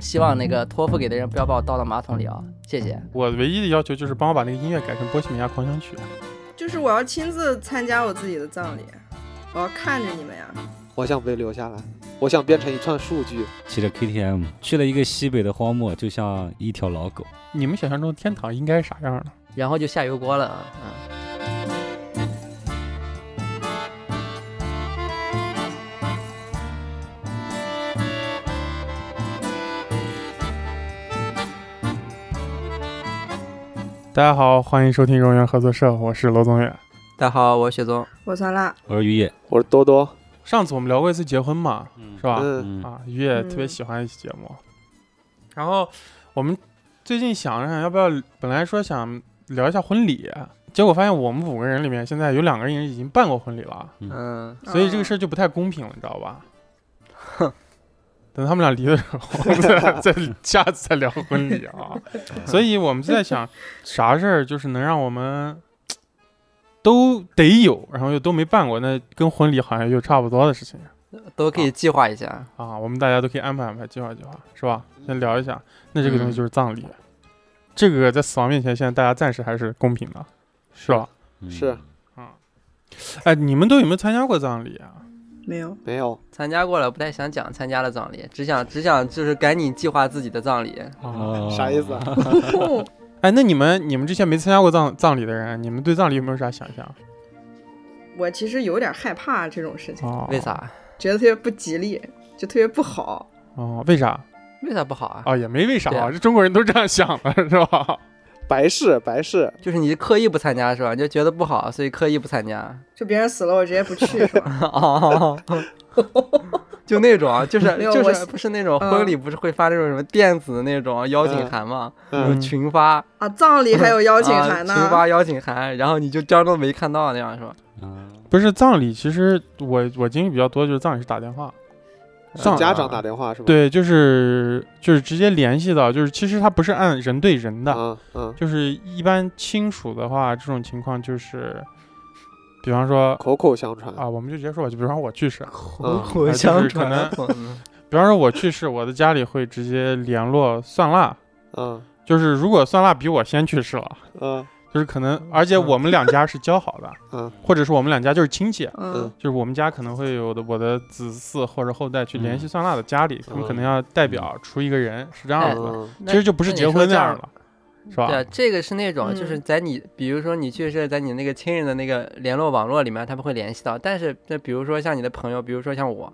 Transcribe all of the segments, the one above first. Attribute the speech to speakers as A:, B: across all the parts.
A: 希望那个托付给的人不要把我倒到马桶里啊，谢谢。
B: 我唯一的要求就是帮我把那个音乐改成《波西米亚狂想曲》。
C: 就是我要亲自参加我自己的葬礼，我要看着你们呀。
D: 我想被留下来，我想变成一串数据。
E: 骑着 KTM 去了一个西北的荒漠，就像一条老狗。
B: 你们想象中的天堂应该是啥样的？
A: 然后就下油锅了啊。嗯
B: 大家好，欢迎收听荣源合作社，我是罗宗远。
F: 大家好，我是雪宗。
C: 我算辣，
E: 我是于野，
D: 我是多多，
B: 上次我们聊过一次结婚嘛，
E: 嗯
B: 是吧？
D: 嗯，
E: 嗯，
B: 啊，于野特别喜欢一期节目。然后我们最近想想要不要，本来说想聊一下婚礼，结果发现我们五个人里面现在有两个人已经办过婚礼了，
F: 嗯，
B: 所以这个事儿就不太公平了，你知道吧？等他们俩离的时候，我们再再下次再聊婚礼啊。所以我们就在想，啥事儿就是能让我们都得有，然后又都没办过，那跟婚礼好像又差不多的事情。
A: 都可以计划一下。
B: 啊，我们大家都可以安排安排，计划计划，是吧？先聊一下，那这个东西就是葬礼，这个在死亡面前，现在大家暂时还是公平的，是吧？
E: 嗯
D: 是
B: 哎，你们都有没有参加过葬礼啊？
C: 没有，
D: 没有，
A: 参加过了，不太想讲参加了葬礼，只想只想就是赶紧计划自己的葬礼。
E: 哦
D: 啥意思？啊？
B: 哎，那你们你们之前没参加过葬葬礼的人，你们对葬礼有没有啥想象？
C: 我其实有点害怕这种事情，
B: 哦，
A: 为？啥？
C: 觉得特别不吉利，就特别不好。
B: 哦，为啥？
A: 为啥不好啊？
B: 哦，也没为啥
A: 对
B: 啊，
A: 啊
B: 这中国人都这样想的，是吧？
D: 白事白事，
A: 就是你刻意不参加是吧？你就觉得不好，所以刻意不参加。
C: 就别人死了，我直接不去 是吧？
A: 哦，就那种，啊就是
C: 没有
A: 就
C: 我
A: 是不是那种
C: 嗯
A: 婚礼不是会发那种什么电子那种邀请
D: 嗯
A: 函吗？
D: 嗯，
A: 群发
C: 啊，葬礼还有邀请函呢。
A: 啊群发邀请函，然后你就装作没看到那样是吧？
E: 嗯
B: 不是葬礼，其实我我经历比较多，就是葬礼是打电话，葬啊
D: 呃家长打电话是吧？
B: 对，就是就是直接联系到，就是其实他不是按人对人的，
D: 嗯嗯，
B: 就是一般亲属的话，这种情况就是，比方说
D: 口口相传，
B: 啊，我们就直接说吧，就比方说我去世，
A: 口
B: 啊
A: 口
B: 就是
A: 相
B: 可
A: 传嗯
B: 能嗯
A: 的朋友，
B: 比方说我去世，我的家里会直接联络蒜辣，
D: 嗯
B: 就是如果蒜辣比我先去世了，
D: 嗯
B: 就是可能，而且我们两家是交好的，
D: 嗯
B: 或者是我们两家就是亲戚。
A: 呃
C: 嗯，
B: 就是我们家可能会有的我的子嗣或者后代去联系蒜辣的家里，他们可能要代表出一个人，是这样子的。
D: 嗯，
B: 其实就不是
A: 那
B: 结
A: 你说
B: 婚那
A: 这
B: 样
A: 样
B: 了，是吧？
A: 对啊，这个是那种，就是
C: 嗯
A: 在你，比如说你去世，在你那个亲人的那个联络网络里面，他们会联系到。但是，那比如说像你的朋友，比如说像我，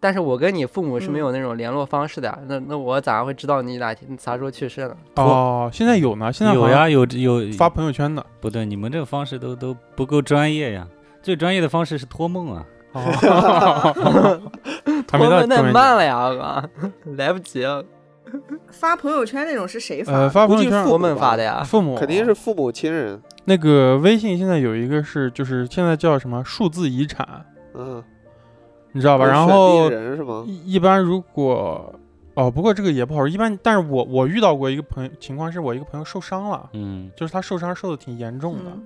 A: 但是我跟你父母是没
C: 嗯
A: 有那种联络方式的呀。那那我咋会知道你哪天啥时候去世呢？
B: 哦，现在有呢，现在
E: 有
B: 好像
E: 呀，有有
B: 发朋友圈的。
E: 不对，你们这个方式都都不够专业呀。最专业的方式是托梦啊，
B: 哦，还没
A: 我
B: 到
A: 们太
B: 中间
A: 慢了呀，我靠，来不及了。
C: 发朋友圈那种是谁发的？
B: 呃，发朋友
D: 估计
B: 圈
D: 父
A: 我
D: 母
A: 们
D: 吧
A: 发的呀，
B: 父母
D: 肯定是父母亲人，
B: 那个微信现在有一个是就是现在叫什么数字遗产，
D: 嗯，
B: 你知道吧？
D: 有
B: 然
D: 选
B: 后
D: 定人是吗？
B: 一一般如果哦，不过这个也不好说。一般，但是我我遇到过一个朋友情况，是我一个朋友受伤了，
E: 嗯，
B: 就是他受伤受的挺严重的，
C: 嗯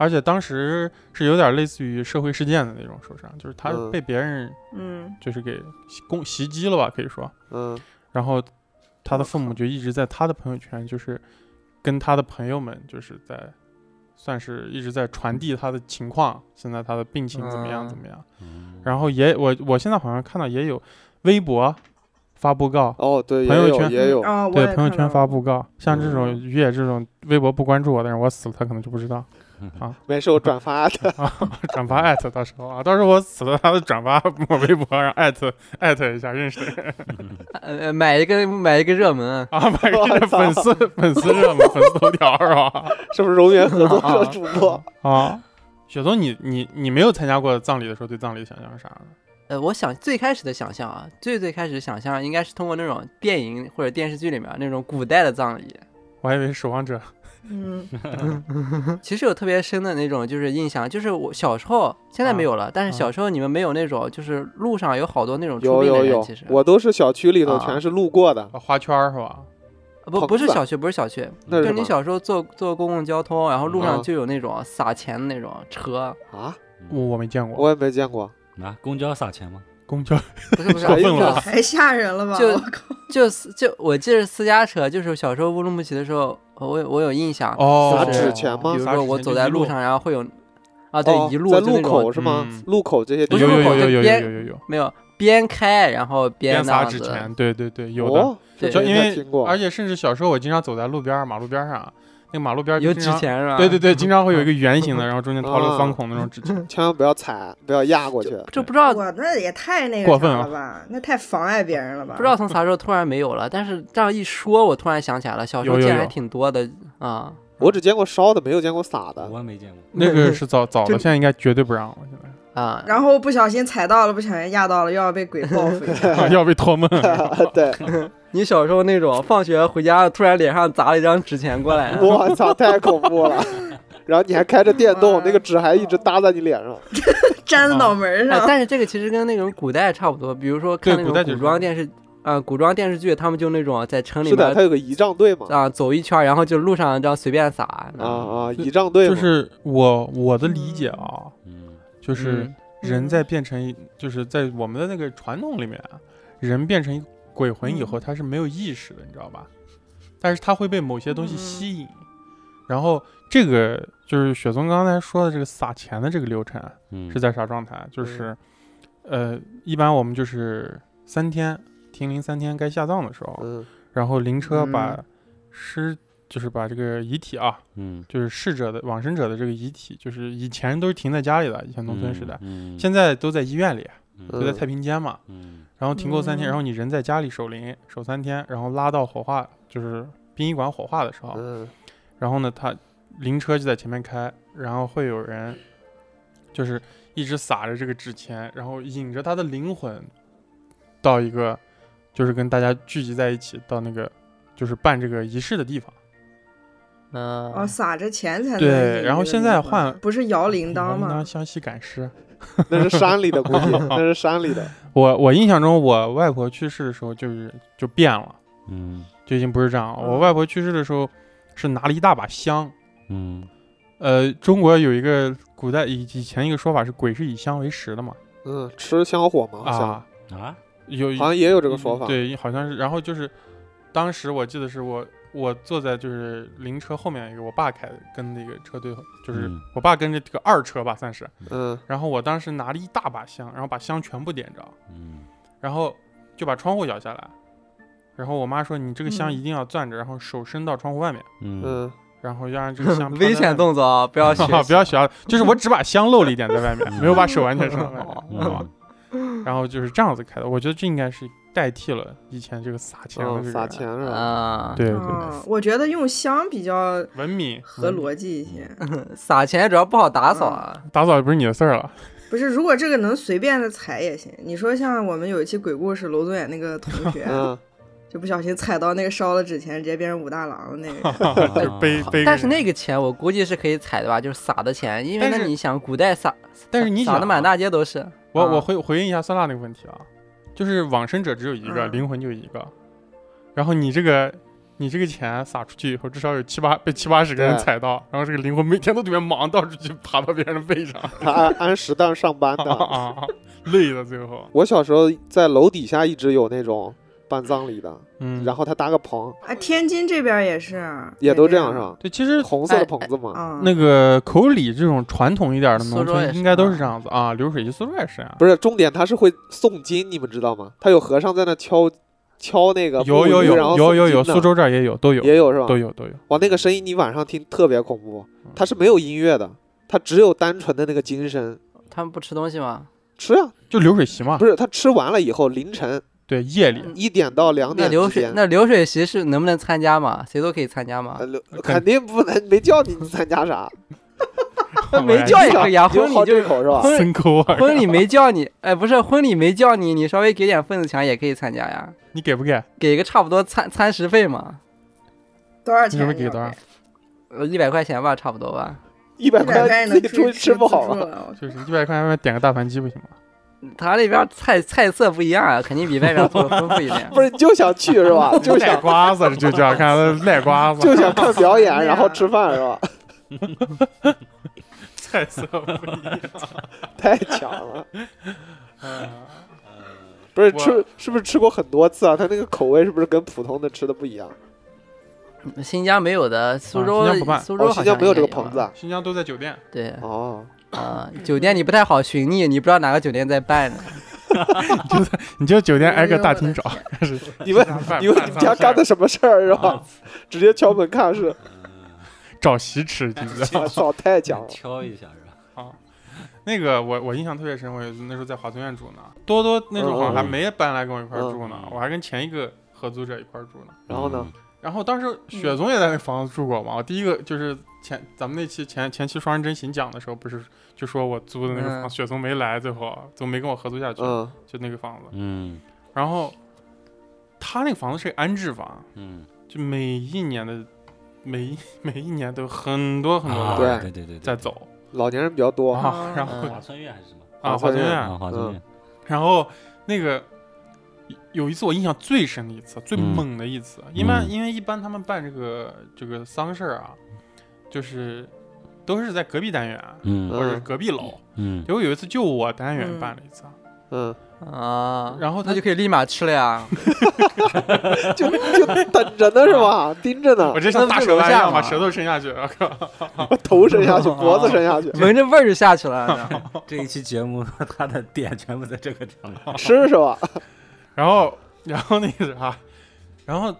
B: 而且当时是有点类似于社会事件的那种受伤，就是他
D: 嗯
B: 被别人
C: 嗯，
B: 就是给袭攻袭击了吧，可以说。
D: 嗯
B: 然后他的父母就一直在他的朋友圈，就是跟他的朋友们，就是在算是一直在传递他的情况，现在他的病情怎么样
A: 嗯
B: 怎么样。
E: 嗯
B: 然后也我我现在好像看到也有微博发布告，
D: 哦，对，也
B: 朋友
D: 有
B: 圈
D: 呃也有，
C: 啊，我
B: 对
C: 也
B: 朋友
C: 看
B: 圈
C: 到
B: 发
C: 了
B: 布告，像这种于野这种微博不关注我的人，我死了他可能就不知道，
E: 嗯
D: 没事，我转发的，
B: 转发艾特到时候啊，到时候我死了他就转发我微博，然后艾特艾特一下认识的人
A: 呃，买一个买一个热门，
B: 啊，买
D: 我
B: 个
D: 操
B: 粉丝粉丝热门粉丝头条是吧？
D: 是不是荣源合作社主播？
B: 啊，雪松，你你你没有参加过葬礼的时候，对葬礼的想象是啥样的？
A: 呃，我想最开始的想象啊，最最开始的想象应该是通过那种电影或者电视剧里面那种古代的葬礼。
B: 我还以为是守望者。
C: 嗯
A: 其实有特别深的那种就是印象，就是我小时候，现在没有了，但是小时候你们没有那种，就是路上有好多那种啊出
D: 有
A: 殡的
D: 有
A: 人，
D: 有
A: 其实，
D: 我都是小区里头
A: 啊
D: 全是路过的，
B: 啊，花圈儿是吧？
A: 呃不
D: 棚
A: 不是
D: 子
A: 小区，不是小区，
D: 那
A: 就是是
D: 什
A: 你
D: 么
A: 小时候坐坐公共交通，然后路上
D: 嗯
A: 就有那种撒钱的那种车，
D: 啊？
B: 我我没见过。
D: 我也没见过，
B: 啊
E: 拿公交撒钱吗？
B: 公交
A: 不是不是
B: 过
A: 啊，
D: 分
A: 就是
B: 了
C: 太吓人了吧！
A: 就
C: 我靠，
A: 就是就我记得私家车，就是小时候乌鲁木齐的时候，我有我有印象，
B: 哦，
A: 就
D: 砸
A: 是
D: 纸钱吗
A: 比如
B: 砸纸
A: 说我
B: 钱
A: 走
B: 就
A: 在
B: 一
A: 路
B: 路
A: 上，然后会有啊，对，
D: 哦
A: 一路
D: 在
A: 就
D: 路
A: 那种
D: 口是吗
B: 嗯？
D: 路口这些地
A: 不
B: 有
A: 是
B: 有
A: 路口
B: 有
A: 就
B: 有有有
A: 边
B: 有有有，
A: 没有边开，然后边那
B: 砸
A: 样
B: 纸
A: 子，
B: 钱，对对对，有的。
D: 哦，
A: 对
B: 就
D: 这
B: 因
D: 应该
B: 为
D: 听过
B: 而且甚至小时候我经常走在路边儿、马路边儿上，那个马路边儿
A: 有
B: 经
A: 纸
B: 常，
A: 钱是吧？啊
B: 对对对，经常会有一个 圆形的，然后中间掏了个方孔那种纸钱。
D: 千万不要踩，不要压过去。
A: 就不知道
C: 我那也太那个
B: 过分
C: 啥
B: 啊
C: 了吧，那太妨碍别人了吧？
A: 不知道从啥时候突然没有了，但是这样一说，我突然想起来了，小时候
B: 有有
A: 见还
B: 有
A: 挺多的啊。
D: 我只见过烧的，没有见过撒的。
E: 我没见过。
B: 那个是早早了，
A: 就
B: 现在应该绝对不让了，现在
A: 啊，
C: 然后不小心踩到了，不小心压到了，又要被鬼报复一 下。
B: 要被托梦。
D: 对，
A: 你小时候那种放学回家突然脸上砸了一张纸钱过来，啊
D: 我操，太恐怖了。然后你还开着电动，
C: 哇
D: 那个纸还一直搭在你脸上。
C: 粘到脑门
A: 哎
C: 上，，
D: 啊
A: 但是这个其实跟那种古代差不多，比如说看
B: 对
A: 那
B: 古代
A: 种古
B: 就是
A: 装电视啊、古装电视剧，他们就那种在城里
D: 是的，
A: 面
D: 它有个仪仗队嘛。
A: 啊、走一圈，然后就路上这样随便撒。嗯
D: 啊啊，
B: 就
D: 仪仗队
B: 就
D: 嘛。
B: 是我我的理解啊，
E: 嗯，
B: 就是人在变成一，就是在我们的那个传统里面啊，人变成一个鬼魂以后，他是没有意识的，你知道吧？但是他会被某些东西吸引，然后这个就是雪松刚才说的这个撒钱的这个流程啊，
E: 嗯
B: 是在啥状态？啊就是，呃，一般我们就是三天停灵三天该下葬的时候，
D: 嗯
B: 然后灵车
C: 嗯
B: 把尸，就是把这个遗体啊，
E: 嗯，
B: 就是逝者的往生者的这个遗体，就是以前都是停在家里的，以前农村时代，
E: 嗯，
B: 现在都在医院里，
E: 嗯
B: 都在太平间嘛。
E: 嗯
B: 然后停够三天，
C: 嗯
B: 然后你人在家里守灵守三天，然后拉到火化，就是殡仪馆火化的时候，
D: 嗯
B: 然后呢，他灵车就在前面开，然后会有人就是一直撒着这个纸钱，然后引着他的灵魂到一个就是跟大家聚集在一起，到那个就是办这个仪式的地方。
A: 嗯、
C: 哦，撒着钱才能
B: 对，
C: 引
B: 然后
C: 这个
B: 现在
C: 灵魂
B: 换嗯
C: 不是摇铃铛
B: 铃铛
C: 吗？
B: 湘西赶尸。
D: 那是山里的，估计那是山里的。
B: 我我印象中，我外婆去世的时候就是就变了，
E: 嗯
B: 就已经不是这样了。我
C: 嗯
B: 外婆去世的时候是拿了一大把香。
E: 嗯
B: 呃，中国有一个古代以以前一个说法是“鬼是以香为食”的嘛，
D: 嗯，吃香火嘛，好像
B: 啊，
E: 啊，
B: 有
D: 好像也有这个说法。
B: 对，好像是。然后就是，当时我记得是我我坐在就是灵车后面一个我爸开的跟那个车队，就是
E: 嗯
B: 我爸跟着这个二车吧算是。
D: 嗯
B: 然后我当时拿了一大把香，然后把香全部点着，
E: 嗯
B: 然后就把窗户摇下来。然后我妈说：“你这个香
C: 嗯
B: 一定要攥着，然后手伸到窗户外面，
E: 嗯
D: 嗯
B: 然后要让这个香飘
A: 危
B: 在
A: 险
B: 外面
A: 动作啊，不要 学
B: 不要学，就是我只把香漏了一点在外面，没有把手完全伸到外面。
E: 嗯
B: 然后就是这样子开的，我觉得这应该是代替了以前这个撒钱的这
D: 嗯，
B: 个
D: 撒钱是吧？
A: 啊，
B: 对对 对，
C: 嗯，我觉得用香比较
B: 文明
C: 合逻辑一
D: 嗯
C: 些。
A: 撒钱主要不好打扫啊。
B: 打扫也不是你的事儿了，
C: 不是，如果这个能随便的踩也行。你说像我们有一期鬼故事，娄宗远那个同学，
D: 嗯，
C: 就不小心踩到那个烧了纸钱，直接变成武大郎的那个 人。
B: 就是
E: 嗯
B: 背
E: 啊
B: 背。
A: 但是那个钱我估计是可以踩的吧，就是撒的钱，因为
B: 但
A: 那
B: 是
A: 你想古代撒，
B: 但是你
A: 撒
B: 想
A: 的满
B: 啊，
A: 大街都是。
B: 我
A: 啊
B: 我回回应一下酸辣那个问题啊，就是往生者只有一个，
C: 嗯
B: 灵魂就一个，然后你这个。你这个钱撒出去以后，至少有七八被七八十个人
D: 对
B: 踩到，然后这个灵魂每天都特别忙，到处去爬到别人的背上，
D: 他 按按时段上班
B: 啊
D: 的。
B: 啊啊 累的最后，
D: 我小时候在楼底下一直有那种办葬礼的，
B: 嗯，
D: 然后他搭个棚，
C: 啊，天津这边也是，
D: 也都这样
C: 样
D: 是？吧？
B: 对，其实
D: 红色
A: 哎
D: 的棚子嘛，
C: 啊，
B: 那个口里这种传统一点的农
A: 苏州也
B: 村，
A: 是
B: 应该都
A: 吧
B: 是这样子啊。流水席苏州也是啊，
D: 不是重点，他是会诵经，你们知道吗？他有和尚在那敲敲那个
B: 有
D: 木
B: 有
D: 鱼
B: 有
D: 然后
B: 有
D: 诵
B: 有
D: 经
B: 有，
D: 的
B: 苏州这儿也有，都有
D: 也有是吧？
B: 都有都有。
D: 哇，那个声音你晚上听特别恐怖，它是没有音乐的，它只有单纯的那个经声。
A: 他们不吃东西吗？
D: 吃啊，
B: 就流水席嘛
D: 不，是，他吃完了以后凌晨
B: 对，夜 里
D: 一点到两
A: 那
D: 点
A: 流
D: 之
A: 水
D: 间，
A: 那流水席是能不能参加嘛？谁都可以参加嘛
D: 呃？流
B: 肯
D: 肯定不能，没叫你你参加啥，
A: 没叫也可以啊，
D: 你就
A: 婚
D: 好
A: 礼就
D: 这
A: 是
D: 口是 吧？
A: 婚
B: 森抠啊，
A: 婚礼没叫你，哎，不是婚礼没叫你，你稍微给点份子钱也可以参加呀，
B: 你给不给？
A: 给个差不多餐餐食费嘛，
C: 多少
B: 你
C: 钱
B: 准
C: 要
B: 备
C: 给？
B: 给多少？
A: 呃，一百块钱吧，差不多吧。
D: 一百
C: 一百块
D: 块
C: 钱
D: 自
C: 能
D: 己出去吃不好吗？。
C: 吗？
B: 就是一百块钱外面点个大盘鸡不行吗？
A: 他那边菜菜色不一样啊，肯定比外面做的丰富一点
D: 不是，你就想去是吧？ 就
B: 赖
D: 想
B: 瓜子，就叫看它赖瓜子，
D: 就想看表演，
C: 对啊
D: 然后吃饭是吧？
B: 菜 色不一样。
D: 太强了。不是
B: 哎我
D: 吃是不是吃过很多次啊？它那个口味是不是跟普通的吃的不一样？
A: 新疆没有的，苏
B: 啊
A: 州、
B: 新疆不办
A: 苏州
D: 哦，
A: 好像
D: 新疆没有
A: 应该
D: 这个棚子。啊。
B: 新疆都在酒店，
A: 对
D: 哦，
A: 啊、酒店你不太好寻觅，你不知道哪个酒店在办呢。
B: 你就酒店挨个
C: 哎呦
B: 大
C: 我
B: 厅
C: 的
B: 找，
C: 天
B: 开 始
D: 你问
B: 饭
D: 你问
B: 饭
D: 你们
B: 饭
D: 家
B: 饭
D: 干的什么事儿是吧
E: 啊？
D: 直接敲门 看是，
B: 找席吃，你知道吗？
D: 我操，太强了！
E: 挑一下是吧？
B: 那个我我印象特别深，我有那时候在华东院住呢，多多那时候好像还
E: 嗯嗯嗯
B: 没搬来跟我一块儿住呢，
E: 嗯
B: 我还跟前一个合租者一块儿住呢。
D: 然后呢
E: 嗯？
B: 然后当时雪总也在那房子住过嘛，我第一个就是前咱们那期前前期双人真行讲的时候，不是就说我租的那个房，
A: 嗯
B: 雪总没来，最后总没跟我合租下去，
D: 嗯，
B: 就那个房子。
E: 嗯
B: 然后他那个房子是个安置房，
E: 嗯，
B: 就每一年的每一每一年都有很多很多
E: 啊
B: 的
D: 对
E: 对对对对，
B: 在走
D: 老年人比较多
C: 啊
B: 啊，然后
A: 嗯
E: 华川苑还是什么
B: 啊
D: 华
B: 华
D: 东
B: 东
D: 院
B: 院
E: 啊？华川苑，
B: 然后那个有一次我印象最深的一次，最
E: 嗯
B: 猛的一次，一般
E: 嗯
B: 因为一般他们办这个这个丧事儿啊，就是都是在隔壁单元啊
E: 嗯
B: 或者是隔壁楼，
E: 嗯
B: 结果有一次就我单元
C: 嗯
B: 办了一次啊，
D: 嗯，
A: 啊，
B: 然后他
A: 那就可以立马吃了呀。
D: 就就等着呢是吧？盯着呢
B: 啊我，这像
A: 那
B: 大
A: 不是
B: 舌
A: 楼
B: 弯一
A: 下
B: 样把
A: 吗
B: 舌头伸下去，我靠，
D: 头伸下去，脖子伸 下去，
A: 闻着味儿就下去了。
E: 这一期节目 它的点全部在这个地方。
D: 吃是吧？
B: 然后然后那个啥，然后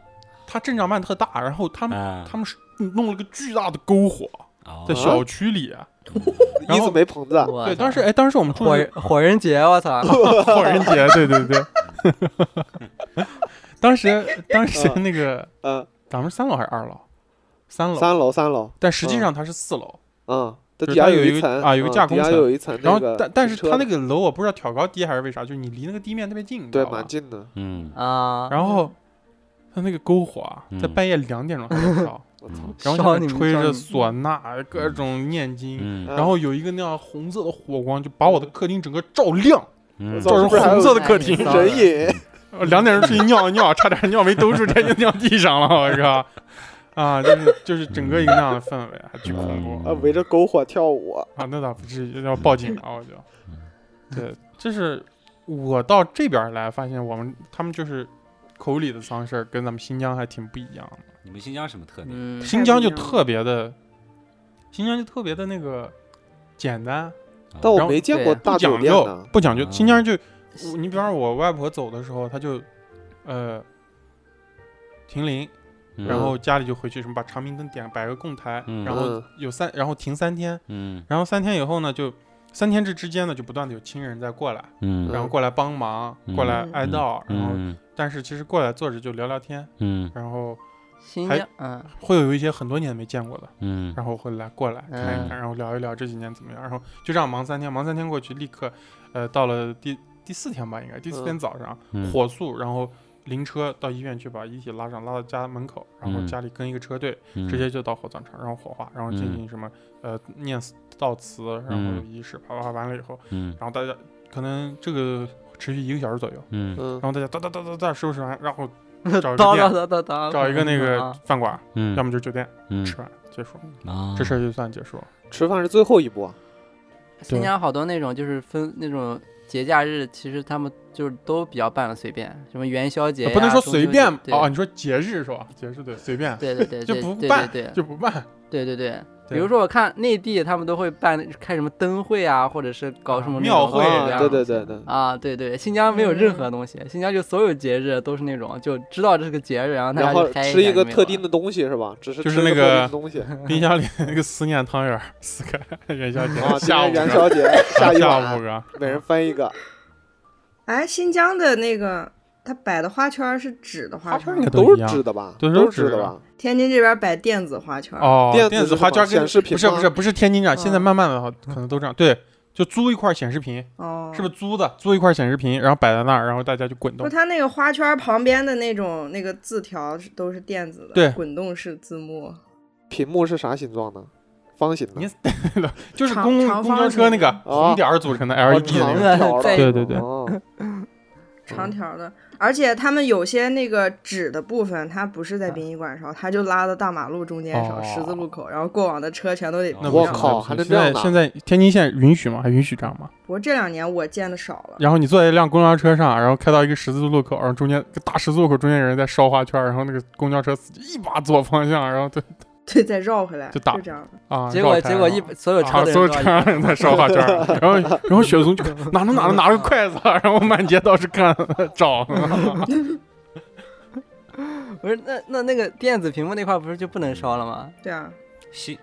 B: 他阵仗办特大，然后他
A: 哎
B: 们
E: 啊，
B: 他们是弄了个巨大的篝火
A: 啊
E: 哦
B: 在小区里，啊 然
D: 椅
B: 后
D: 子没棚子啊，
A: 我
B: 对，
A: 操
B: 当时哎，当时我们住
A: 火
B: 的是
A: 人火人节，我操！
B: 火人节，对对对。当时当时那个
D: 嗯，
B: 咱们是三楼还是二楼？三楼，
D: 三楼三楼，
B: 但实际上它是四楼。
D: 嗯，它
B: 就
D: 底
B: 是它
D: 下
B: 有一
D: 一
B: 个
D: 层
B: 啊有一个
D: 嗯
B: 架
D: 底
B: 空
D: 下
B: 层
D: 有一层
B: 然
D: 那
B: 后
D: 个停车的，
B: 但但是它那个楼我不知道挑高低还是为啥，就是你离那个地面特别近，你知
D: 对
B: 道吧
D: 蛮近的，
E: 嗯
A: 啊，
B: 然后它那个篝火啊，在
E: 嗯
B: 半夜两点钟还在烧，
D: 我操，
B: 然
A: 烧
B: 后下面
A: 你们
B: 吹
A: 烧
B: 着
A: 你们
B: 唢呐，啊各种念经。
E: 嗯
B: 然后有一个那样红色的火光，就把我的客厅整个照亮，
E: 嗯，
D: 造
B: 照成
D: 是不是还
B: 红
D: 有
B: 色的客厅。
A: 烧
D: 人影，
B: 呃两点钟出去尿尿，差点尿没兜住，直接就尿地上了，我靠！啊，就是就是整个一个那样的氛围，还巨恐怖
D: 啊，围着篝火跳舞，
B: 啊！那咋不至于要报警啊？我就，对，这是我到这边来发现，我们他们就是口里的丧事儿跟咱们新疆还挺不一样的，
E: 你们新疆什么特点？
A: 嗯，
B: 新疆就
C: 太不一
B: 特别
C: 样了
B: 的，新疆就特别的那个简单，
D: 但
B: 然
D: 我
B: 后
D: 没见过
A: 对
D: 大
B: 不
D: 酒
B: 讲
D: 店
B: 究
D: 呢，，
B: 不讲究。
E: 啊
B: 新疆就，你比方说我外婆走的时候，她就，呃，停灵。
E: 嗯
B: 然后家里就回去什么把长明灯点，摆个供台，
E: 嗯
B: 然后
D: 嗯
B: 有三，然后停三天，
E: 嗯
B: 然后三天以后呢，就三天这之间呢，就不断的有亲人在过来，
E: 嗯
B: 然后过来帮忙，
E: 嗯
B: 过来哀
E: 嗯
B: 悼，然后
E: 嗯
B: 但是其实过来坐着就聊聊天，
E: 嗯
B: 然后
A: 新
B: 还
A: 疆，嗯
B: 会有一些很多年没见过的，
E: 嗯
B: 然后会来过来
D: 嗯
B: 看一看，然后聊一聊这几年怎么样，然后就这样忙三天，忙三天过去，立刻，呃，到了第第四天吧，应该第四天
D: 嗯
B: 早上，
E: 嗯
B: 火速，然后灵车到医院去把遗体拉上，拉到家门口，然后
E: 嗯
B: 家里跟一个车队。直接就到火葬场，然后火化，然后进
E: 嗯
B: 行什么、呃念死悼词，然后
E: 嗯
B: 仪式，啪啪啪完了以后，
E: 嗯
B: 然后大家可能这个持续一个小时左右，
E: 嗯
D: 嗯
B: 然，后大家哒哒哒哒哒收拾完，然后找
A: 叨
B: 一个
A: 叨
B: 店
A: 叨叨叨，
B: 找一
D: 嗯
B: 个那个
A: 啊
B: 饭馆，
E: 嗯，
B: 要么就是酒店
E: 嗯
B: 吃完结束，
E: 啊，
B: 这事儿就算结束了。
D: 吃饭是最后一步啊，
A: 新疆好多那种就是分那种节假日，其实他们就是都比较办的随便，什么元宵节呀，
B: 不能说
A: 中
B: 随
A: 秋
B: 便
A: 节
B: 哦，你说节日是吧？节日对随便
A: 对对对
B: 就
A: 对，
B: 不
A: 对
B: 办
A: 对对
B: 就不办，
A: 对对对。比
B: 对
A: 如说，我看内地他们都会办开什么灯会啊，或者是搞什么那
B: 庙
A: 种
B: 会
A: 各种各
D: 啊，
A: 样
D: 对
A: 的
D: 对对对，
A: 啊，对对，新疆没有任何东西，新疆就所有节日都是那种，就知道这是个节日，然后大
D: 然
A: 家
D: 后
A: 就嗨
D: 吃一
A: 下
D: 个
A: 就没
D: 特
A: 有
D: 定
A: 了
D: 的东西是吧？只是
B: 就是
D: 吃一
B: 那
D: 个特定
B: 个
D: 的东西
B: 冰箱里那个思念汤圆儿四个 元宵节
D: 啊，今
B: 下
D: 天
B: 午
D: 元宵节下一
B: 下午
D: 碗，
B: 个
D: 每人分一个，
C: 哎，新疆的那个它摆的花圈儿是纸的花
B: 花圈
C: 圈
B: 儿
C: 儿
B: 应
C: 吗，
B: 该
D: 都
B: 一
D: 是
B: 样
D: 纸的吧？
B: 对
D: 都
B: 都是
D: 是纸
B: 纸
D: 的
B: 的
D: 吧？
C: 天津这边摆电子花圈儿，
B: 哦，
D: 啊电
B: 电
D: 子
B: 子
D: 是
B: 花
D: 什
B: 圈
D: 么
B: 跟
D: 显示屏
B: 不是不是
D: 吗
B: 不是天津这样，现在
C: 嗯
B: 慢慢的可能都这样。对，就租一块显示屏，
C: 哦，
B: 是不是租的？租一块显示屏，然后摆在那儿，然后大家就滚
C: 不
B: 动
C: 是，。它那个花圈儿旁边的那种那个字条是都是电子的，
B: 对
C: 滚动式字幕。
D: 屏幕是啥形状呢？方形的
B: 你。就是
C: 长
B: 公
C: 长
B: 公
C: 方
B: 交车那个
D: 哦
B: 红点儿组成的
D: 哦
B: LED
D: 长
A: 个
B: 那个，
D: 条的
A: 对
B: 对对对
D: 哦
C: 长条的，而且他们有些那个纸的部分，它不是在殡仪馆烧，它就拉到大马路中间烧，
B: 哎哦
C: 十字路口，然后过往的车全都得
E: 那
B: 不
D: 我
B: 行
C: 让
D: 靠
B: 那不行
D: 还
B: 现在
D: 能这样呢
B: 现在天津现允许吗？还允许这样吗？
C: 不过这两年我见的少了，
B: 然后你坐在一辆公交车上，然后开到一个十字路口，然后中间个大十字路口中间有人在烧花圈，然后那个公交车司机一把左方向，然后对
C: 对，再绕回来，
B: 就
C: 就
B: 打
C: 这样的。
B: 啊，
A: 结果
B: 绕开
A: 结果一
B: 啊
A: 所有
B: 啊
A: 超的
B: 所有
A: 人都
B: 车
A: 要
B: 上人在烧花圈，然后然后雪松就哪能哪能拿着筷子，啊然后满街到处看找，
A: 不是那那那个电子屏幕那块不是就不能烧了吗？
C: 对啊，
E: 新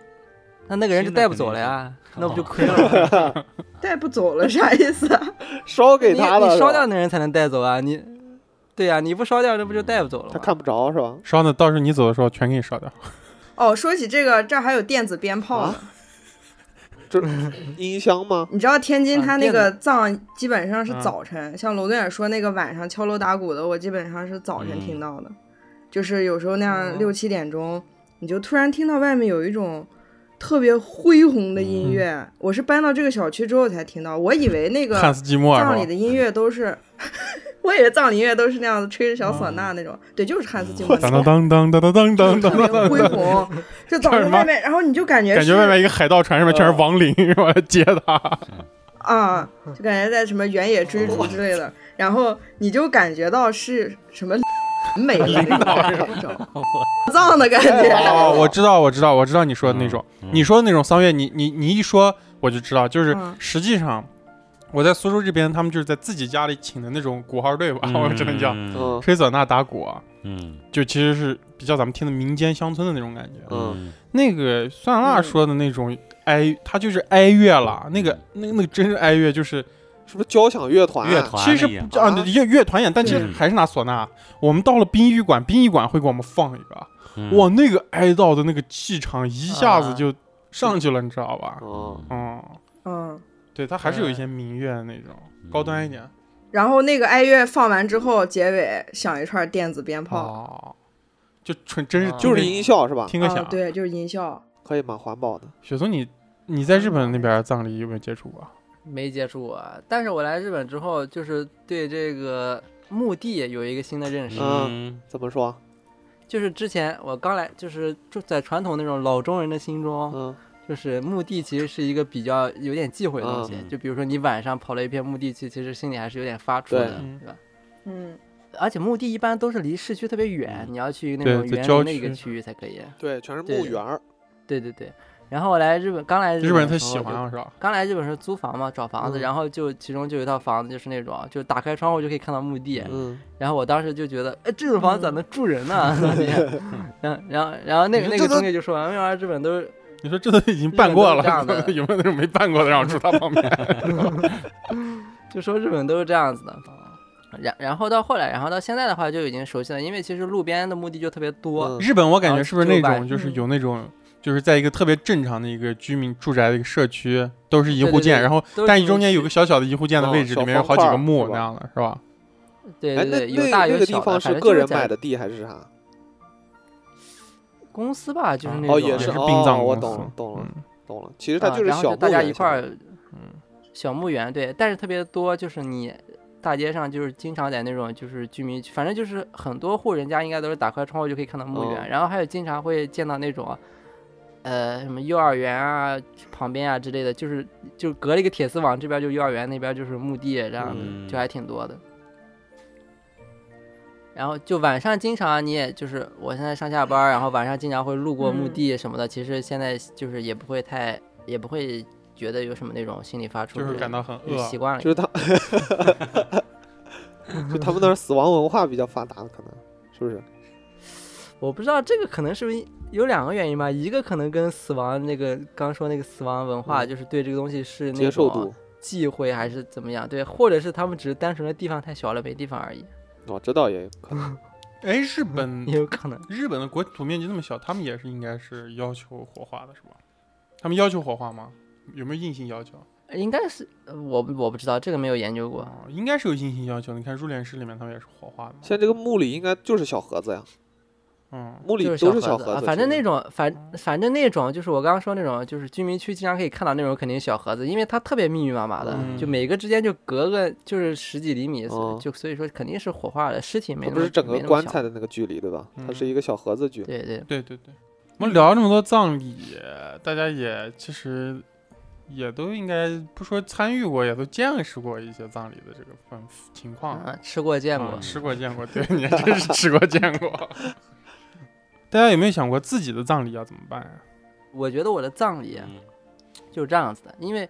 A: 那那个人就
E: 新的
A: 带不走
E: 肯
A: 了
E: 定
A: 呀，
E: 是
A: 那不就
E: 哦
A: 亏 了？
C: 带不走了啥意思、啊？
D: 烧给
A: 你
D: 他了
A: 你
D: 是
A: 烧
D: 吧，
A: 掉那人才能带走啊！你对呀、你不烧掉，那不就带不走了吗？
D: 他看不着是吧？
B: 烧的到时候你走的时候全给你烧掉。
C: 哦，说起这个，这儿还有电子鞭炮呢。
A: 嗯
D: 音箱 吗？
C: 你知道天津
A: 啊
C: 它那
A: 电
C: 个葬基本上是
B: 啊
C: 早晨，像罗顿远说那个晚上敲锣打鼓的，我基本上是早晨听
E: 嗯
C: 到的，就是有时候那
A: 哦
C: 样六七点钟，你就突然听到外面有一种特别恢宏的
B: 嗯
C: 音乐。我是搬到这个小区之后才听到，我以为那个
B: 汉斯季默啊
C: 葬礼
B: 是
C: 的
B: 吧？
C: 音乐都是， 我以为葬礼音乐都是那样子吹着小唢
B: 哦
C: 呐那种，对，就是汉斯季默那
B: 当
C: 种
B: 当。当当当当当
C: 特
B: 当
C: 别
B: 当当，
C: 恢宏，就早
B: 这是
C: 上
B: 吗
C: 外面，然后你就感觉
B: 感觉
C: 是
B: 外面一个海盗船上面全是亡灵，我来接他。
C: 啊，
A: 嗯
C: 就感觉在什么原野追逐之类的，然后你就感觉到是什么美丽 葬的感
D: 哎
C: 觉，
B: 哦，
D: 嗯
B: 我知道，我知道，我知道你说的那种，
E: 嗯
B: 你说的那种桑月，你你你一说我就知道，就是
C: 嗯
B: 实际上。我在苏州这边，他们就是在自己家里请的那种鼓号队吧，啊我只能叫
E: 嗯
D: 嗯
B: 吹唢呐打鼓啊，
E: 嗯
B: 就其实是比较咱们听的民间乡村的那种感觉。
E: 嗯，
B: 那个酸辣
C: 嗯
B: 说的那种哀，他就是哀乐
E: 嗯
B: 了，那个那个那个真是哀乐，就是
D: 是不是交响乐团？
E: 乐团
B: 其实
E: 那样
B: 不啊
D: 啊
B: 乐乐团演，但其实
E: 嗯
B: 还是拿唢呐。我们到了殡仪馆，殡仪馆会给我们放一个，
E: 嗯
B: 哇，那个哀悼的那个气场一下子
A: 啊
B: 就上去了，你知道吧？
D: 哦，
B: 嗯，
C: 嗯，
B: 对，它还是有一些民乐那种嗯
E: 嗯
B: 高端一点。
C: 然后那个哀乐放完之后，结尾响一串电子鞭炮，
B: 哦，就纯真是
A: 啊
D: 就
B: 听
D: 是
B: 个
D: 音效是吧？
B: 听个
C: 啊，
B: 响。
C: 对，就是音效。
D: 可以吗？环保的。
B: 雪松，你你在日本那边葬礼有没有接触过？
A: 没接触过，啊但是我来日本之后，就是对这个墓地有一个新的认识。
E: 嗯
D: 怎么说？
A: 就是之前我刚来，就是就在传统那种老中人的心中，
D: 嗯，
A: 就是墓地其实是一个比较有点忌讳的东西。
E: 嗯
A: 就比如说你晚上跑了一片墓地去，其实心里还是有点发怵的，
B: 对
A: 对吧？
C: 嗯，
A: 而且墓地一般都是离市区特别远，
E: 嗯
A: 你要去那
B: 对
A: 种
B: 在
A: 园
B: 郊
A: 林的一个
B: 区
A: 区域才可以。
D: 对，全是
A: 对
D: 墓园儿。
A: 对对对。然后我来日本，刚来
B: 日本
A: 的
B: 人特
A: 时
B: 喜
A: 候
B: 欢
A: 就
B: 啊，是吧？
A: 刚来日本是租房嘛，找房子，
D: 嗯
A: 然后就其中就有一套房子，就是那种就打开窗户就可以看到墓地，
D: 嗯，
A: 然后我当时就觉得，哎，这种房子咋能住人呢？ 然后然后然后那个
B: 嗯你
A: 那
B: 说这
A: 个
B: 都
A: 中介就说，为哎啥啊日本都是
B: 你说这都已经办过了
A: 日本都是，这样的
B: 有没有那种没办过的让我住他旁边？
A: 就说日本都是这样子的。
D: 哦
A: 然然后到后来，然后到现在的话就已经熟悉了，因为其实路边的墓地就特别多，
D: 嗯
B: 日本我感觉是不是那种
A: 嗯
B: 就是有那种就是在一个特别正常的一个居民住宅的一个社区，都是一户
A: 对对
B: 建，
A: 对
B: 然后
A: 都是
B: 但
A: 一
B: 是中间有个
A: 区
B: 小小的一户建的位置，
D: 哦小
B: 里面有好几个墓那
D: 方块儿
B: 样的，是吧？
A: 对
D: 哎，
A: 对
D: 那
A: 对，有
D: 那
A: 大有
D: 那个
A: 小
D: 地
A: 的，
D: 方
A: 反
D: 是
A: 正
D: 个
A: 就是
D: 人
A: 在
D: 买的地还是啥？
A: 公司吧，就是那
D: 哦，
A: 种
D: 也
B: 是
D: 是
B: 殡葬
D: 哦我
B: 公
D: 懂
B: 司
D: 了，懂了，
B: 嗯，
D: 懂了。其实它
A: 啊，
D: 就是
A: 然后
D: 小
A: 就
D: 墓
A: 大家
D: 园
A: 一
D: 儿
A: 块儿，
B: 嗯
A: 小墓园对，但是特别多，就是你大街上就是经常在那种就是居民区，反正就是很多户人家应该都是打开窗户就可以看到墓园，
D: 哦
A: 然后还有经常会见到那种。呃，什么幼儿园啊，旁边啊之类的，就是就隔了一个铁丝网，这边就幼儿园，那边就是墓地，这样
E: 嗯
A: 就还挺多的。然后就晚上经常你也就是我现在上下班儿，然后晚上经常会路过墓
C: 嗯
A: 地什么的，其实现在就是也不会太也不会觉得有什么那种心理发怵之
B: 就
A: 类的，
B: 是感到很
A: 就
B: 饿
A: 习。惯了
D: 就。是他， 就他们那儿死亡文化比较发达，可能是不是？
A: 我不知道这个可能是不是有两个原因吧，一个可能跟死亡那个刚说那个死亡文化，
D: 嗯
A: 就是对这个东西是那
D: 接受
A: 种啊
D: 度
A: 忌讳还是怎么样，对，或者是他们只是单纯的地方太小了没地方而 已，
D: 哦，这倒也有可能。
B: 哎，日 本
A: 也有可能。
B: 日本的国土面积那么小，他们也是应该是要求火化的，是吧？他们要求火化吗？有没有硬性要求？
A: 应该是呃我不我不知道这个没有研究过，
B: 哦，应该是有硬性要求。你看入殓师里面他们也是火化的嘛。
D: 现在这个墓里应该就是小盒子呀，
B: 嗯
D: 墓里
A: 就是
D: 都是
A: 小
D: 小
A: 盒
D: 盒
A: 啊
D: 子，
A: 反正
D: 是
A: 那种反反正那种就是我刚刚说那种，就是居民区经常可以看到那种肯定是小盒子，因为它特别密密麻麻的，
B: 嗯
A: 就每个之间就隔个就是十几厘米，
D: 哦
A: 就所以说肯定是火化的，尸体没
D: 它
A: 那
D: 不
A: 么
D: 是整
A: 没
D: 个
A: 那么
D: 棺
A: 小
D: 材的那个距离，对吧？它是
B: 嗯
D: 一个小盒子距 离。
A: 对对，
B: 对对对，我们聊这么多葬礼，大家也其实也都应该不说参与过，也都见识过一些葬礼的这个氛情况。
A: 啊，吃过见过
D: 嗯
B: 啊，吃过见过，对，你还真是吃过见过。 大家有没有想过自己的葬礼要怎么办啊呀、
A: 我觉得我的葬礼
E: 嗯
A: 就是这样子的，因为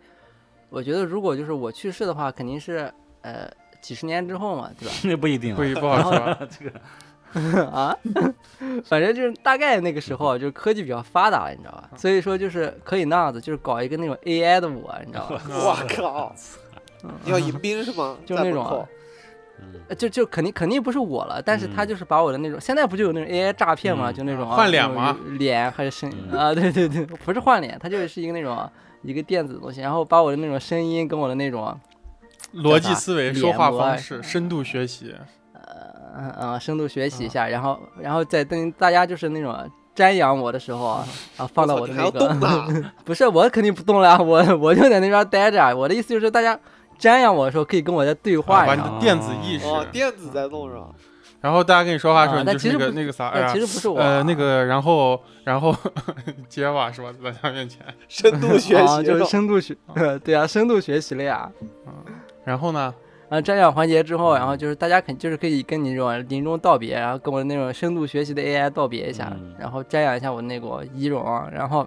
A: 我觉得如果就是我去世的话，肯定是呃几十年之后嘛，对吧？
E: 那不一定啊
B: 不。一不好说，
E: 这个
A: 啊， 反正就是大概那个时候，啊就是科技比较发达了，你知道吧？所以说就是可以那样子，就是搞一个那种 AI 的我，你知 道吧？
D: 哇靠！你要迎宾是吗？
A: 就
D: 在
A: 那
D: 门
A: 种啊
D: 口
E: 嗯
A: 呃就就肯定肯定不是我了，但是他
E: 嗯
A: 就是把我的那种，现在不就有那种 AI 诈骗嘛，
E: 嗯
A: 就那种、啊、
B: 换脸
A: 那种
B: 吗
A: 脸还是声音
E: 嗯
A: 啊？对对对，不是换脸，它就是一个那种一个电子的东西，然后把我的那种声音跟我的那种
B: 逻辑思维、
A: 脸
B: 说话
A: 模
B: 方
A: 啊
B: 式、深度学习，
A: 嗯呃呃深度学习一下，然后然后再跟大家就是那种瞻仰我的时候啊，啊放到
D: 操
A: 我的
D: 你
A: 那
D: 还要动
A: 个。
D: 呢，
A: 不是，我肯定不动了 啊，我我就在那边待着啊。我的意思就是，大家瞻仰我的时候，可以跟我在对话呀。
B: 把你
E: 然
B: 的
E: 后
B: 电子意识。
D: 哦，电子在 弄上，
B: 然后大家跟你说话的时候，
A: 啊
B: 你
A: 但
B: 就是
A: 其
B: 那
A: 实
B: 个
A: 不
B: 那个啥，哎
A: 但
B: 呀
A: 其实不是我啊，
B: 呃，那个，然后，然后 结瓦是吧？在大家面前，
D: 深度学
A: 啊，
D: 习
A: 就是
D: 是吧
A: 深度学，对啊，深度学习了呀。
B: 然后呢？
A: 然后瞻仰环节之后，然后就是大家肯就是可以跟你这种临终道别，然后跟我那种深度学习的 AI 道别一下，
E: 嗯
A: 然后瞻仰一下我那个仪容啊，然后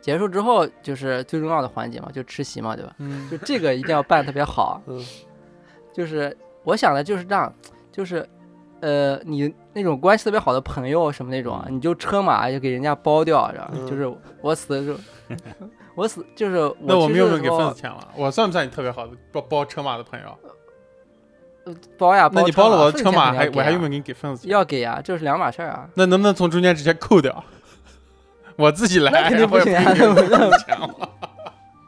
A: 结束之后就是最重要的环节嘛，就吃席嘛，对吧？
B: 嗯
A: 就这个一定要办得特别好。
D: 嗯
A: 就是我想的就是这样，就是呃，你那种关系特别好的朋友什么那种啊，你就车马就给人家包掉，然后
D: 嗯
A: 就是我死的时候， 我死就是我
B: 那我
A: 去
B: 们
A: 世
B: 有
A: 的
B: 没有给
A: 时候
B: 份子钱了？我算不算你特别好的包包车马的朋友？
A: 呃包呀？
B: 那你包了我的车
A: 马
B: 马，还
A: 份子钱肯定要给
B: 我还
A: 啊
B: 用不用给你给份子钱？
A: 要给呀，这是两码事儿 啊。
B: 那能不能从中间直接扣掉？ 我自己来，
A: 那肯定不
B: 哎我也
A: 行啊，
B: 给你
A: 那不那
B: 钱了。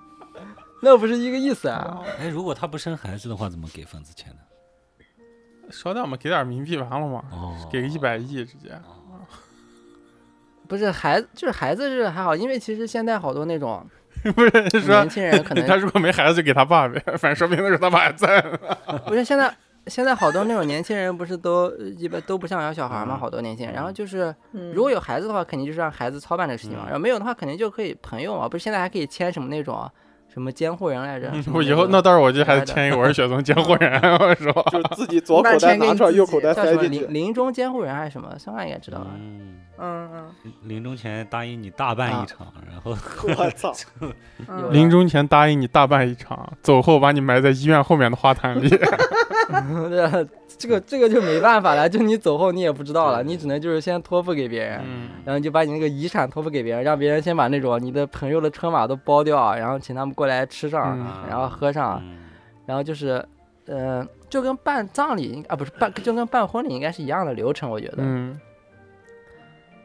A: 那不是一个意思啊。
E: 哎，如果他不生孩子的话，怎么给份子钱呢？
B: 稍等嘛，给点儿冥币完了嘛，
E: 哦，
B: 给个一百亿直接。
A: 哦不是孩子，就是孩子是还好，因为其实现在好多那种
B: 不是 说
A: 年轻人 可能
B: 他如果没孩子就给他爸呗，反正说不定那时候他爸还在呢。
A: 不是现在现在好多那种年轻人不是都一般都不想要小孩嘛，
E: 嗯
A: 好多年轻人，然后就是
C: 嗯
A: 如果有孩子的话，肯定就是让孩子操办这事情嘛，
E: 嗯
A: 然后没有的话，肯定就可以朋友嘛，不是现在还可以签什么那种什么监护人来着？什么
B: 嗯 我以后
A: 那
B: 那
A: 个
B: 到时候我就还得签一个我是雪松监护人，我说
D: 就是自 己左口
C: 把
D: 袋
C: 钱给
D: 拿
C: 你
D: 出来，
C: 自
D: 右
C: 己
D: 口袋
A: 叫什
D: 塞
A: 么
D: 进去
A: 临。临终监护人还是什么，小万应该知道吧？
E: 嗯，
C: 嗯
E: 临终前答应你大办
A: 啊
E: 一场，然后
D: 我操！
C: 嗯
A: 有
C: 嗯，
B: 临终前答应你大办一场，走后把你埋在医院后面的花坛里。
A: 对啊，这个这个就没办法了，就你走后你也不知道了，
E: 对
A: 你只能就是先托付给别人。
B: 嗯，
A: 然后你就把你那个遗产托付给别人，让别人先把那种你的朋友的车马都包掉，然后请他们过来吃上，
B: 嗯
A: 然后喝上，
E: 嗯
A: 然后就是，呃，就跟办葬礼应啊不是办，就跟办婚礼应该是一样的流程，我觉得，嗯、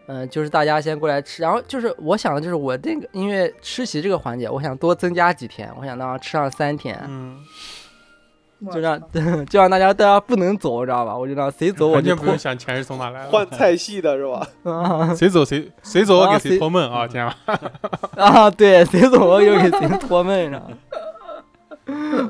B: 嗯
A: 就是大家先过来吃，然后就是我想的就是我那个因为吃席这个环节，我想多增加几天，我想让吃上三天，
B: 嗯，
C: 我
A: 就让 就让大家大家不能走，知道吧？我就让谁走我
B: 完
A: 就
B: 全不
A: 拖
B: 用，想钱是从哪来的，
D: 换菜系的是吧？
A: 啊
B: 谁走谁谁走我
A: 啊
B: 给谁
A: 谁
B: 托梦啊！天啊，
A: 啊，对，谁走我就给谁托梦上。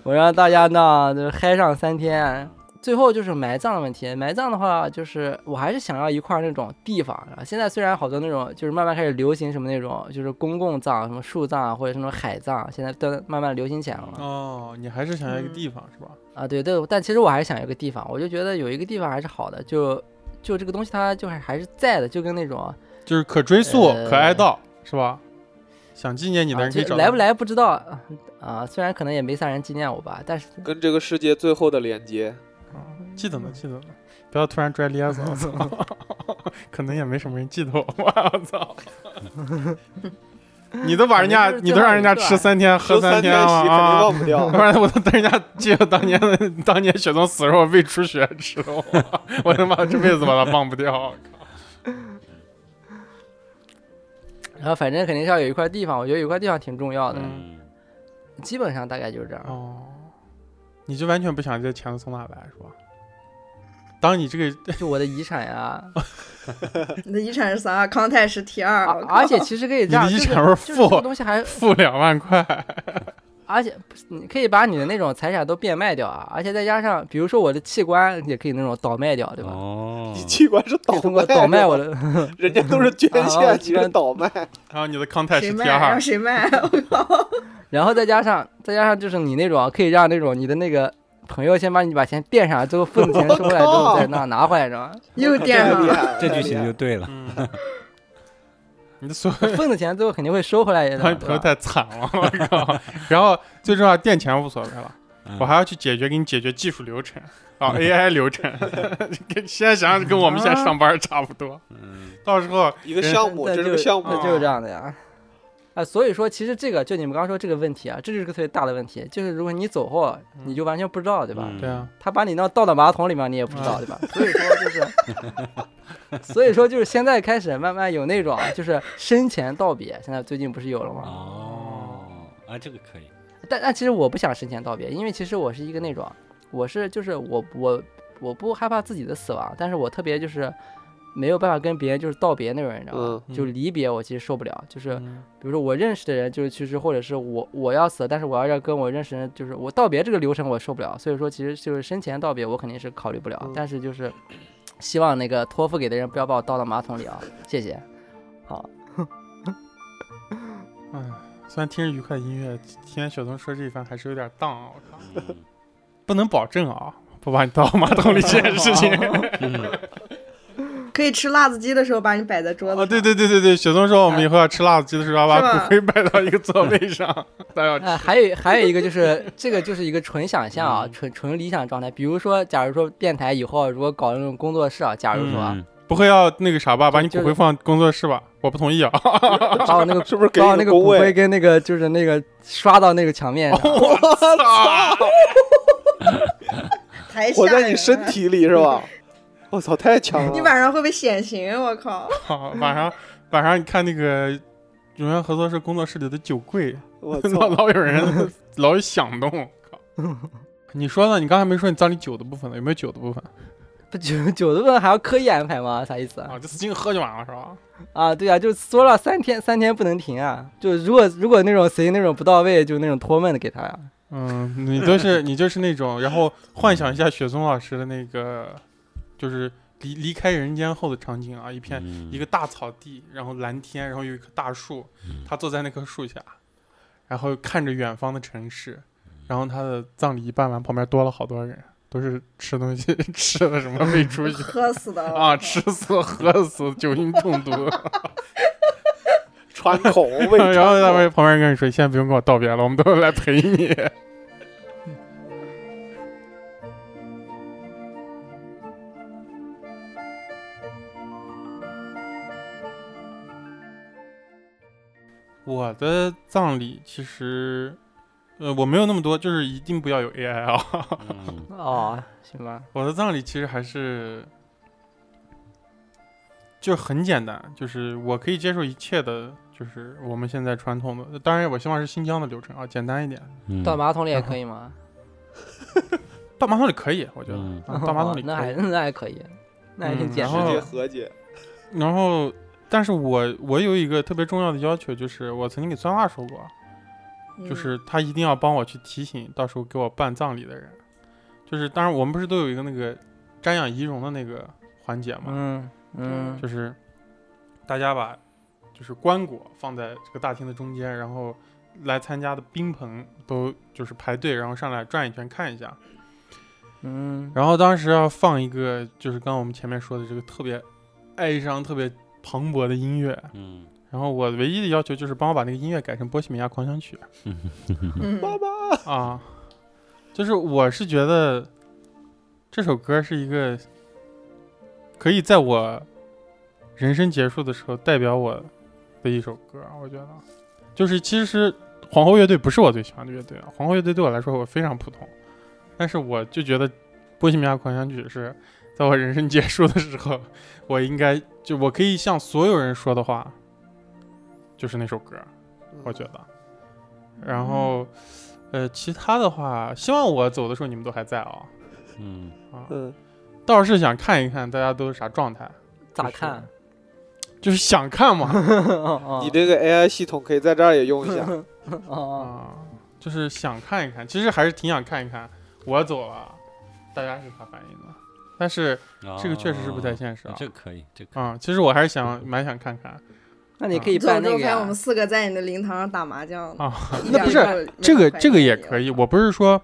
A: 我让大家呢就是嗨上三天，最后就是埋葬的问题。埋葬的话，就是我还是想要一块儿那种地方啊。现在虽然好多那种就是慢慢开始流行什么那种就是公共葬、什么树葬啊或者什么海葬，现在都慢慢流行起来了嘛。
B: 哦，你还是想要一个地方是吧？
A: 啊，对对，但其实我还是想有个地方，我就觉得有一个地方还是好的，就就这个东西它就是还是在的，就跟那种
B: 就是可追溯、
A: 呃
B: 可哀悼是吧？想纪念你的
A: 啊
B: 人可以
A: 就
B: 找
A: 来不来不知道啊啊，虽然可能也没啥人纪念我吧，但是
D: 跟这个世界最后的连接，
B: 到？啊记得呢，记得呢，不要突然拽咧子，我操！ 可能也没什么人记得我 吧，我 操！你都把人家，
A: 可能就是
B: 你都让人家吃三天喝
D: 说三
B: 天
D: 天
B: 了
D: 席肯定
B: 啊！
D: 忘不 掉
B: 不。然我都等人家记得当年的当年雪松死的时候胃出血吃的我， 我他妈这辈子把它忘不掉。
A: 然后反正肯定是要有一块地方，我觉得有一块地方挺重要的，
B: 嗯
A: 基本上大概就是这样。
B: 哦，你就完 全
A: 哎
B: 不想这钱从哪来是吧？当你这个
A: 就我的遗产呀，
C: 你的遗产是啥？康泰是 T 二，
A: 而
C: 我靠
A: 啊而且其实可以这样，
B: 啊你的遗
A: 就是
B: 产是
A: 就是这
B: 负
A: 个东西还，
B: 付两 万块，
A: 而且不是你可以把你的那种财产都变卖掉啊，而且再加上，比如说我的器官也可以那种倒卖掉，对吧？
E: 哦
D: 你，器官是
A: 可
D: 倒
A: 以通过
D: 卖，
A: 倒卖我，的，
D: 人家都是捐
A: 啊
D: 献，你
A: 器官
D: 是倒卖，
B: 然后你的康泰
C: 谁
B: 是 T
C: 卖啊让
A: 啊
B: 二，
C: 谁卖？我靠！
A: 然后再加上再加上就是你那种可以让那种你的那个朋友先把你把钱垫上，之后分钱收回来之后 再那拿回来，知道吗？
C: 又
D: 太
A: 啊
C: 垫上
D: 厉
C: 了，
D: 害了，
E: 这
D: 太
E: 句
D: 厉
E: 写
D: 害
E: 就
D: 了
E: 对了。
B: 嗯， 你的所有
A: 分的钱最后肯定会收回来的。
B: 当你
A: 对啊
B: 朋友
A: 吧
B: 太惨了，我靠！然后最重要，垫钱无所谓 了，
E: 嗯
B: 我还要去解决给你解决技术流程啊，AI
A: 嗯
B: 流程。 跟现在想想跟我们现在上班差不 多，
E: 嗯，
B: 到时候
D: 一个项目，
A: 那
D: 这是
A: 嗯就
D: 个项
A: 那
D: 目，
A: 就是这样的呀。啊，所以说其实这个就你们刚刚说这个问题啊，这就是个特别大的问题，就是如果你走后，你就完全不知道，对吧？
E: 嗯
B: 对啊，
A: 他把你那倒到马桶里面，你也不知道，对吧？所以说就是，所以说就是现在开始慢慢有那种就是生前道别，现在最近不是有了
E: 啊
A: 吗？
E: 哦，啊，这个可以，
A: 但但其实我不想生前道别，因为其实我是一个那种，我是就是我我我不害怕自己的死亡，但是我特别就是没有办法跟别人就是道别那种人，你知道吗？
B: 嗯
A: 就离别我其实受不了，就是比如说我认识的人就是去世，或者是我我要死了，但是我要要跟我认识的人就是我道别这个流程我受不了，所以说其实就是生前道别我肯定是考虑不了，
D: 嗯
A: 但是就是希望那个托付给的人不要把我倒到马桶里啊，谢谢。好，
B: 嗯，虽然听着愉快的音乐，听见小东说这一番还是有点荡啊，我靠，
E: 嗯
B: 不能保证啊，不把你倒马桶里这件事 情
E: 嗯
C: 可以吃辣子鸡的时候把你摆在桌子
B: 啊，
C: 上。
B: 对对对对对，小东说我们以后要吃辣子鸡的时候要
C: 是
B: 把
C: 吧
B: 骨灰摆到一个座位 上，大家要
A: 呃，还有还有一个就是这个就是一个纯想象
D: 嗯
A: 啊，纯纯理想状态。比如说，假如说电台以后如果搞那种工作室啊，假如说啊，
E: 嗯
B: 不会要那个啥吧，把你
A: 就
B: 骨灰放工作室吧？我不同意啊，
A: 把我那 个
D: 是不是给
A: 把我
D: 你
A: 那
D: 嗯
A: 个
D: 个工
A: 骨
D: 位
A: 灰跟那个就是那个刷到那个墙 面上，
B: 我操！
C: 太吓
D: 我
C: 人了
D: 在你
B: 啊
D: 身，体里是 吧？我操，太强了！
C: 你晚上会被显形，我靠！
B: 好， 晚上晚上你看那个荣耀合作社工作室里的酒柜，
D: 我
B: 老
D: 操，
B: 老有人老有响动，靠！你说呢？你刚才没说你葬礼酒的部分呢？有没有酒的部分
A: 不九九的问还要刻意安排吗？啥意思啊？
B: 啊？就使劲喝就完了是吧？
A: 啊，对啊，就说了三天，三天不能停啊！就如果如果那种谁那种不到位，就那种托梦的给他呀、
B: 嗯，你都是你就是那种，然后幻想一下雪松老师的那个，就是离离开人间后的场景啊，一片
E: 嗯
B: 一个大草地，然后蓝天，然后有一棵大树，他坐在那棵树下，然后看着远方的城市，然后他的葬礼一办完，旁边多了好多人，都是吃东西 吃的什么没出 息
C: 喝死的
B: 啊，吃死喝死，酒精中毒，
D: 穿孔胃 穿
B: 然后他
D: 孔
B: 们旁边跟你说，现在不用跟我道别了，我们都来陪你。 我的葬礼其实，呃，我没有那么多，就是一定不要有 AI 啊。
E: 嗯
A: 哦，行吧，
B: 我的葬礼其实还是，就是很简单，就是我可以接受一切的，就是我们现在传统的，当然我希望是新疆的流程啊，简单一点。
E: 嗯
A: 到马桶里也可以吗？
B: 到马桶里可以，我觉得、
E: 嗯
B: 啊到马桶里
A: 哦那
B: 可
A: 还
B: 以。
A: 那还可以，那还挺
B: 嗯
A: 简
B: 然
A: 单
B: 后
D: 直接
A: 的。
D: 和解，
B: 然后，但是我我有一个特别重要的要求，就是我曾经给酸辣说过，
C: 嗯
B: 就是他一定要帮我去提醒，到时候给我办葬礼的人。就是当然我们不是都有一个那个瞻仰遗容的那个环节嘛，
A: 嗯嗯
B: 就是大家把就是棺椁放在这个大厅的中间，然后来参加的宾朋都就是排队，然后上来转一圈看一下。
A: 嗯，
B: 然后当时要放一个就是刚刚我们前面说的这个特别哀伤、特别磅礴的音乐。
E: 嗯
B: 然后我唯一的要求就是帮我把那个音乐改成《波西米亚狂想曲
C: 嗯
D: 爸爸》
B: 啊，就是我是觉得这首歌是一个可以在我人生结束的时候代表我的一首歌，我觉得就是其实皇后乐队不是我最喜欢的乐队啊，皇后乐队对我来说我非常普通，但是我就觉得《波西米亚狂想曲》是在我人生结束的时候，我应该就我可以向所有人说的话，就是那首歌。我觉得。
C: 嗯
B: 然
E: 嗯
B: 后，呃，其他的话，希望我走的时候你们都还在啊、
E: 嗯
B: 啊，
D: 嗯，
B: 倒是想看一看大家都是啥状态。
A: 咋看？
B: 就是想看嘛
D: 你这个 AI 系统可以在这儿也用 一下。
A: 哦，
B: 啊，就是想看一看，其实还是挺想看一看。我走了，大家是啥反应的？但是这个确实是不太现实啊
E: 哦。嗯这可以，这可以。
B: 啊、其实我还是想蛮想看看
A: 那啊你可以
C: 做
A: 办那
C: 周
A: 个
C: 拍，我
A: 呀
C: 们，四个在你的灵堂上打麻将，
B: 啊，
C: 一
B: 那不
C: 两
B: 是
C: 没
B: 这个
C: 反应
B: 这个也可
C: 以。
B: 以，我不是说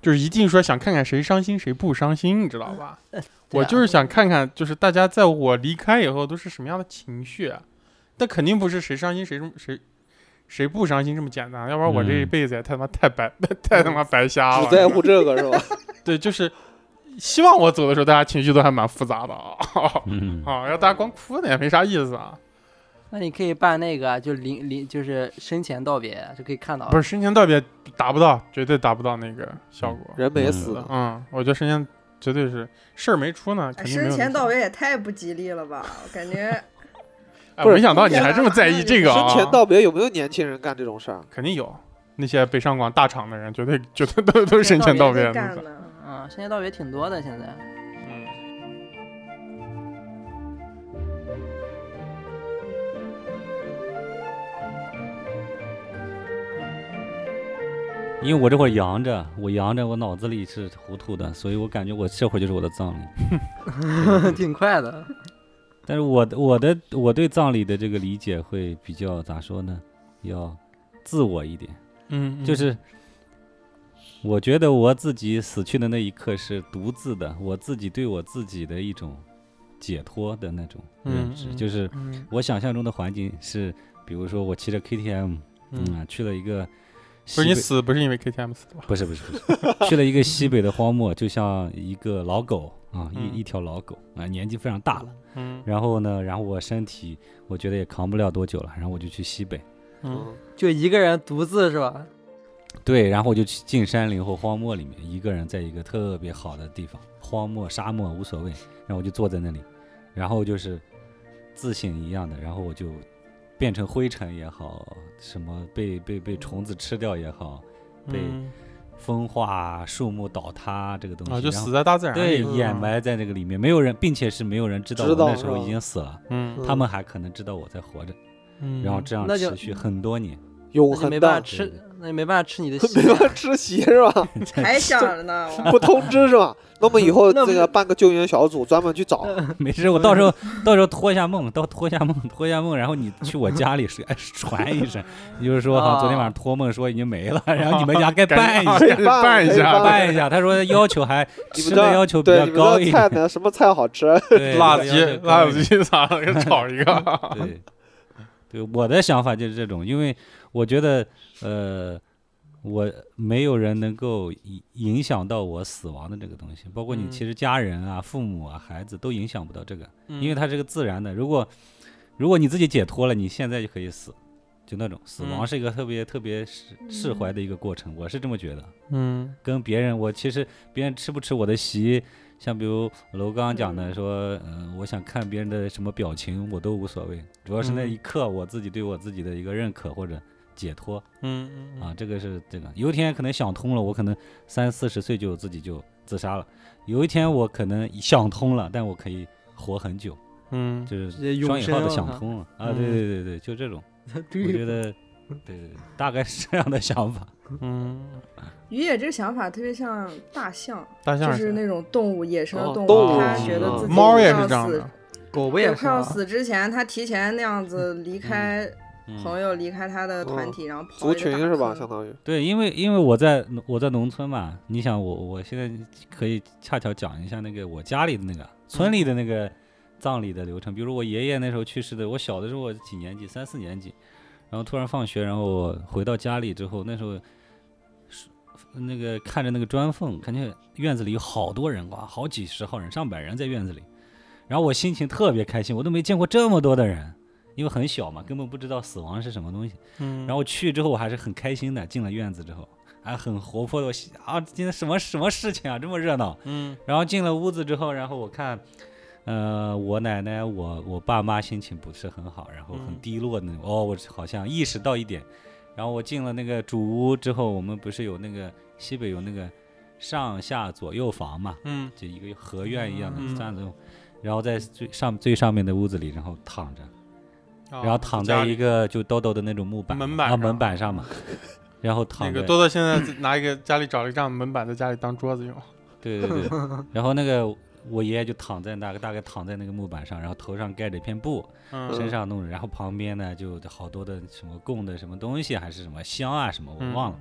B: 就是一定说想看看谁伤心谁不伤心，你知道吧？
A: 对
B: 我
A: 啊
B: 就是想看看，就是大家在我离开以后都是什么样的情绪、啊，那肯定不是谁伤心谁谁谁不伤心这么简单，要不然我这一
E: 嗯
B: 辈子也太他妈太白 太他妈白瞎了。
D: 只在乎这个是吧？
B: 对，就是希望我走的时候大家情绪都还蛮复杂的啊，
E: 嗯，
B: 啊，要大家光哭呢也没啥意思啊。
A: 那你可以办那个，啊就临临就是生前道别啊就可以
D: 啊
A: 看到。
B: 不是生前道别达不到，绝对达不到那个效果。
D: 人没死呢，
B: 嗯，我觉得生前绝对是事儿没出呢，肯定没有
C: 生啊前
B: 那
C: 到
B: 个。
C: 别也太不吉利了吧！我 感觉
B: 哎
D: 不是
B: 没想到你还这么在意这个啊！
D: 生前道别有没有年轻人干这种事儿？
B: 肯定有那些北上广大厂的人，绝对绝 对都都是生前道
A: 道
B: 别
C: 别
B: 的
C: 干
B: 那种。
C: 呢。
A: 嗯，生前道别挺多的，现在
B: 嗯，
E: 因为我这会儿阳着，我阳着，我脑子里是糊涂的，所以我感觉我这会儿就是我的葬礼。
A: 挺快的。
E: 但是我的我的我对葬礼的这个理解会比较咋说呢？要自我一点，
B: 嗯，
E: 就是我觉得我自己死去的那一刻是独自的，我自己对我自己的一种解脱的那种认知，
B: 嗯嗯
E: 就是
B: 嗯
E: 我想象中的环境是，比如说我骑着 KTM，嗯
B: 嗯，
E: 啊，去了一个
B: 不
E: 西
B: 是你，
E: 北
B: 死不是因为 KTM 死的吧？
E: 不是不是不是，去 了一个西北的荒漠，就像一个老狗啊，
B: 嗯
E: 一一条老狗啊，年纪非常大了。
B: 嗯
E: 然后呢，然后我身体我觉得也扛不了多久了，然后我就去西北，
B: 嗯
A: 就一个人独自是吧？
E: 对，然后我就去进山林或荒漠里面，一个人在一个特别好的地方，荒漠、沙漠无所谓，然后我就坐在那里，然后就是自省一样的，然后我就变成灰尘也好，什么被被被虫子吃掉也好，对
B: 嗯
E: 风化、啊树木倒塌这个东西，
B: 啊，就
E: 然后
B: 死在大自然
E: 对
B: 里。嗯
E: 掩。埋在这个里面，没有人，并且是没有人知道
D: 知
E: 我
D: 道
E: 那时候
D: 是吧
E: 已经死了，
B: 嗯
E: 他们还可能知道我在活着，
B: 嗯，
E: 然后这样
A: 那就
E: 持续很多年。
D: 永
A: 那就没
D: 恒
A: 办法
D: 的，
A: 吃
E: 对，
A: 那就没办法吃你的
D: 没
A: 血。
D: 办法吃席是吧？
C: 还想着呢，我
D: 不通知是吧？那么以后
A: 那
D: 这
A: 不
D: 个办个救援小组，专门 去找。
E: 没事，我到时候
D: 嗯
E: 到时候托一下梦，到托一下梦，托一下梦，然后你去我家里说，哎，传一声，你就是说，好像昨
D: 哦
E: 天晚上托梦说已经没了，然后你们家该办一下，
B: 办啊一下，
E: 办一下。他说要求还
D: 啊你
E: 吃
D: 们
E: 的
D: 这
E: 要求比
D: 对
E: 较
D: 你们
E: 高一
D: 这菜
E: 点，
D: 呢？什么菜 好吃？
E: 对
B: 辣
E: 要
B: 子鸡
E: 求高
B: 辣
E: 一
B: 子
E: 点
B: 鸡咋了？给炒一个。
E: 对，对，我的想法就是这种，因为我觉得，呃，我没有人能够影影响到我死亡的这个东西，包括你
B: 嗯
E: 其实家人啊、父母啊、孩子都影响不到这个，
B: 嗯
E: 因为它是个自然的。如果如果你自己解脱了，你现在就可以死，就那种死
B: 嗯
E: 亡是一个特别特别释释怀的一个过程，我是这么觉得。
B: 嗯
E: 跟别人，我其实别人吃不吃我的席，像比如楼刚讲的说，嗯、我想看别人的什么表情，我都无所谓，主要是那
B: 嗯
E: 一刻我自己对我自己的一个认可或者解脱
B: 嗯
E: 啊，，这个是这个。有一天可能想通了，我可能三四十岁就自己就自杀了；有一天我可能想通了，但我可以活很久，
B: 嗯
E: 就
A: 直接
E: 是
A: 永
E: 双引号
A: 生
E: 的
A: 了
E: 想
A: 哈
E: 通了啊，对
B: 嗯
E: 对对对，就这种， 我觉得，对对对，大概是这样的想法。
B: 嗯，
C: 于野这个想法特别像大象，
B: 大象
C: 就
B: 儿
C: 是那种动物，野生的
D: 哦
C: 动
D: 动
C: 物，
D: 物
C: 它
D: 是
C: 觉得
D: 吧
C: 自己
B: 嗯猫也
C: 快
B: 是
C: 要
B: 这样
C: 死
B: 的，
A: 狗不
C: 对
A: 也是
C: 快要
B: 啊
A: 吗？
C: 死之前，他提前那样子
B: 嗯
C: 离开
E: 嗯
C: 朋友，离开他的
B: 哦
C: 团体，然后跑
D: 族
C: 一个
D: 群
C: 大
D: 是吧？
C: 坑
D: 相当于
E: 对，因为因为我在农我在农村嘛，你想我我现在可以恰巧讲一下那个我家里的那个村里的那个葬礼的流程，比如我爷爷那时候去世的，我小的时候我几年级，三四年级，然后突然放学，然后我回到家里之后，那时候是那个看着那个砖缝，看见院子里有好多人哇，好几十号人，上百人在院子里，然后我心情特别开心，我都没见过这么多的人，因为很小嘛，根本不知道死亡是什么东西。
B: 嗯，
E: 然后去之后我还是很开心的，进了院子之后还很活泼的，我心啊，今天什么什么事情啊，这么热闹。
B: 嗯
E: 然后进了屋子之后，然后我看，呃，我奶奶、我我爸妈心情不是很好，然后很
B: 嗯
E: 低落的那种。哦，我好像意识到一点。然后我进了那个主屋之后，我们不是有那个西北有那个上下左右房嘛，
B: 嗯
E: 就一个合院一样的
B: 嗯
E: 三左右。然后在最上最上面的屋子里，然后躺着，
B: 啊
E: 然后躺在一
B: 个
E: 个就豆豆的那种木
B: 哦
E: 板
B: 门板
E: 啊
B: 上
E: 门板上 嘛，然后
B: 那
E: 躺着
B: 个多多现在拿一个家里找了一张门板在家里当桌子用，
E: 对对 对，然后那个我爷爷就躺在那个大概躺在那个木板上，然后头上盖着一片布，
B: 嗯
E: 身上弄着，然后旁边呢就好多的什么供的什么东西，还是什么香啊什么，我
B: 嗯
E: 忘了。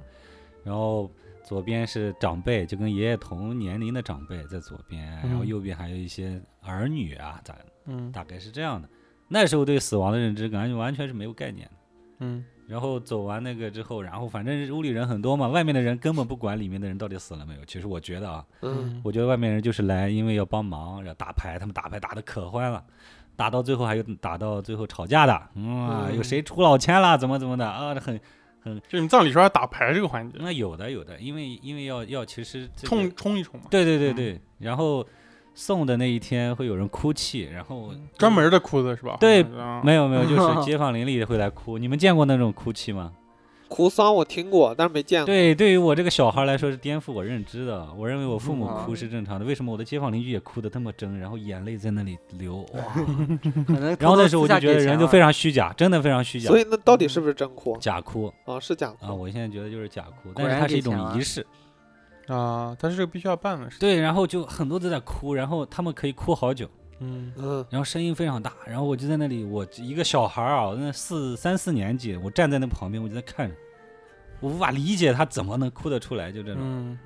E: 然后左边是长辈，就跟爷爷同年龄的长辈在左边，然后
B: 嗯
E: 右边还有一些儿女啊，咋
B: 嗯
E: 大概是这样的。那时候对死亡的认知感觉完全是没有概念的。
B: 嗯
E: 然后走完那个之后，然后反正屋里人很多嘛，外面的人根本不管里面的人到底死了没有。其实我觉得啊，
D: 嗯，
E: 我觉得外面人就是来，因为要帮忙，然后打牌，他们打牌打的可欢了，打到最后还有打到最后吵架的，嗯啊，有谁出老千了，怎么怎么的啊，很
B: 就你葬礼时候要打牌这个环节，
E: 那有的有的，因为因为要要其实这个
B: 冲冲一冲嘛，
E: 嗯对对对对，然后送的那一天会有人哭泣，然后
B: 专门的裤子是吧？
E: 对
B: 啊
E: 没有没有，就是街坊邻里会来哭，你们见过那种哭泣吗？
D: 哭丧我听过，但是没见过。
E: 对，对于我这个小孩来说是颠覆我认知的。我认为我父母
A: 嗯
E: 哭是正常的，为什么我的街坊邻居也哭得那么真，然后眼泪在那里流？哇！
A: 可 能
E: 然后那时候我就觉得人就非
A: 常
E: 常虚假，真的非常虚假
D: 所，以那到底是不是真哭
E: 假哭
B: 嗯
D: 啊？是假
E: 啊！
D: 哭。
E: 我现在觉得就是假哭，
A: 果
E: 但
A: 然
E: 是它是
A: 给
E: 一
A: 钱
E: 种
A: 了
E: 仪式，
B: 啊，但是这个必须要办的事。
E: 对，然后就很多都在哭，然后他们可以哭好久，
B: 嗯
D: 嗯
E: 然后声音非常大，然后我就在那里，我一个小孩儿啊，我那四三四年级，我站在那旁边，我就在看着，我无法理解他怎么能哭得出来，就这种。
B: 嗯，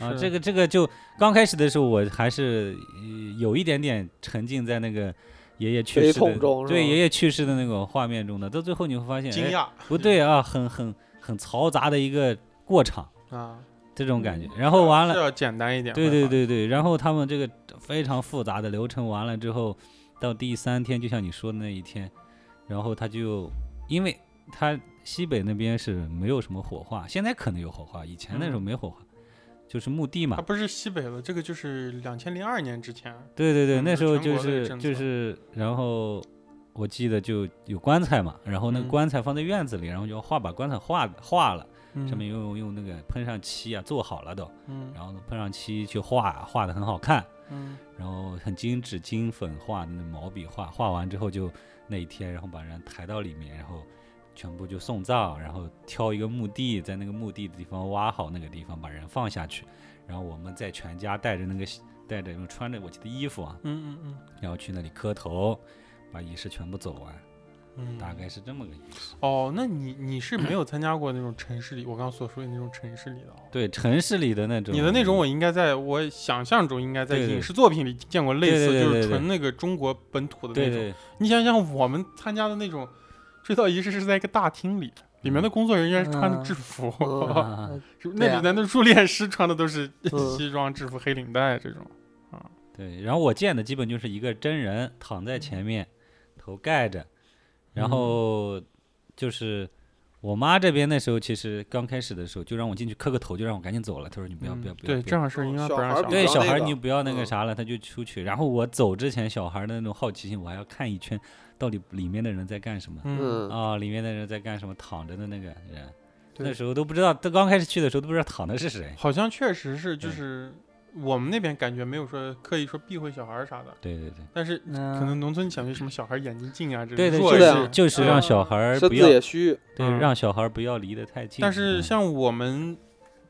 E: 啊，
B: 是
E: 这个这个就刚开始的时候，我还是呃有一点点沉浸在那个爷爷去
D: 悲
E: 世
D: 痛
E: 的
D: 中是
E: 对
D: 吧
E: 爷爷去世的那个画面中的。到最后你会发现，
B: 惊
E: 哎，
B: 讶
E: 不对啊，很很很嘈杂的一个过场
B: 啊，
E: 这种感觉。然后完
B: 是啊
E: 了，
B: 要简单一点。
E: 对对，对对，然后他们这个非常复杂的流程完了之后，到第三天，就像你说的那一天，然后他就因为他西北那边是没有什么火化，现在可能有火化，以前
B: 嗯
E: 那时候没火化，就是墓地嘛
B: 它。不是西北了，这个就是两千零二年之前。
E: 对对对，
B: 嗯就
E: 那时候
B: 全
E: 就
B: 国的
E: 是
B: 政
E: 就
B: 策
E: 是，然后我记得就有棺材嘛，然后那个
B: 嗯
E: 棺材放在院子里，然后就要画把棺材画画了，上面
B: 有
E: 用用那个喷上漆啊，做好了都，
B: 嗯
E: 然后喷上漆去画，画的很好看，
B: 嗯
E: 然后很精致，金粉画的那毛笔画，画完之后就那一天，然后把人抬到里面，然后。全部就送葬，然后挑一个墓地，在那个墓地的地方挖好那个地方，把人放下去，然后我们再全家带着那个带着穿着我记得衣服啊，
B: 嗯嗯
E: 然后去那里磕头，把仪式全部走完，
B: 嗯，
E: 大概是这么个仪式。
B: 哦，那你你是没有参加过那种城市里，我刚所说的那种城市里的哦。
E: 对，城市里的那种，
B: 你的那种，我应该在我想象中应该在
E: 对对
B: 影视作品里见过类
E: 对对
B: 似，
E: 对
B: 就
E: 对
B: 是
E: 对
B: 纯那个中国本土的
E: 对
B: 那种。
E: 对
B: 你想想，我们参加的那种追悼仪式是在一个大厅里，里面的工作人员穿着制服，
D: 嗯
E: 啊，
A: 呃
B: 那里的那入殓师穿的都是
D: 嗯
B: 西装制服、黑领带这种。
E: 对。然后我见的基本就是一个真人躺在
B: 嗯
E: 前面，头盖着，然后就是我妈这边那时候其实刚开始的时候就让我进去磕个头，就让我赶紧走了。她说你不要不要
B: 嗯
E: 不要，
B: 对，
E: 不
B: 这
E: 要
B: 样是应该不让
D: 小孩儿比
E: 对
D: 较
E: 小
D: 那
E: 孩儿
D: 个
E: 你不要那个
D: 嗯
E: 啥了，他就出去。然后我走之前，小孩儿的那种好奇心，我还要看一圈，到底里面的人在干什么。
B: 嗯，
D: 嗯，
E: 啊、里面的人在干什么？躺着的那个人，
B: 对
E: 那时候都不知道，他刚开始去的时候都不知道躺的是谁。
B: 好像确实是，就
E: 嗯
B: 是我们那边感觉没有说刻意说避讳小孩儿啥的，
E: 对对对，
B: 但是
D: 嗯
A: 可
B: 可能农村讲究什么小孩眼睛近啊之类
E: 对
B: 的
E: 对，啊
B: 弱
E: 就
D: 的
B: 势
D: 呀
E: 是。就是让小孩儿
D: 身
E: 不
D: 子
E: 要，
D: 也虚，
E: 对，
B: 嗯
E: 让小孩儿不要离得太近。
B: 但是
E: 嗯
B: 像我们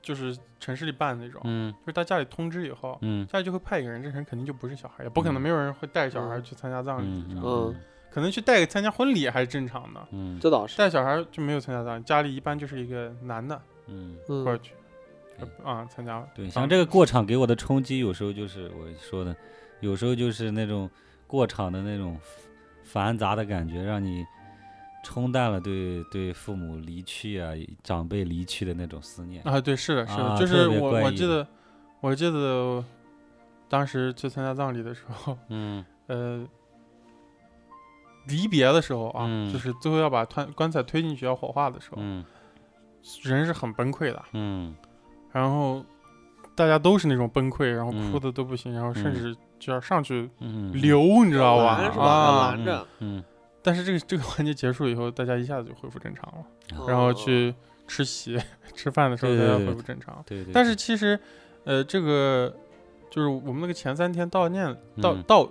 B: 就是城市里办那种，
E: 嗯
B: 就是到家里通知以后，
E: 嗯
B: 家里就会派一个人，这人肯定就不是小孩，也不可能
E: 嗯
B: 没有人会带着小孩
D: 嗯
B: 去参加葬礼，
E: 嗯
D: 嗯
B: 可能去带个参加婚礼还是正常的，
E: 嗯
D: 这倒是。
B: 带小孩就没有参加葬礼，家里一般就是一个男的
E: 嗯，
B: 过来
D: 嗯，
B: 去，啊参加，
E: 对，
B: 葬
E: 像
B: 礼
E: 这个过场给我的冲击，有时候就是我说的，有时候就是那种过场的那种繁杂的感觉，让你冲淡了对对父母离去啊、长辈离去的那种思念。
B: 啊，对，是的，是的，
E: 啊
B: 就
E: 特
B: 是
E: 别
B: 我
E: 怪
B: 我
E: 异
B: 记得，我记得当时去参加葬礼的时候，
E: 嗯
B: 呃，离别的时候啊，
E: 嗯
B: 就是最后要把棺棺材推进去要火化的时候，
E: 嗯
B: 人是很崩溃的，
E: 嗯
B: 然后大家都是那种崩溃，然后
E: 嗯
B: 哭的都不行，然后甚
E: 嗯
B: 至就要上去
E: 嗯，
B: 流，你知道吧
D: 要拦是？吧
B: 啊
D: 要，拦着
E: 嗯。
B: 但是这个 这个环节结束以后，大家一下子就恢复正常了，
E: 嗯
B: 然后去吃席、吃饭的时候，
E: 对
B: 大
E: 对
B: 家
E: 对
B: 恢
E: 对
B: 复正常。
E: 对对，
B: 但是其实，呃，这个就是我们那个前三天悼念到
E: 嗯
B: 到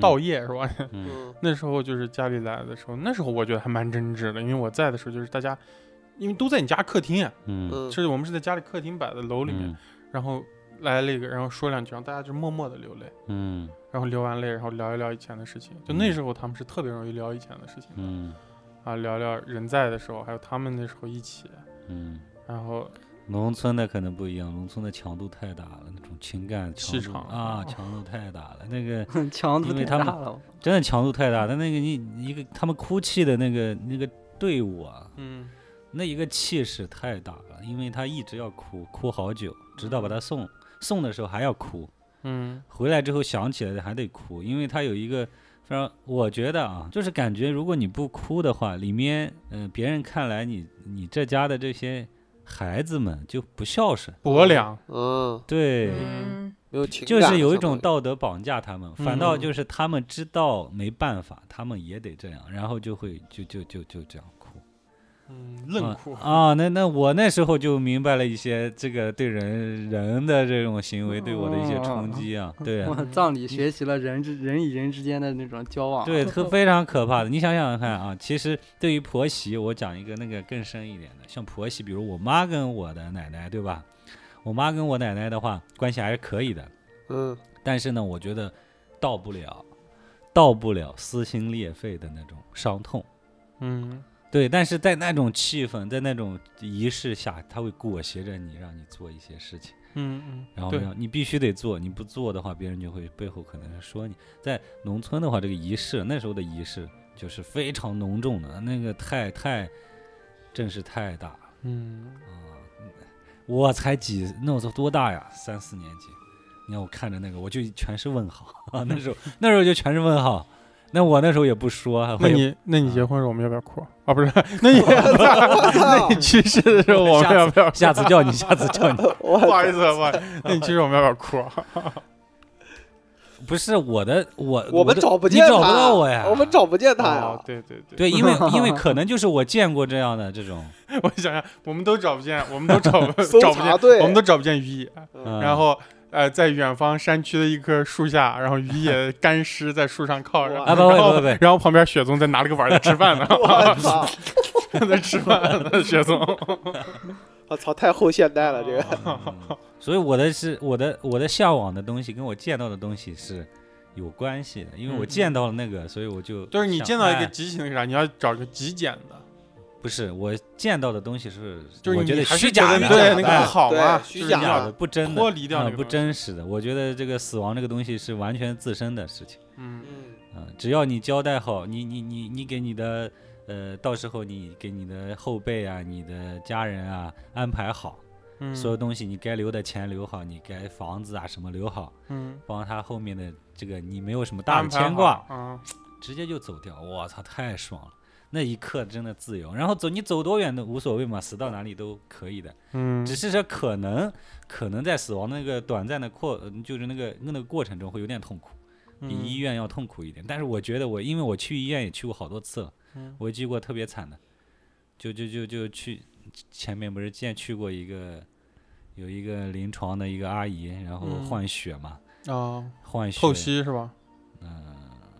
B: 道业是吧？
E: 嗯
D: 嗯
B: 那时候就是家里来的时候，那时候我觉得还蛮真挚的，因为我在的时候就是大家，因为都在你家客厅，
E: 嗯，
D: 嗯
B: 是我们是在家里客厅摆的楼呃里面，然后来了一个，然后说两句，然后大家就默默的流泪，
E: 嗯
B: 然后流完泪，然后聊一聊以前的事情。就那时候他们是特别容易聊以前的事情的、
E: 嗯
B: 啊，聊聊人在的时候，还有他们那时候一起，
E: 嗯，
B: 然后
E: 农村的可能不一样，农村的强度太大了，那种情感强
B: 气
E: 度
B: 场
E: 啊，强度太大了，那个
A: 强度
E: 因
A: 太
E: 为他
A: 大
E: 们
A: 了。
E: 真的强度太大，但那个你一个他们哭泣的那个那个队伍啊，
B: 嗯
E: 那一个气势太大了，因为他一直要哭，哭好久，直到把他送送的时候还要哭，
B: 嗯
E: 回来之后想起来还得哭，因为他有一个非常，我觉得啊，就是感觉如果你不哭的话，里面嗯、呃别人看来你你这家的这些孩子们就不孝顺，
B: 薄凉，
D: 嗯，
E: 对。
C: 嗯，
D: 没有情感，
E: 就是有一种
D: 道，
E: 道德绑架他们，反倒就是他们知道没办法，他们也得这样，然后就会就就就就这样哭，
B: 嗯，愣哭，
E: 啊。那那我那时候就明白了一些这个对人人的这种行为对我的一些冲击啊，对啊
A: 我葬礼学习了人之人与人之间的那种交往。
E: 对，特非常可怕的。你想想看啊，其实对于婆媳，我讲一个那个更深一点的，像婆媳，比如我妈跟我的奶奶，对吧？我妈跟我奶奶的话关系还是可以的，
D: 嗯
E: 但是呢，我觉得到不了，到不了撕心裂肺的那种伤痛。
B: 嗯
E: 对，但是在那种气氛，在那种仪式下，他会裹挟着你，让你做一些事情，
B: 嗯嗯，
E: 然后
B: 对，
E: 让你必须得做，你不做的话，别人就会背后可能是说你。在农村的话，这个仪式，那时候的仪式就是非常浓重的，那个太太，真是太大了
B: 嗯
E: 啊、我才几，那我才多大呀？三四年级。你看我看着那个，我就全是问号 啊！那时候那时候就全是问号，那我那时候也不说，我嗯
B: 那
E: 也
B: 你那你结婚时候我们要不要哭啊？ 不是，那你那你去世的时候我们要 不要？
E: 下次叫你，下次叫你。
D: 我
B: 不好意思，不好意思，那你去世我们要不要哭 啊？
E: 不是我的，我
D: 我们
E: 的
D: 找不见他，
E: 你找不到我呀，
D: 我们找不见他呀
B: 哦，。对对对，
E: 对，因为因为可能就是我见过这样的这种，
B: 我想想，我们都找不见，我们都找不
D: 搜
B: 找不
D: 查
B: 见，
D: 队，
B: 我们都找不见于野。
E: 嗯
B: 然后呃，在远方山区的一棵树下，然后于野干尸在树上靠着，
D: 哇，
E: 啊
B: 然
E: 不不
B: 后
E: 不不
B: 然后旁边雪宗在拿了个碗在吃饭呢
D: 我操！
B: 在吃饭呢，雪宗。
D: 我操，太后现代了，这个。
E: 嗯 所以我的是我的我的向往的东西跟我见到的东西是有关系的，因为我
B: 嗯
E: 见到了那个，所以我就
B: 就是你
E: 想
B: 见到一个
E: 哎
B: 极其那个啥，你要找个极简的，
E: 不是我见到的东西是，
B: 就是
E: 我觉
B: 你
E: 得
B: 还
E: 虚
B: 是觉
E: 假
B: 得
E: 的，
B: 对
D: 假
B: 那个
D: 的
B: 不好嘛，
D: 对虚
B: 就是
D: 假
B: 你
D: 的
E: 虚假
B: 要
E: 的不真
B: 脱
E: 的。
B: 离掉
E: 啊
B: 那，个
E: 不
B: 东西，
E: 真实的，我觉得这个死亡这个东西是完全自身的事情。
B: 嗯。
D: 嗯
E: 啊，只要你交代好，你你你你给你的呃，到时候你给你的后辈啊、你的家人啊安排好，
B: 嗯，
E: 所有东西你该留的钱留好，你该房子啊什么留好，
B: 嗯，
E: 帮他后面的这个你没有什么大
B: 安
E: 的
B: 排
E: 牵
B: 好
E: 挂，
B: 啊，
E: 直接就走掉。我操，太爽了！那一刻真的自由，然后走你走多远都无所谓嘛，死到哪里都可以的。
B: 嗯，
E: 只是说可能可能在死亡那个短暂的过，呃就是那个那个过程中会有点痛苦。
B: 嗯
E: 比医院要痛苦一点。但是我觉得我，因为我去医院也去过好多次了，
B: 嗯
E: 我去过特别惨的，就就就就去前面不是见去过一个有一个临床的一个阿姨，然后
B: 嗯
E: 换血嘛，
B: 啊，
E: 换血
B: 透析是吧？
E: 呃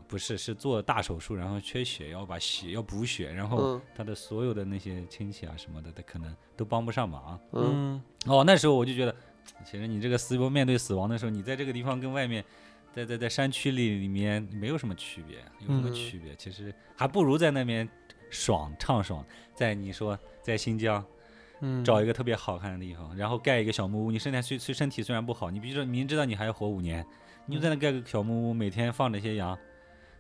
E: 不是是做大手术，然后缺血要把血要补血，然后
D: 嗯
E: 她的所有的那些亲戚啊什么的，她可能都帮不上忙。
D: 嗯，
E: 哦，那时候我就觉得，其实你这个死亡面对死亡的时候，你在这个地方跟外面，在在在山区里里面没有什么区别，有什么
D: 嗯
E: 区别？其实还不如在那边爽畅爽，在你说在新疆
B: 嗯，
E: 找一个特别好看的地方，然后盖一个小木屋。你身体虽虽身体虽然不好，你比如说明知道你还要活五年，你就在那盖个小木屋，每天放着一些羊，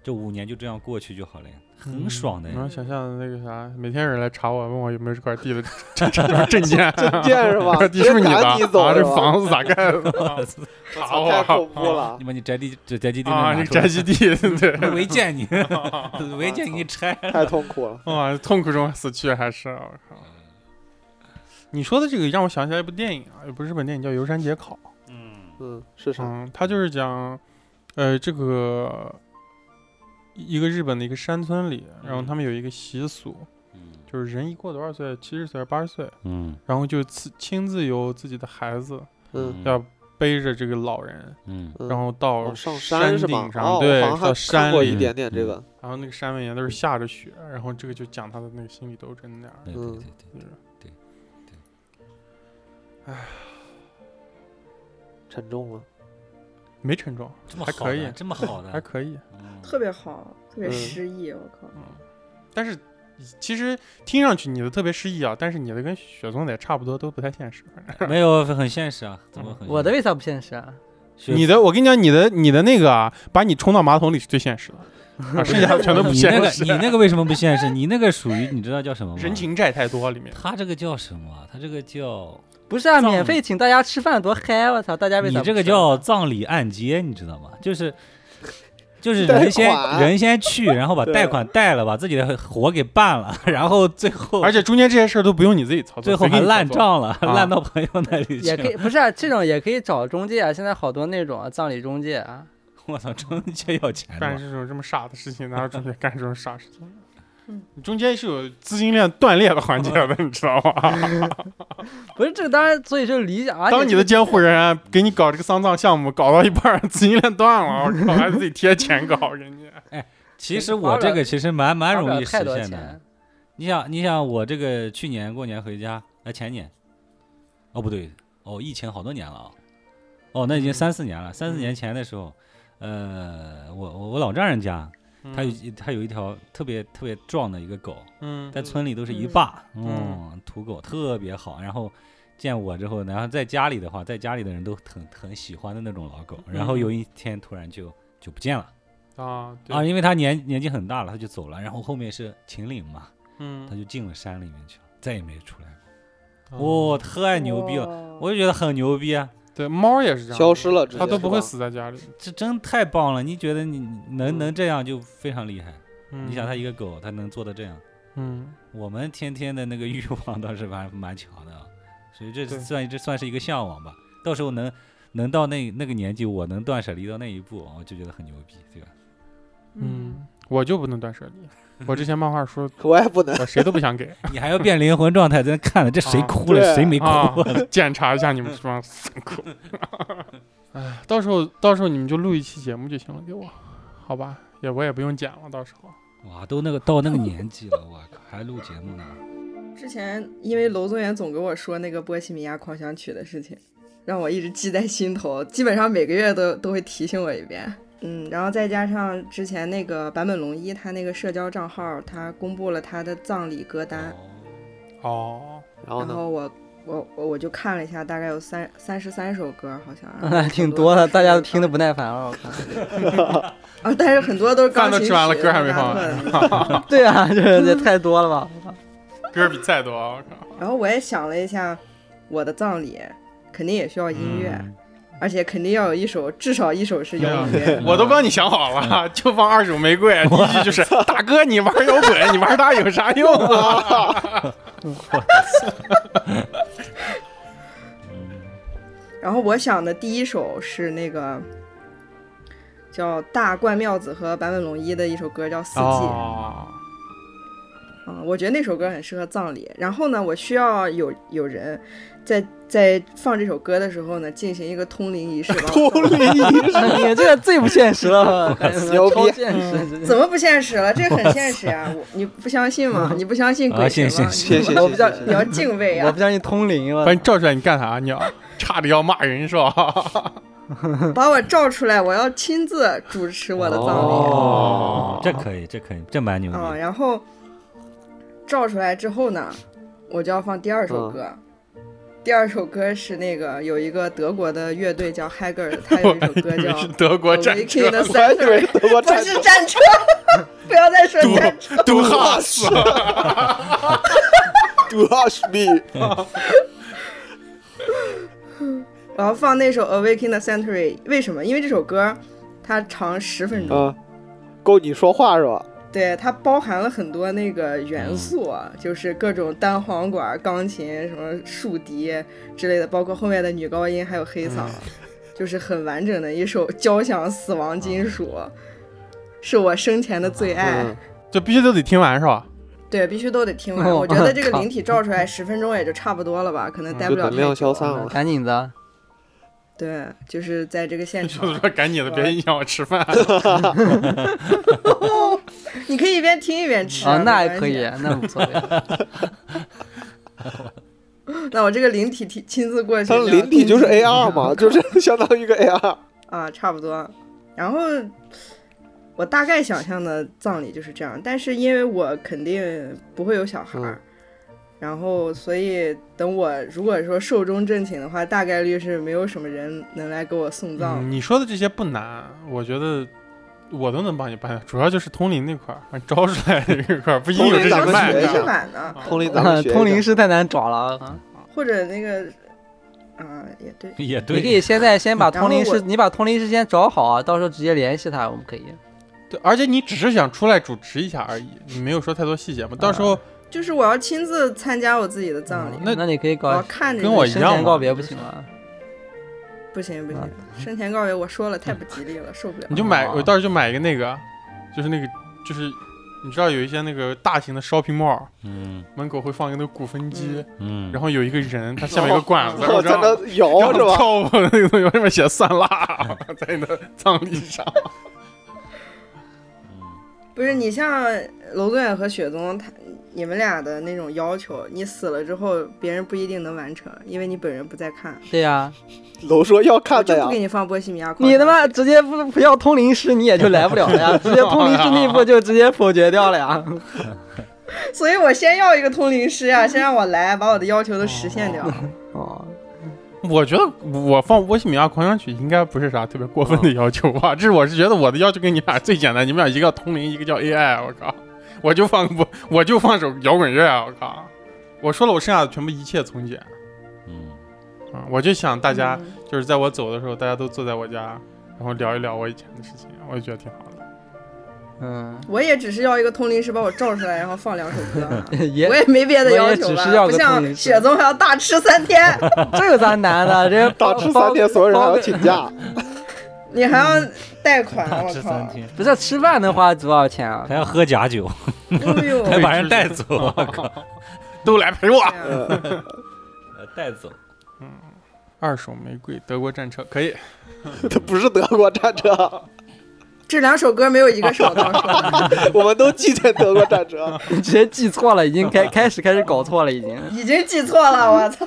E: 这五年就这样过去就好了呀，很爽的
B: 我嗯
E: 呀。
B: 能想象那个啥，每天有人来查我，问我有没有这块地的 这这这证 件，？
D: 证件是吧
B: 地是不是你的？
D: 赶你走
B: 啊，
D: 是
B: 这
D: 吧啊
B: 房啊子咋盖的？
D: 我
B: 查
D: 操，
B: 我
D: 太恐怖了
E: 你，把你宅基地宅基地
B: 啊，
E: 那
B: 这
E: 拿出来
B: 宅 基地， 对，
E: 违 建你， 违建你给拆了。
D: 太痛苦了。
B: 哇，痛苦中死去还是啊我靠！你说的这个让我想起来一部电影啊，有部日本电影叫《游山节考》，
E: 嗯
D: 嗯，是啥？
B: 嗯，它就是讲，呃，这个一个日本的一个山村里，然
D: 嗯
B: 后他们有一个习俗，就是人一过多少岁，七十岁、八十岁，
E: 嗯
B: 然后就自亲自由自己的孩子
D: 嗯
B: 要背着这个老人，
E: 嗯，
D: 嗯
B: 然后到
D: 哦上
B: 山
D: 山是吗
B: 顶？上，
D: 哦，
B: 对，到
D: 我好像还看
B: 山
D: 过
B: 里嗯
D: 一点点这个。
B: 然后那个山外岩都是下着雪，然后这个就讲他的那个心理斗争那样
E: 对对对对，
B: 就是
D: 沉重了，
B: 没沉重，
E: 这么
B: 还
E: 好
B: 可以
E: 的，这么好的，
B: 还可以。
E: 嗯
C: 特别好，特别
D: 嗯
C: 诗意，我靠。
B: 嗯，但是其实听上去你的特别诗意啊，但是你的跟雪松仔差不多，都不太现实。
E: 没有很现实啊，怎么很现实
A: 嗯我的为啥不现实啊？
E: 雪
B: 你的，我跟你讲，你的你的那个啊，把你冲到马桶里是最现实的， 啊，剩下的全都不
E: 你那
B: 现
E: 个嗯
B: 实。
E: 你那个为什么不现实？你那个属于你知道叫什么吗？
B: 人情债太多，里面
E: 他这个叫什么啊？他这个叫
A: 不是啊，
E: 葬
A: 免费请大家吃饭多嗨！我操，大家为啥
E: 你
A: 不
E: 这个
A: 吃啊
E: 叫葬礼按揭，你知道吗？就是就是
D: 贷
E: 人先
D: 款
E: 人 先去，然后把
D: 对
E: 贷款贷了，把自己的活给办了，然后最后
B: 而且中间这些事儿都不用你自己操作，
E: 最后
B: 谁给
E: 还
B: 你
E: 烂
B: 操作。
E: 账了，
B: 啊
E: 烂到朋友那里去
A: 也可
E: 了。
A: 以，不是啊，这种也可以找中介啊。现在好多那种啊葬礼中介啊，
E: 我操，中介要钱的
B: 干
E: 吗？
B: 这种这么傻的事情，哪有中间干这种傻事情？
C: 嗯
B: 你中间是有资金链断裂的环节的，你知道吗？
A: 不是这个当然，所以就理解。啊而且
B: 当你
A: 这
B: 的
A: 个
B: 监护人啊给你搞这个丧葬项目，搞到一半儿资金链断了，我靠，还得自己贴钱搞人家。
E: 其实我这个其实蛮蛮
A: 花不
E: 容
A: 了
E: 易实
A: 太多
E: 现的
A: 钱。，
E: 你想，你想我这个去年过年回家，呃，前年，哦不对，哦疫情好多年了啊，哦那已经三四年了，三四年前的时候，呃，我我我老丈人家，他有一他有一条特别特别壮的一个狗，
B: 嗯
E: 在村里都是一
C: 嗯
E: 霸，
B: 嗯
E: 嗯，土狗特别好。然后见我之后，然后在家里的话，在家里的人都很很喜欢的那种老狗。然后有一天突然就就不见了
B: 啊
E: 啊，
B: 对
E: 因为它年年纪很大了，它就走了。然后后面是秦岭嘛，它
B: 嗯
E: 就进了山里面去了，再也没出来
B: 啊
E: 过。哇，太牛逼了！
C: 了
E: 我就觉得很牛逼啊，
B: 对猫也是这样的，
D: 消失了直接，
B: 它都
D: 是
B: 不会
D: 吧。
B: 死在家里。
E: 这真太棒了！你觉得你能
D: 嗯
E: 能这样就非常厉害。
B: 嗯
E: 你想，它一个狗，它能做到这样。
B: 嗯
E: 我们天天的那个欲望倒是蛮蛮强的，啊，所以这
B: 对
E: 算这算是一个向往吧。到时候能能到那那个年纪，我能断舍离到那一步，我就觉得很牛逼，对吧？
B: 嗯，我就不能断舍 离。我之前漫画说，
D: 我也不能，
B: 我谁都不想给，
E: 你还要变灵魂状态在那看了，这谁
B: 啊
E: 哭了，
D: 对
E: 谁没哭
B: 啊
E: 啊？
B: 检查一下你们这帮死狗。 哎，到时候到时候你们就录一期节目就行了，给我，好吧？也我也不用剪了，到时候。
E: 哇，都那个到那个年纪了，我靠，还录节目呢？
C: 之前因为娄宗元总跟我说那个《波西米亚狂想曲》的事情，让我一直记在心头，基本上每个月都都会提醒我一遍。嗯，然后再加上之前那个坂本龙一他那个社交账号，他公布了他的葬礼歌单，
B: 哦，
D: 然后
C: 然
D: 呢？
C: 后我我我我就看了一下，大概有三三十三首歌，好像
E: 嗯
A: 那挺多的，大家都听的不耐烦了。我看，
C: 啊，但是很多都是钢
B: 饭都
C: 琴
B: 吃完了
C: 曲
B: 歌还没放
C: 拉特的
A: 对啊，这也太多了吧？
B: 歌比赛多，我靠。
C: 然后我也想了一下，我的葬礼肯定也需要音乐，
E: 嗯
C: 而且肯定要有一首，至少一首是摇滚乐。
B: 嗯我都帮你想好 了，就放二手玫瑰， 第一句就是“大哥，你玩摇滚，你玩它有啥用啊
C: 然后我想的第一首是那个叫大冠妙子和坂本龙一的一首歌，叫《四？”季》。
B: 哦，
C: 嗯，我觉得那首歌很适合葬礼。然后呢，我需要有有人在在放这首歌的时候呢，进行一个通灵仪式。 通灵
A: 你这个最不现实 了，哎
D: 牛逼
A: 超现实，
C: 怎么不现实了？这很现实啊！我你不相信吗？你不相信
E: 啊
C: 鬼神
E: 信
C: 吗？
E: 信
D: 谢谢
A: 我
D: 谢
A: 比较
D: 谢谢
C: 你
D: 谢。
C: 要敬畏
A: 我
C: 啊
A: 不！相信通灵
B: 把
A: 了
B: 你。照出来，你干啥？啊你要差点要骂人是吧？
C: 把我召出来，我要亲自主持我的葬礼。
B: 啊
E: 哦，这可以，这可以，这蛮牛逼。
C: 嗯，然后照出来之后呢，我就要放第二首
D: 嗯
C: 歌。第二首歌是那个有一个德国的乐队叫 Haggard，他有一首歌
B: 你
C: 叫
B: 们是
C: 《
B: 德国战
C: Awaken
B: 车
C: the
D: 我还以
C: Center
D: 为》，德国
C: 不
D: 战
C: 是战车， 不要再说战车。
B: 杜哈 斯，
D: 杜哈 什米，
C: 我要放那首《Awaken the Century》，为什么？因为这首歌它长十分钟，
B: 嗯
D: 啊，够你说话是吧？
C: 对它包含了很多那个元素，啊，就是各种单簧管、钢琴、什么竖笛之类的，包括后面的女高音还有黑嗓，就是很完整的一首交响死亡金属，是我生前的最爱。
D: 嗯，
B: 就必须都得听完是吧？
C: 对，必须都得听完。
A: 哦
C: 我觉得这个
A: 靠
C: 灵体照出来十分钟也就差不多了吧，可能待不
D: 就
C: 了
D: 能
C: 太
D: 量
C: 久
D: 消散了。
A: 赶紧的，
C: 对，就是在这个现
B: 就是
C: 场，
B: 说赶紧的，别影响我吃饭。
C: 你可以一边听一边吃
A: 啊，那
C: 没
A: 也
C: 关
A: 可以
C: 系，
A: 那无 所谓。
C: 那我这个灵体体亲自过去
D: 它
C: 聊，
D: 灵体就是 AR 嘛， 就是相当于一个 AR。
C: 啊，差不多。然后我大概想象的葬礼就是这样，但是因为我肯定不会有小孩儿，然后所以等我如果说寿终正寝的话，大概率是没有什么人能来给我送葬。
B: 嗯你说的这些不难，我觉得我都能帮你办主要就是通灵那块儿，招出来这块儿，不一定有这
D: 咱
B: 些
D: 们
B: 卖
D: 学一
C: 是
D: 下
B: 的。啊嗯
C: 反的，
D: 通灵咱们学一下
A: 通灵师太难找了啊，
C: 或者那个啊，也对，
E: 也
A: 你可
E: 对，
A: 以现在先把
C: 然后
A: 通灵
C: 我
A: 师，你把通灵师先找好啊，到时候直接联系他，我们可以。
B: 对，而且你只是想出来主持一下而已，你没有说太多细节嘛。到
D: 嗯
B: 时候嗯
C: 就是我要亲自参加我自己的葬礼，
B: 那
A: 那你可以搞
C: 我要看着
B: 跟
C: 你
B: 我一
A: 生
B: 样
A: 前
B: 嘛
A: 告别不
B: 就是
A: 行吗？
C: 不行不行
A: 啊，
C: 生前告别我说了太不吉利了，受不了
B: 你。就买，
A: 哦
B: 我到时候就买一个那个，就是那个，就是你知道有一些那个大型的 shopping mall
E: 嗯
B: 门口会放一个那个鼓风机，
E: 嗯，
B: 然后有一个人，他下面有个管子，
D: 哦在
B: 然后
D: 那摇
B: 然
D: 是
B: 后
D: 吧？
B: 跳舞的那个东西上面写酸辣， 在你的葬礼上。
E: 嗯
C: 不是你像娄宗远和雪宗，他你们俩的那种要求，你死了之后别人不一定能完成，因为你本人不在看，
A: 对呀，
D: 楼说要看
C: 我
D: 的
C: 就
D: 呀
C: 不给，你放波西米亚狂
A: 啊你
C: 想
A: 他妈直接不不要通灵师，你也就来不了了 呀，直接通灵师那一步就直接否决掉了呀。
C: 所以我先要一个通灵师啊，先让我来把我的要求都实现掉。
A: 哦，
B: 我觉得我放《波西米亚狂想曲》应该不是啥特别过分的要求吧？这是我是觉得我的要求跟你俩最简单，你们俩一个叫通灵，一个叫 AI，我靠，我就放不，我就放首摇滚乐，啊我靠，我说了，我剩下的全部一切从简
E: 嗯
B: 啊、我就想大家、
C: 嗯
B: 就是在我走的时候，大家都坐在我家，然后聊一聊我以前的事情，我就觉得挺好的。
A: 嗯，
C: 我也只是要一个通灵师把我照出来，然后放两首歌 啊、
A: 也
C: 我也没别的要求
A: 我也只是
C: 了，
A: 要
C: 不
A: 个通灵师
C: 像雪宗还要大吃 三天，
A: 这有啥难的？ 人家
D: 打吃三天，所有人还要请假。
C: 你还要贷款，我
E: 吃三
C: 靠！
E: 天，
A: 不是吃饭能花多少钱啊
E: 还？要喝假酒，
D: 哦
C: 哎呦，
E: 还把人带走，我靠
B: 都来陪我。
C: 对啊
D: 呃
E: 呃带走，
B: 二手玫瑰，德国战车可以，
D: 它 不是德国战车，
C: 这两首歌没有一个是我当时说的，
D: 我们都记得德国战车。
A: 你直接记错了，已经开开始开始搞错了，已经。
C: 已经记错了，我操！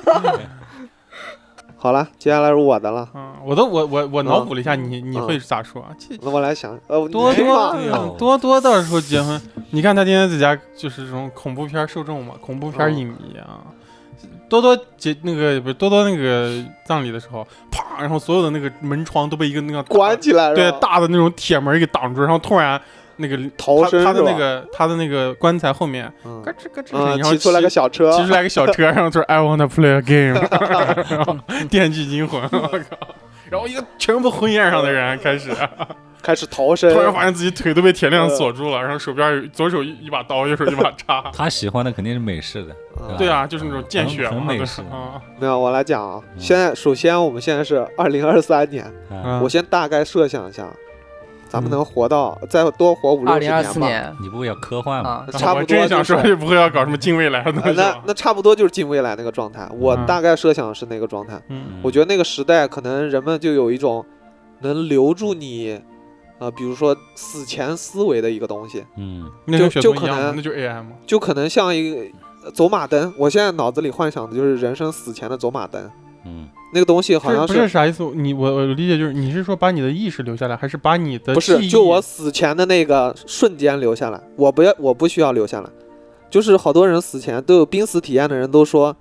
D: 好了，接下来是我的了，
B: 嗯，我都我我我脑补了一下你，你、
D: 嗯
B: 会咋说？啊？这
D: 那我来想，呃，
B: 多
D: 你听
B: 多
D: 吧
E: 哎呦。
B: 多多到时候结婚，你看他天天在家就是这种恐怖片儿受众嘛，恐怖片儿
D: 嗯
B: 影迷啊。多多结那个不是多多那个葬礼的时候，啪，然后所有的那个门窗都被一个那个大
D: 关起来
B: 对
D: 是吧？
B: 大的那种铁门给挡住，然后突然那个
D: 逃生
B: 他他
D: 是
B: 的
D: 吧
B: 那个他的那个棺材后面
D: 嗯
B: 咯吱咯吱，
D: 嗯，
B: 然后
D: 骑出来个小车，
B: 骑出来个小车，然后就是 I wanna play a game，然 后电锯惊魂，我靠！然后一个全部婚宴上的人开始，
D: 开始逃生
B: 突。然发现自己腿都被铁链锁住了，然后手边有左手一把刀，右手一把 叉
E: 他喜欢的肯定是美式的，
D: 嗯
B: 对啊，就是那种见血
E: 很
B: 嘛，
E: 很美
B: 对
E: 式
B: 啊，
D: 没有，我来讲啊。
E: 嗯
D: 现在首先我们现在是二零二三年，
B: 嗯
E: 啊，
D: 我先大概设想一下，咱们能活到
B: 嗯
D: 再多活五六
A: 二
D: 十
A: 零二四
D: 吧。
A: 年
E: 你不会要科幻吗？
A: 啊，
D: 差不多
B: 我真想说
D: 就是
B: 就不会要搞什么近未来的东
D: 呃
B: 西啊
D: 那
B: 了。
D: 那差不多就是近未来那个状态，我
B: 嗯
D: 大概设想是那个状态。
B: 嗯
D: 我觉得那个时代可能人们就有一种能留住你，呃，比如说死前思维的一个东西，
E: 嗯，
B: 那跟
D: 就
B: 雪
D: 就
B: 松
D: 可
B: 一样嘛，
D: 能
B: 那就是 AI 嘛。
D: 就可能像一个呃走马灯。我现在脑子里幻想的就是人生死前的走马灯，
E: 嗯
D: 那个东西好像
B: 不是不是啥意思？你我我理解就是你是说把你的意识留下来，还是把你的
D: 不是
B: 记忆
D: 就我死前的那个瞬间留下来，我不要我不需要留下来，就是好多人死前都有濒死体验的人都说，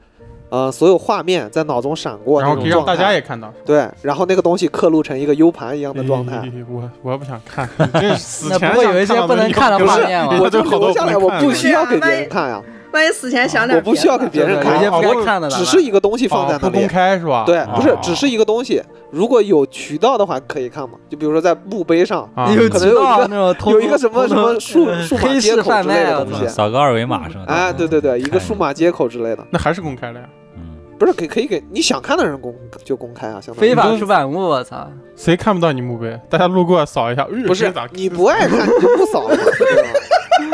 D: 呃，所有画面在脑中闪过
B: 然
D: 那
B: 后可以
D: 种
B: 让
D: 状
B: 大
D: 态，
B: 家也看到。
D: 对，然后那个东西刻录成一个 U 盘一样的状态。
B: 哎我我不想看，你 这死
A: 那
B: 前
A: 不会
B: 想
A: 有一些
B: 看到
A: 不能
B: 你
A: 看的
B: 不
A: 画
B: 是
A: 面吗
B: 人家
D: 我就
B: 都好多
D: 留下来，
B: 不
D: 我
B: 能看
D: 不
B: 的
D: 需要给别
C: 万一
D: 人看呀，
C: 万一死前想点别的呢，
D: 我不需要给别人
A: 对
D: 看
A: 有
D: 哦
A: 一些
B: 啊
A: 不
B: 我
A: 该看的了。
D: 只是一个东西放在
B: 哦
D: 那
B: 不
D: 里
B: 公。开是吧？
D: 对，
B: 哦
D: 不是，只是一个东西。如果有渠道的话，可以看嘛。就比如说在墓碑上，
B: 啊
A: 有
D: 可能
A: 渠
D: 有一
A: 道
D: 个
A: 那种偷
D: 有一个
A: 偷
D: 什
A: 偷
D: 么什么
A: 偷
D: 数
A: 呃
D: 数码
A: 黑
D: 街
A: 市
D: 口
A: 贩
D: 之类
A: 卖
D: 的
A: 啊
D: 东
A: 怎
D: 西
A: 么。
E: 扫个二维码是吧？
D: 哎，对对对，一个数
E: 嗯看下，
D: 码接口之类的，
B: 那还是公开了呀。
E: 嗯，
D: 不是可以可以给你想看的人公就公开啊，相当于
A: 非法
B: 你都
A: 出版物，我操！
B: 谁看不到你墓碑？大家路过扫一下，呃
D: 不
B: 这
D: 是
B: 咋
D: 你不爱看你就不扫了嘛，对吧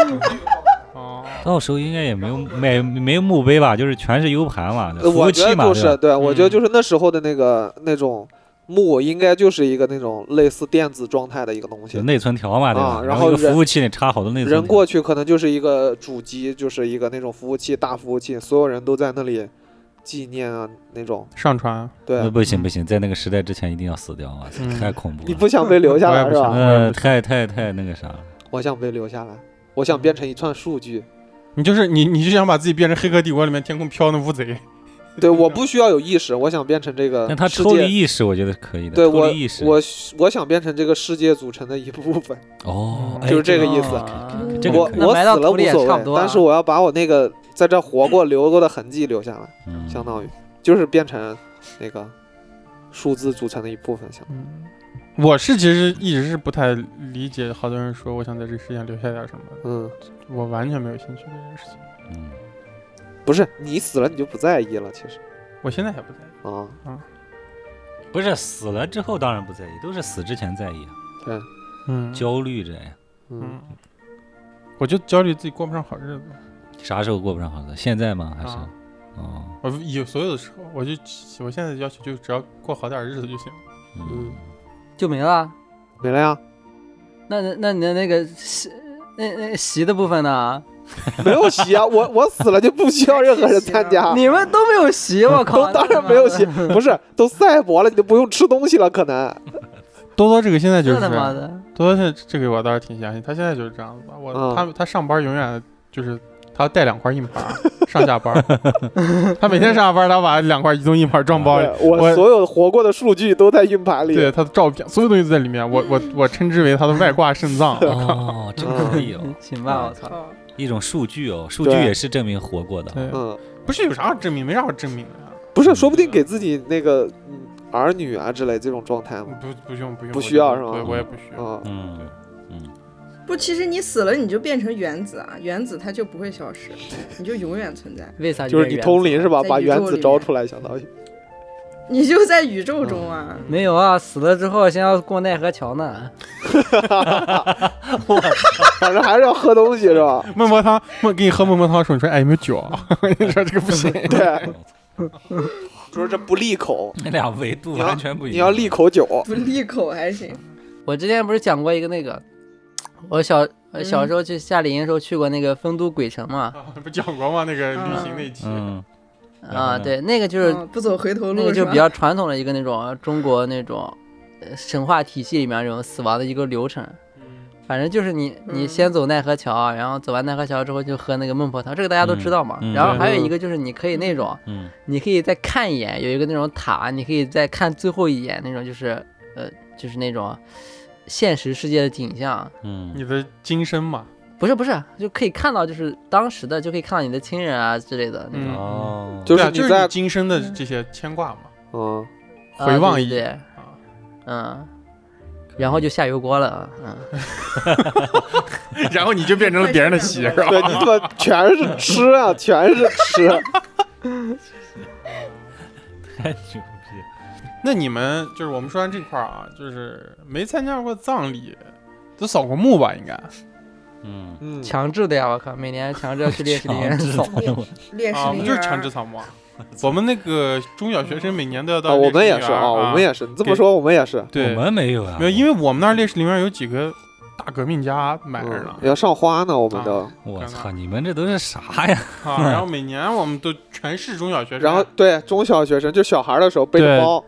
B: 哦，
E: 到时候应该也没有没没有墓碑吧，就是全是 U 盘嘛，
D: 呃
E: 服
D: 我
E: 务
D: 觉
E: 器
D: 得
E: 嘛，
D: 就
E: 对
D: 是
E: 吧
D: 对，我觉得
B: 嗯
D: 就是那时候的那个那种木应该就是一个那种类似电子状态的一个东
E: 就
D: 西，
E: 内存条嘛，对吧？
D: 啊然
E: 然
D: 后
E: 一个
D: 人
E: 服务器里插好多内存条，
D: 人过去可能就是一个主机，就是一个那种服务器大服务器，所有人都在那里纪念啊那种。
B: 上传，啊
E: 呃
D: 对，
E: 不行不行，在那个时代之前一定要死掉，哇塞，
B: 嗯
E: 太恐怖了。
D: 你不想被留下
B: 我
D: 来
B: 也
D: 是
B: 不想
D: 吧？
E: 呃，太太太那个啥了，
D: 我想被留下来，我
A: 嗯
D: 想变成一串数据。
B: 你就是你，你就想把自己变成《黑客帝国》里面天空飘那乌贼，
D: 对，我不需要有意识，我想变成这个
E: 但他
D: 世
E: 抽离
D: 界。
E: 意识，我觉得可以的。
D: 对
E: 抽
D: 我
E: 离意，识，
D: 我我想变成这个世界组成的一部分。
E: 哦，
D: 就是
E: 哎
D: 这个意思
A: 思
E: 这个
D: 我
E: 可
A: 啊
E: 以
A: 那
D: 我
A: 埋
D: 死
A: 到
D: 了
A: 土
D: 无
A: 里也
D: 所
A: 差
D: 谓
A: 不，多啊
D: 但
A: 了
D: 是我要把我那个在这活过留过的痕迹留下来，
E: 嗯
D: 相当于就是变成那个数字组成的一部分，相当于
B: 嗯，我是其实一直是不太理解，好多人说我想在这世界上留下点什么，
D: 嗯，
B: 我完全没有兴趣这件事情。
E: 嗯
D: 不是你死了你就不在意了，其实
B: 我现在也不在意，
D: 啊，
E: 不是死了之后当然不在意，都是死之前在意啊，
D: 对，
B: 嗯，
E: 焦虑着呀，
D: 嗯
B: 嗯，我就焦虑自己过不上好日子，
E: 啥时候过不上好的？现在吗？还是
B: 啊
E: 哦，
B: 我有所有的时候，我就我现在的要求就只要过好点日子就行。
E: 嗯，。
A: 就没了。
D: 没了呀，
A: 那那你的那个席，那那席的部分呢？，
D: 没有席啊，我我死了就不需要任何人参加
A: 你们都没有席，我靠！
D: 都当然没有席， 不是都赛博了，你都不用吃东西了，可能
B: 多多这个现在就
A: 这
B: 是
A: 他妈的，
B: 多多现在这个我倒是挺相信，他现在就是这样子吧。我、
D: 嗯
B: 他他上班永远就是他带两块硬盘儿上下班儿， 他每天上下班儿他把两块移动硬盘儿装包里，
D: 对我
B: 哦我
D: 所有活过的数据都在硬盘里，
B: 对他的照片，所有东西都在里面。我我我称之为他的外挂肾脏啊
D: 嗯
E: 哦，真可以哦，
A: 行吧，我操！
C: 哦，
E: 一种数据哦，数据
D: 对
E: 也是证明活过的，
B: 对，
D: 嗯，
B: 不是有啥好证明，没啥好证明的、啊
D: 不是，说不定给自己那个嗯儿女啊之类这种状态嘛，
B: 不不用不用，
D: 嗯不需要是吗
B: 对，我也不需要。
D: 啊，
E: 嗯
C: 不，其实你死了，你就变成原子啊，原子它就不会消失，你就永远存在，
A: 为啥
D: 嗯就是
A: 变
D: 你
A: 原
D: 通灵是吧？
C: 在
D: 把
C: 宇
D: 原
C: 宙
D: 子
C: 里
D: 招
C: 面
D: 出来，相当于。
C: 你就在宇宙中啊。
D: 嗯
A: 没有啊，死了之后先要过奈何桥呢。
D: 反正还是要喝东西是吧？
B: 孟婆汤，孟给你喝孟婆汤，说你说哎有没有酒啊？ 你说这个不行。
D: 对，就是这不利口，
E: 那俩维度
D: 你要
E: 完全不一样。
D: 你要利口酒。
C: 不利口还 行，
A: 我之前不是讲过一个那个，我小呃小时候去夏令营的时候去过那个丰都鬼城嘛，
B: 啊 不讲过吗？那个旅行那期，
E: 嗯，然后
A: 啊，
E: 呢
A: 对，那个就是
C: 哦不走回头
A: 那
C: 路
A: 个就是比
C: 吧？
A: 较传统的一个那种中国那种呃神话体系里面这种死亡的一个流程。
B: 嗯
A: 反正就是你，你
C: 嗯
A: 先走奈何桥，啊然后走完奈何桥之后就喝那个孟婆汤，这个大家都知道嘛。
E: 嗯嗯
A: 然后还有
D: 对
A: 一个就是你可以那种，
E: 嗯
A: 你可以再看一眼，有一个那种塔，你可以再看最后一眼那种，就是呃，就是那种现实世界的景象，
E: 嗯
B: 你的今生嘛，
A: 不是不是，就可以看到就是当时的，就可以看到你的亲人啊之类的那种。
B: 嗯
E: 哦，
D: 就是
B: 对啊
D: 你
B: 就是
D: 在
B: 你今生的这些牵挂嘛。
D: 嗯，
A: 啊
B: 回望
A: 对
B: 一
A: 对
B: 眼
A: 对嗯，然后就下油锅了，嗯。
B: 然后你就变成了别人的媳是吧？
D: 对你怎么全是吃啊，全是吃。
E: 太牛逼！
B: 那你们就是我们说完这块儿啊，就是没参加过葬礼，都扫过墓吧？应该
E: 嗯，
D: 嗯，
A: 强制的呀！我靠，每年强制要去烈 士陵园扫。
C: 烈士
B: 啊，我
C: 陵
B: 们
C: 园
B: 就是强制扫墓啊。我们那个中小学生每年都要
D: 啊，
B: 到烈
D: 我
B: 士
D: 们
B: 陵园
D: 也
B: 儿，
D: 是啊，我们也是。你这
B: 给
D: 么说，我们也是。
B: 对，
E: 我们没有啊，
B: 没有，因为我们那儿烈士陵园有几个大革命家买着呢
D: 嗯，要上花呢，我们都。
E: 我操，你们这都是啥呀？
B: 啊，然后每年我们都全市中小学生，
D: 然后对中小学生，就小孩的时候背
B: 对
D: 着包，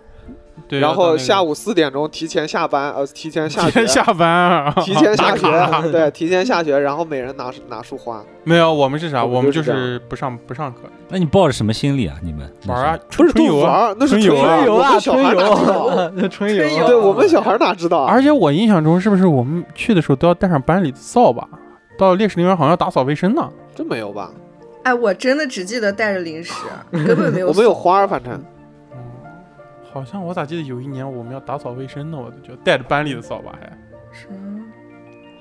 B: 对，
D: 然后下
B: 午
D: 午四点钟提前下班，呃，提前下
B: 提
D: 学
B: 前，下班啊，
D: 提前下
B: 打卡。
D: 学， 对，提前下学，然后每人拿拿束花。
B: 没有，我们是啥？
D: 我们
B: 我们就
D: 就是这
B: 是不上不上课，
E: 那你抱着什么心理啊？你们
B: 玩儿啊，，
D: 不是
B: 嗯春
D: 都
B: 游
D: 玩
B: 啊。
D: 儿，那是
B: 春游啊
D: 游，我们小
A: 春
D: 孩哪知道？
A: 游，春
C: 游
A: 游，
D: 对我们小孩哪知道啊？
B: 而且我印象中，是不是我们去的时候都要带上班里的扫把？到烈士陵园好像要打扫卫生呢。
D: 真没有吧？
C: 哎，我真的只记得带着零食，啊 根本没有。
D: 我们有，花儿，反
B: 嗯
D: 正
B: 好像我咋记得有一年我们要打扫卫生呢，我都觉得带着班里的扫把还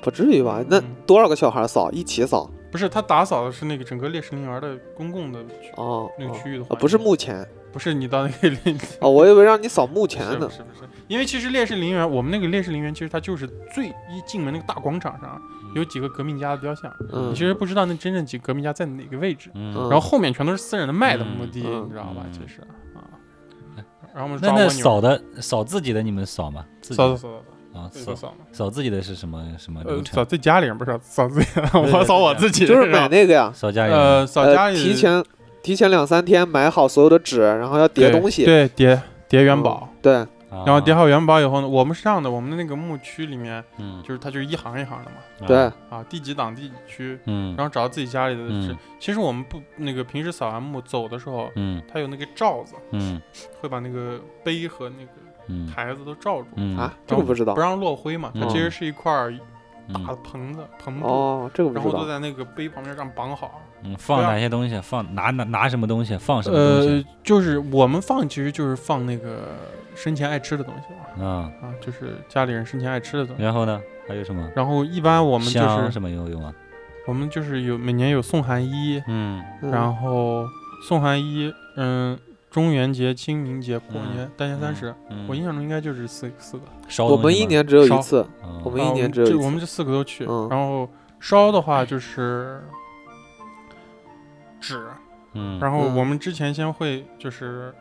D: 不至于吧？那
B: 嗯
D: 多少个小孩扫一起扫？
B: 不是他打扫的是那个整个烈士陵园的公共的区
D: 哦，
B: 那个
D: 哦
B: 区域的
D: 啊
B: 话，
D: 不是墓前
B: 不是你到那个陵
D: 哦，我以为让你扫墓前
B: 是
D: 呢
B: 不。是不是，因为其实烈士陵园，我们那个烈士陵园其实它就是最一进门那个大广场上有几个革命家的雕像，
D: 嗯
B: 你其实不知道那真正几个革命家在哪个位置，
E: 嗯
D: 嗯
B: 然后后面全都是私人的卖的墓地，
D: 嗯
B: 你知道吧？
E: 嗯
B: 其实啊，然后我们
E: 那
B: 抓
E: 那
B: 蜗牛，
E: 扫的扫自己的你们扫吗？自己
B: 扫扫
E: 的
B: 扫
E: 啊
B: 扫扫
E: 扫
B: 扫嘛，
E: 扫自己的是什么什么流
B: 呃，
E: 程
B: 扫？自己家里人不是扫自己的，
E: 对
B: 我
E: 对
B: 扫
E: 对
B: 我自己的，
D: 就是
B: 然
D: 买
B: 后
D: 那个呀，
E: 扫家里人
B: 呃扫家
D: 呃，
B: 里
D: 提前提前两三天买好所有的纸，然后要叠
B: 对
D: 东西，嗯
B: 对叠叠元宝，
D: 对，
E: 啊
B: 然后叠好元宝以后呢，我们是这样的，我们的那个牧区里面
E: 嗯
B: 就是它就是一行一行的嘛，
D: 对，
B: 啊，第几档第几区，
E: 嗯
B: 然后找到自己家里的是
E: 嗯，
B: 其实我们不那个平时扫完墓走的时候，
E: 嗯
B: 它有那个罩子，
E: 嗯
B: 会把那个碑和那个
E: 嗯
B: 台子都罩住，
E: 嗯
D: 啊，这个不知道
B: 不，让落灰嘛。它
E: 嗯
B: 其实是一块儿大的
E: 嗯
B: 棚子棚布，
D: 哦，这个不
B: 然
D: 知
B: 后都
D: 道，
B: 在那个碑旁边这样绑好。
E: 嗯放
B: 不要
E: 哪些东西？放拿拿拿什么东西？放什么东
B: 呃
E: 西？，啊
B: 就是我们放其实就是放那个生前爱吃的东西嘛，
E: 嗯，
B: 啊，就是家里人生前爱吃的东西。
E: 然后呢？还有什么？
B: 然后一般我们就
E: 香
B: 是
E: 什么有用啊？
B: 我们就是有每年有送寒衣，
E: 嗯
D: 嗯
B: 然后送寒衣，嗯，中元节、清明节、过年、大年三十，
E: 嗯，
B: 我印象中应该就是四四个。
E: 烧
D: 我
E: 东
D: 们
E: 西
D: 一
E: 吗，
D: 年只有
B: 烧
D: 一次，
E: 嗯
D: 我们
B: 啊
D: 一年只有
B: 这
D: 一
B: 我
D: 次
B: 们这四个都去，
D: 嗯
B: 然后烧的话就是纸，
E: 嗯
B: 然后
D: 嗯
B: 我们之前先会就是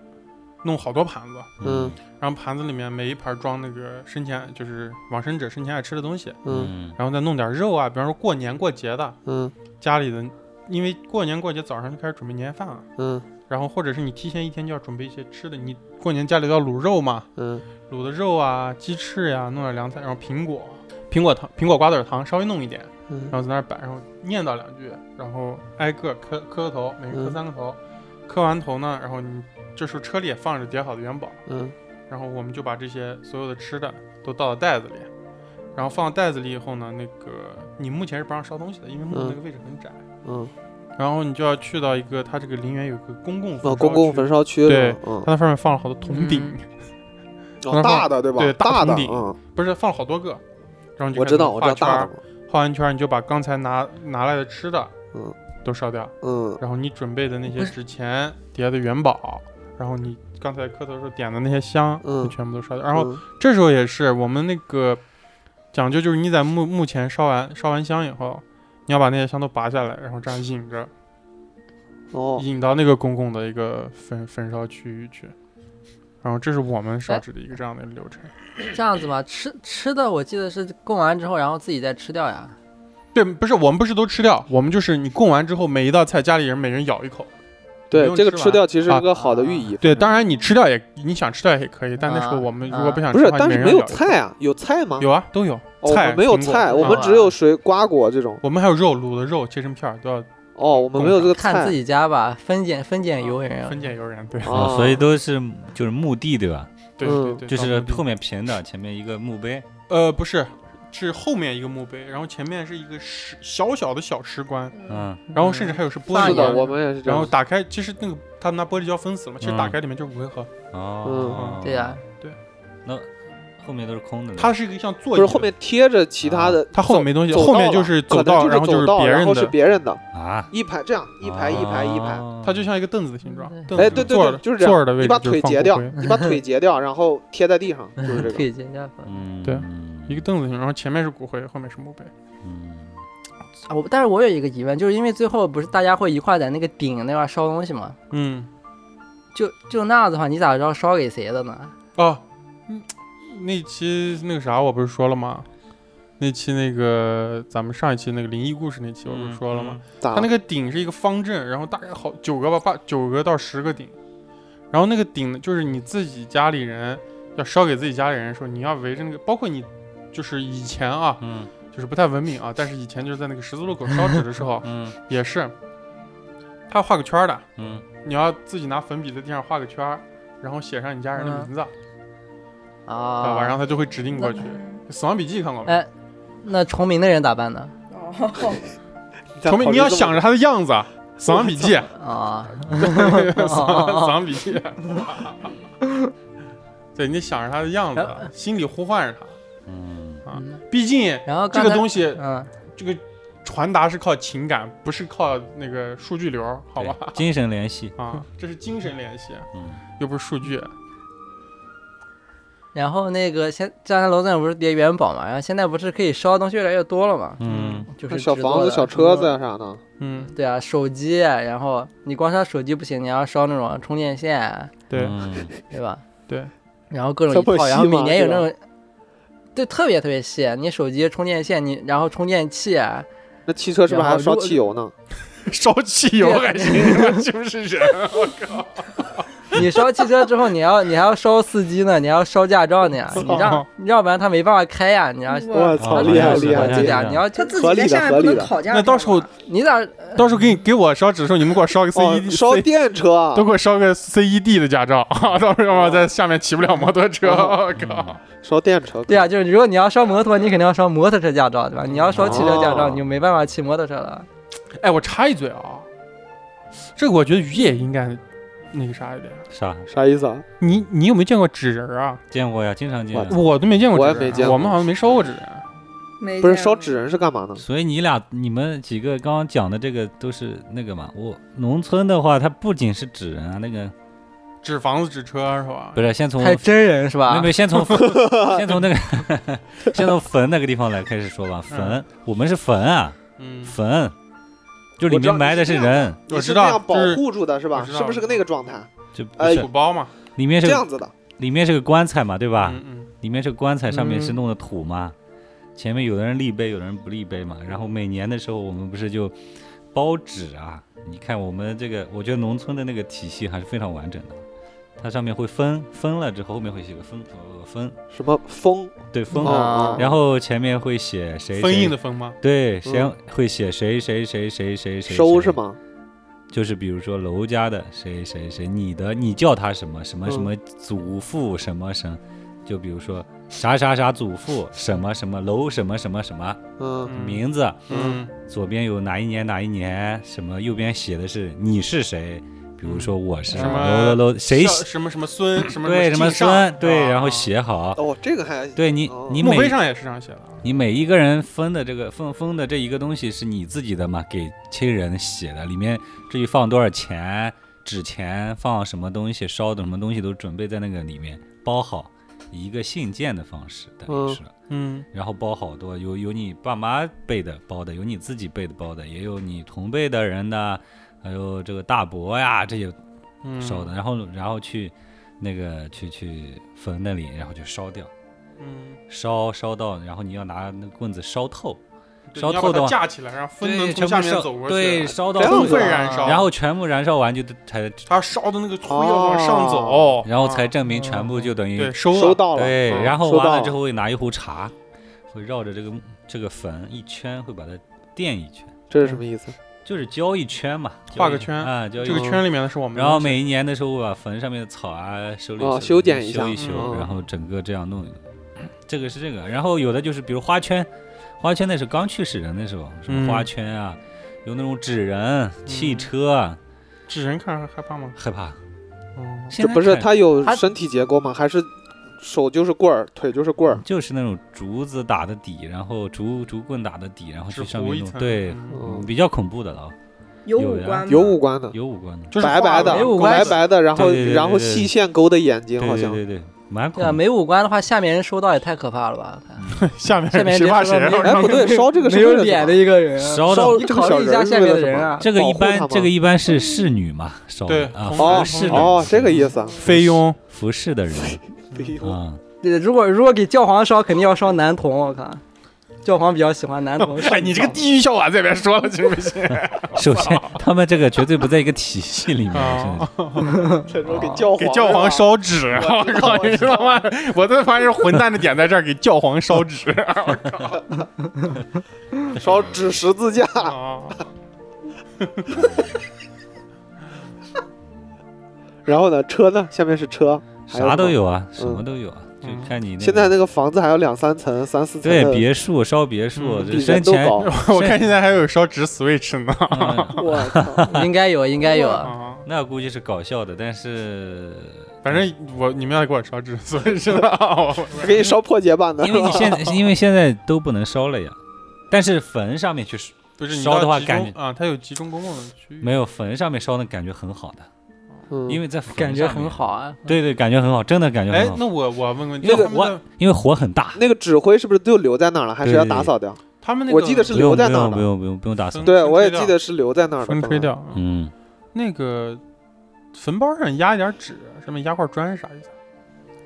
B: 弄好多盘子，
D: 嗯
B: 然后盘子里面每一盘装那个生前就是往生者生前爱吃的东西，
D: 嗯
E: 嗯
B: 然后再弄点肉啊，比方说过年过节的
D: 嗯
B: 家里的，因为过年过节早上就开始准备年夜饭了。
D: 嗯
B: 然后或者是你提前一天就要准备一些吃的，你过年家里都要卤肉嘛，
D: 嗯
B: 卤的肉啊、鸡翅呀、弄点凉菜，然后苹果、苹果糖、苹果瓜子儿糖稍微弄一点，然
D: 嗯
B: 后在那儿摆，然后念叨两句，然后挨个磕磕个头，每个磕
D: 嗯
B: 三个头，磕完头呢，然后你这时候车里也放着叠好的元宝，
D: 嗯
B: 然后我们就把这些所有的吃的都倒到袋子里，然后放到袋子里以后呢，那个你目前是不让烧东西的，因为墓
D: 嗯
B: 那个位置很窄，
D: 嗯，
B: 然后你就要去到一个它这个陵园有个公共
D: 哦，
B: 焚
D: 公
B: 烧
D: 共
B: 区
D: 焚烧区
B: 对
D: 是吧嗯，
B: 它那上面放了好多铜鼎，
D: 哦大的对吧？
B: 对大
D: 大
B: 桶
D: 的，
B: 底
D: 嗯，
B: 不是放了好多个，然后你就
D: 我知道，我
B: 开
D: 知
B: 始画圈
D: 道大的
B: 儿，
D: 嘛，
B: 画完圈儿你就把刚才拿拿来的吃的，
D: 嗯，
B: 都烧掉，
D: 嗯
B: 然后你准备的那些
A: 不是
B: 纸钱、叠的元宝，然后你刚才磕头的时候点的那些香，
D: 嗯
B: 就全部都烧掉。然后
D: 嗯
B: 这时候也是我们那个讲究，就是你在墓墓前烧完烧完香以后，你要把那些香都拔下来，然后这样引着
D: 哦，
B: 引到那个公共的一个焚焚烧区域去。然后这是我们烧
A: 哎
B: 纸的一个这样的流程。
A: 这样子吗？吃吃的我记得是供完之后，然后自己再吃掉呀。
B: 对，不是我们不是都吃掉，我们就是你供完之后，每一道菜家里人每人咬一口。不
D: 对，
B: 用
D: 这个
B: 吃
D: 吃
B: 完
D: 掉其实是
B: 啊
D: 一个好的寓意，
B: 对，当然你吃掉也，你想吃掉也可以，但那时候
A: 啊
B: 我们如
A: 啊
B: 果不想
D: 不
B: 吃的
D: 是，
B: 话，
D: 但
B: 每
D: 是
B: 人
D: 没有
B: 咬一口
D: 菜啊，有菜吗？
B: 有啊，都有
D: 哦，我
B: 菜
D: 们没有
B: 苹果
D: 菜，我们
A: 啊
D: 只有水瓜果这种。
B: 我们还有肉卤的肉、切成片儿都要
D: 哦，我们没有这个
A: 看自
D: 菜，
A: 己啊家吧，分拣分拣由人啊
B: 分。解由人，对
D: 啊
E: 啊，所以都是就是墓地对吧？
B: 对
D: 嗯
B: 对对，
E: 就是
B: 到墓地
E: 后面平的，前面一个墓碑。
B: 呃不是，是后面一个墓碑，然后前面是一个石小小的小石棺，
E: 嗯
B: 然后甚至还有是玻
A: 放
B: 璃
D: 是
A: 一
D: 的，
A: 点
B: 的，
D: 我们也是这
B: 然
D: 样
B: 后。打开，其实那个他们拿玻璃胶封死了嘛，其实打
E: 嗯
B: 开里面就是五味盒，
D: 嗯
B: 嗯
E: 哦，
A: 对啊呀，
E: 那后面都是空的。
B: 它是一个像座
D: 不
B: 椅
D: 是
B: 的，
D: 后面贴着其他的走，
B: 啊它后面没东西，
D: 走
B: 后面
D: 道
B: 就
D: 了
B: 是
D: 可
B: 走
D: 能
B: 道，
D: 就是
B: 然后就是
D: 走道
B: 别
D: 然
B: 人
D: 后是
B: 的，
D: 别人的，
E: 啊，
D: 一排这样，一排一排一排。
E: 哦
B: 它就像一个凳子的形状
A: 嗯，
B: 凳
D: 哎，
B: 子
D: 对对
B: 座儿
D: 对
B: 的，
D: 就是这
B: 座儿
D: 样
B: 的。位
D: 你
B: 置
D: 把
B: 就是
D: 腿
B: 放
D: 截
B: 骨
D: 掉
B: 灰，
D: 你把腿截掉，然后贴在地上，就是这
A: 可
D: 个。
A: 以减价
E: 嗯，
B: 对
E: 嗯
B: 一个凳子形，然后前面是骨灰，后面是墓碑。
E: 嗯
A: 啊！我但是我有一个疑问，就是因为最后不是大家会一块儿在那个鼎那块儿烧东西吗？
B: 嗯，
A: 就就那样子的话，你咋知道烧给谁的呢？
B: 哦，嗯，那期那个啥，我不是说了吗？那期那个咱们上一期那个灵异故事那期，我不
E: 嗯
B: 是说了吗？？
D: 咋
B: 它那个顶是一个方阵，然后大概好九个吧，八九个到十个顶。然后那个顶呢，就是你自己家里人要烧给自己家里人的时候，你要围着那个，包括你就是以前啊，
E: 嗯
B: 就是不太文明啊，但是以前就是在那个十字路口烧纸的时 候
E: 嗯
B: 也是，他画个圈儿的，
E: 嗯
B: 你要自己拿粉笔在地上画个圈儿，然后写上你家人的
A: 嗯
B: 名字，知道
A: 啊，
B: 吧？然后他就会指定过去。死亡笔记看过吗？
A: 哎，那重名的人咋办呢？
C: 哦，
B: 崇明，你要想着他的 样子啊，《死亡笔记》
A: 啊，
B: 死亡
A: 哦
B: 死亡笔记》，对你得想着他的样子
A: 呃
B: 啊，心里呼唤着
E: 嗯
B: 他啊。
A: 嗯
B: 毕竟
A: 然后
B: 这
A: 刚
B: 个
A: 才
B: 东西，
A: 嗯，
B: 这个传达是靠情感，不是靠那个数据流，好吧？
E: 对精神联系，
B: 啊，这是精神联系，
E: 嗯
B: 又不是数据。
A: 然后那个现刚才楼总不是叠元宝嘛，然后现在不是可以烧的东西越来越多了嘛，
E: 嗯
A: 就是
D: 小
A: 纸
D: 房
A: 做
D: 子、
A: 的
D: 小车子，呀啥的，
B: 嗯，
A: 对啊，手机，然后你光烧手机不行，你要烧那种充电线，
B: 对。
E: 嗯
A: 对吧？
B: 对，
A: 然后各种
D: 这
A: 一
D: 么
A: 套，然
D: 细
A: 后每
D: 吗
A: 年有
D: 对
A: 那
D: 吧
A: 种，对，特别特别细。你手机充电线，你然后充电器啊，
D: 那汽车是不是还要
A: 然后
D: 烧
A: 如果
D: 汽油呢？
B: 烧汽油 还行，你们是不是人？
A: 你烧汽车之后，你要你还要烧司机呢，你还要烧驾照呢，你让你要不然他没办法开呀，你要
C: 哇
D: 我
E: 啊
D: 操，厉害
E: 是
D: 厉
E: 好
D: 害
E: 像
A: 这
D: 厉害！
E: 是
A: 点你要
C: 他
A: 就
C: 自
D: 合
C: 己
D: 理
C: 在
D: 的
C: 上面
D: 合
C: 不能
D: 理的
C: 考驾照
B: 那
C: 吗。
B: 到时候
A: 你咋
B: 到时候给你给我烧纸的时候，你们给我烧个 C
D: 哦
B: E，D，
D: 烧电车啊
B: 都，给我烧个 C E D 的驾照， 到时候要不然在下面骑不了摩托
D: 嗯
B: 车。我
E: 嗯
B: 靠！
D: 烧电车，
A: 对呀、啊就是如果你要烧摩托，你肯定要烧摩托车驾照，对吧？你要烧汽车驾照，
D: 哦
A: 你就没办法骑摩托车了。
B: 哎，我插一嘴啊，这个我觉得于野应该那个啥一点。
E: 啥
D: 啥意思啊？
B: 你你有没有见过纸人啊？
E: 见过呀，经常见
D: 我。
B: 我都没见过纸
D: 我
B: 人啊，
D: 也没见过
B: 我们好像没烧过纸人。
C: 没
D: 不是
C: 见
D: 烧
C: 过
D: 纸人是干嘛呢？
E: 所以你俩你们几个刚刚讲的这个都是那个嘛？我农村的话，它不仅是纸人啊，那个
B: 纸房子、纸车是吧？
E: 不是先从
A: 还有真人是
E: 没有
A: 吧
E: 没？有先从先从那个 嗯先从坟那个地方来开始说吧。坟，我们是坟啊，
B: 嗯，
E: 坟，就里
D: 我知道
E: 面埋的是
D: 你是这
E: 人，
B: 我
D: 你
B: 知
D: 是那
B: 道
D: 样保
B: 就是
D: 护住的是
B: 我
D: 吧？
B: 知道
D: 是不是个那个状态？
B: 呃
E: 就不
D: 哎
E: 是
B: 土包嘛，
E: 里面是
D: 这
E: 个
D: 样子的，
E: 里面是个棺材嘛，对吧？
B: 嗯嗯，
E: 里面是棺材，上面是
A: 嗯
E: 弄的土嘛。前面有的人立碑，有的人不立碑嘛。然后每年的时候，我们不是就包纸啊？你看我们这个，我觉得农村的那个体系还是非常完整的。它上面会分分了之后，后面会写个分呃分，
D: 什么风？
E: 对分，
D: 哦
A: 啊
D: 哦
E: 然后前面会写谁
B: 封印
E: 谁
B: 的封吗？
E: 对，谁
D: 嗯
E: 会写谁谁谁谁谁谁
D: 收
E: 谁
D: 是吗？
E: 就是比如说楼家的谁谁谁，你的你叫他什么什
B: 嗯
E: 么什么祖父什么什么，就比如说啥啥啥祖父什么什么楼什么什么什么
D: 嗯，
B: 嗯
E: 名字，
B: 嗯
E: 左边有哪一年哪一年什么，右边写的是你是谁，比如说我是
B: 嗯什
E: 楼
B: 么
E: 楼楼谁
B: 上什么什么 孙什么
E: 对什么
B: 么敬上
E: 孙对，
B: 啊
E: 然后写好，
D: 哦，这个还
E: 对你
D: 哦
E: 你
B: 墓碑
E: 每
B: 嗯上也是这样写的啊。
E: 你每一个人分的这个分分的这一个东西是你自己的嘛？给亲人写的，里面至于放多少钱、纸钱、放什么东西、烧的什么东西都准备在那个里面包好，以一个信件的方式，等于是，
B: 嗯
E: 然后包好多，有有你爸妈辈的包的，有你自己辈的包的，也有你同辈的人的，还有这个大伯呀这些
B: 嗯，
E: 烧的，然后然后去那个去去坟那里，然后就烧掉，
B: 嗯，
E: 烧烧到，然后你要拿那个棍子烧透。
B: 对
E: 烧
B: 你要
E: 透
B: 把
E: 的
B: 它
E: 话
B: 架起来，让风
E: 对，
B: 能
E: 全
B: 从下
E: 部
B: 面
E: 烧
B: 走过去，
E: 对，，烧到
D: 这
B: 充
D: 样
E: 最
D: 子
B: 分
E: 后
B: 哦
D: 啊
B: 燃烧，
E: 然后全部燃烧完就才，
B: 它烧的那个灰要
D: 哦
B: 往上走，
E: 然后才证明全部就等于
B: 对收
D: 收
B: 了
D: 到了，
E: 对，
D: 嗯
E: 然后
D: 收
E: 完
D: 到
E: 了之后会拿一壶茶，会绕着这个这个坟一圈，会把它垫一圈，
D: 这是什么意思？
E: 就是浇一圈嘛，
B: 画
E: 浇
B: 个
E: 一
B: 圈
E: 啊，浇一
B: 这个
E: 圈。
B: 圈里面的是我们的
E: 然后
B: 东西，
E: 每一年的时候，会把坟上面的草啊修理
D: 哦
E: 理
D: 修剪一下
E: 修一修，
D: 嗯
E: 然后整个这样弄一弄。这个是这个，然后有的就是比如花圈，花圈那是刚去世人的时候，什么花
B: 嗯
E: 圈啊，有那种纸人、汽车，
B: 纸人看着害怕吗？
E: 害怕。
B: 嗯，
E: 现
D: 这
E: 在
D: 不是
E: 看
D: 它有
A: 它
D: 身体结构吗？还是手就是棍儿，腿就是棍儿？
E: 就是那种竹子打的底，然后竹竹棍打的底，然后
B: 纸
E: 去上
B: 糊
E: 面
B: 一
E: 弄，
B: 层
E: 对，
B: 嗯
E: 嗯
D: 嗯，
E: 比较恐怖的了啊，
C: 有
E: 有
C: 五
E: 呀
C: 官吗
D: 有五官的，
E: 有五官的，
B: 就是
D: 白白的
A: 没有，关
D: 白
A: 系
D: 白的，然后
E: 对对对
D: 然后
E: 对对
D: 细线勾的眼睛，
E: 对
D: 好
E: 对
D: 像
E: 对对，蛮恐
A: 对啊，
E: 怖。
A: 没五官的话，下面人收到也太可怕了吧？
B: 下 面
A: 下面
B: 谁怕谁
A: 人家
B: 啊？
A: 说
D: 哎，不对，烧这个是
A: 没有
D: 为了什
A: 脸
D: 么
A: 的一个人，啊
E: 烧到
A: 到
D: 这个
A: 考
D: 小
A: 虑一
D: 人
A: 下
D: 是
A: 下
D: 为
A: 面的
D: 了什
A: 人
D: 么
A: 啊。
E: 这个
D: 保
E: 一
D: 护
E: 般
D: 它
E: 这
D: 吗
E: 个一般是侍女嘛，烧
B: 对
E: 的啊，
B: 同
D: 哦
E: 服侍的
D: 哦，这个意思啊。
B: 菲佣，
E: 服侍的人 啊，
A: 对，如果如果给教皇烧，肯定要烧男童，我靠，教皇比较喜欢男童。
B: 哎，你这个地狱笑话在别说了，信不信？
E: 首先他们这个绝对不在一个体系里面，真的
B: 啊
E: 是，
D: 这时候给
E: 啊
D: 教皇
B: 给教皇
D: 了啊
B: 烧纸， 我
D: 知道
B: 靠！
D: 我
B: 你
D: 知
B: 知道吗？我最发现混蛋的点在这儿，给教皇烧 纸。
D: 烧纸十字架，
B: 啊
D: 然后呢，车呢，下面是车，还
E: 啥都
D: 什么。
E: 有啊，什么都有啊，就
B: 嗯
E: 看你那
D: 现
E: 个
D: 在那个房子还有两三层、三四层
E: 对
D: 的，
E: 别墅烧别墅，
B: 嗯
E: 这
D: 比人
E: 生
D: 都
E: 前
D: 高。
B: 我看现在还有烧纸 Switch 呢。
E: 嗯
D: 我操！
A: 应该有，应该有。
B: 啊，
E: 那估计是搞笑的，但是
B: 反正我你们要给我烧纸 Switch 呢。 我
D: 给你烧破解版 的，
E: 因为你现在，因为现在都不能烧了呀。但是坟上面去烧
B: 不是你
E: 烧的
B: 到
E: 话
B: 集中
E: 感觉
B: 啊，它有集中公共的区域。
E: 没有坟上面烧的感觉很好的，
D: 嗯
E: 因为在坟
A: 感觉
E: 上面
A: 很，好啊，
E: 对对，感觉很好，真的感觉
B: 哎
E: 很，好，
B: 那我我问问，
E: 因为
B: 他们
E: 我
B: 的
E: 因为火很大，
D: 那个纸灰是不是都留在那儿了？还是要打扫掉？
B: 他们那个
D: 我记得是
E: 不用
D: 留在
E: 不
D: 那儿
E: 用不
D: 的。
E: 用不用不用打扫
B: 嗯，
D: 对，
B: 风
D: 我也
B: 吹掉
D: 记得是留在那儿的。
B: 风吹
D: 本来。
B: 掉，
E: 嗯，
B: 那个坟包上压一点纸，上面压块砖是啥意思？
E: 嗯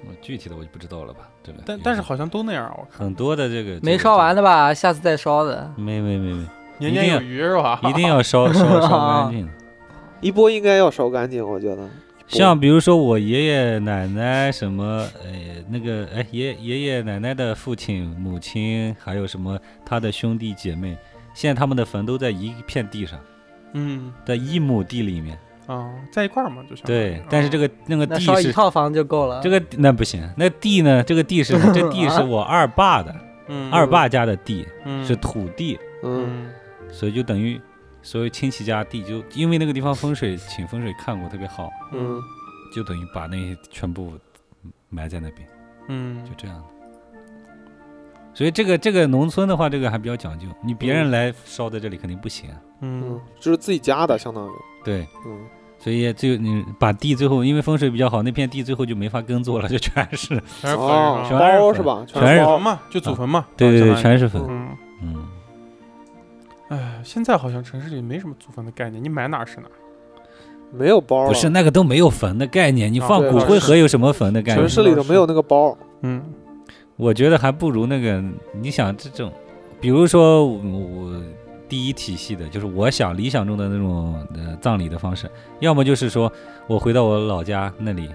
E: 我具体的我就不知道了吧，这个。
B: 但但是好像都那样，我看
E: 很多的这个
A: 没烧完，的吧？下次再烧的。
E: 这个没没没没，
B: 年
E: 一定
B: 年
E: 要
B: 有余是吧？
E: 一定要烧烧烧干净。
D: 一波应该要烧干净，我觉得。
E: 像比如说我爷爷奶奶什么，呃，那个哎爷爷爷奶奶的父亲、母亲，还有什么他的兄弟姐妹，现在他们的坟都在一片地上，
B: 嗯
E: 在一亩地里面。
B: 啊，在一块儿嘛，就像
E: 对，但是这个那个
A: 哦那
E: 地
A: 烧一
E: 是
A: 套啊房就够了。
E: 这个那不行，那地呢？这个地是这地是我二爸的，
B: 嗯
E: 二爸家的地
B: 嗯
E: 是土地，
D: 嗯，
B: 嗯
E: 所以就等于所有亲戚家地就因为那个地方风水，请风水看过特别好，
D: 嗯
E: 就等于把那些全部埋在那边。
B: 嗯
E: 就这样的。所以这个这个农村的话，这个还比较讲究，你别人来烧在这里肯定不行啊。
D: 嗯
B: 嗯，
D: 就是自己家的，相当于，
E: 对，
D: 嗯，
E: 所以就你把地最后因为风水比较好，那片地最后就没法耕作了，就全 是
B: 全是
D: 哦，
E: 全
B: 坟
E: 是
D: 包
E: 粉
D: 是吧？
E: 全是啊
D: 是
B: 是
D: 包
B: 坟，嘛，就祖坟嘛，
E: 对对对，
B: 相当于
E: 全是坟。
B: 嗯。
E: 嗯，
B: 哎，现在好像城市里没什么祖坟的概念，你买哪儿是哪儿。
D: 没有包了，
E: 不是那个都没有坟的概念，你
B: 啊
E: 放
D: 对
E: 骨
D: 倒
E: 灰
B: 是
E: 盒有什么坟的概念
D: 城？市里头没有那个包，
B: 嗯
E: 我觉得还不如那个，你想这种，比如说我我第一体系的，就是我想理想中的那种呃葬礼的方式，要么就是说我回到我老家那里，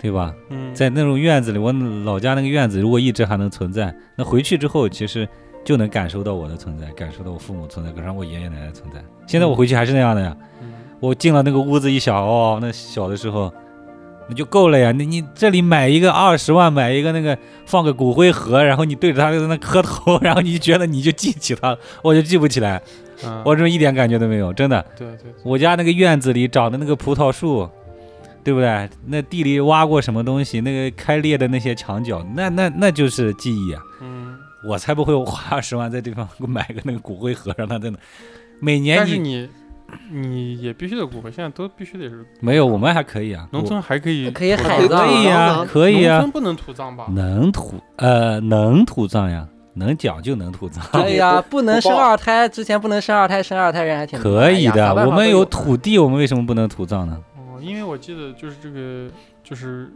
E: 对吧？
B: 嗯，
E: 在那种院子里，我老家那个院子如果一直还能存在，那回去之后其实就能感受到我的存在，感受到我父母存在，感受到我爷爷奶奶的存在。现在我回去还是那样的呀，
B: 嗯
E: 我进了那个屋子一想，哦，那小的时候那就够了呀。你你这里买一个二十万，买一个那个放个骨灰盒，然后你对着它在那磕头，然后你就觉得你就记起它了，我就记不起来，
B: 嗯
E: 我这一点感觉都没有，真的。
B: 对对对
E: 我家那个院子里长的那个葡萄树，对不对？那地里挖过什么东西？那个开裂的那些墙角，那那那就是记忆啊！
B: 嗯，
E: 我才不会花二十万在地方买个那个骨灰盒，让它在那。每年
B: 但
E: 你
B: 是你你也必须得骨灰，现在都必须得是
E: 没有，我们还可以啊，
B: 农村还可以
A: 可以
B: 土
A: 海
B: 葬
A: 葬
D: 可以呀
E: 啊，可以
B: 农
E: 啊，
B: 村不能土葬吧？
E: 能土呃能土葬呀，能讲就能土葬，
A: 哎呀，
D: 不
A: 不能生
D: 报
A: 二胎，之前不能生二胎，生二胎人还挺多
E: 可以
A: 哎呀
E: 的
A: 啥。办
E: 我
A: 法
E: 们
A: 都
E: 有
A: 有
E: 土地，我们为什么不能土葬呢？
B: 哦，因为我记得就是这个就是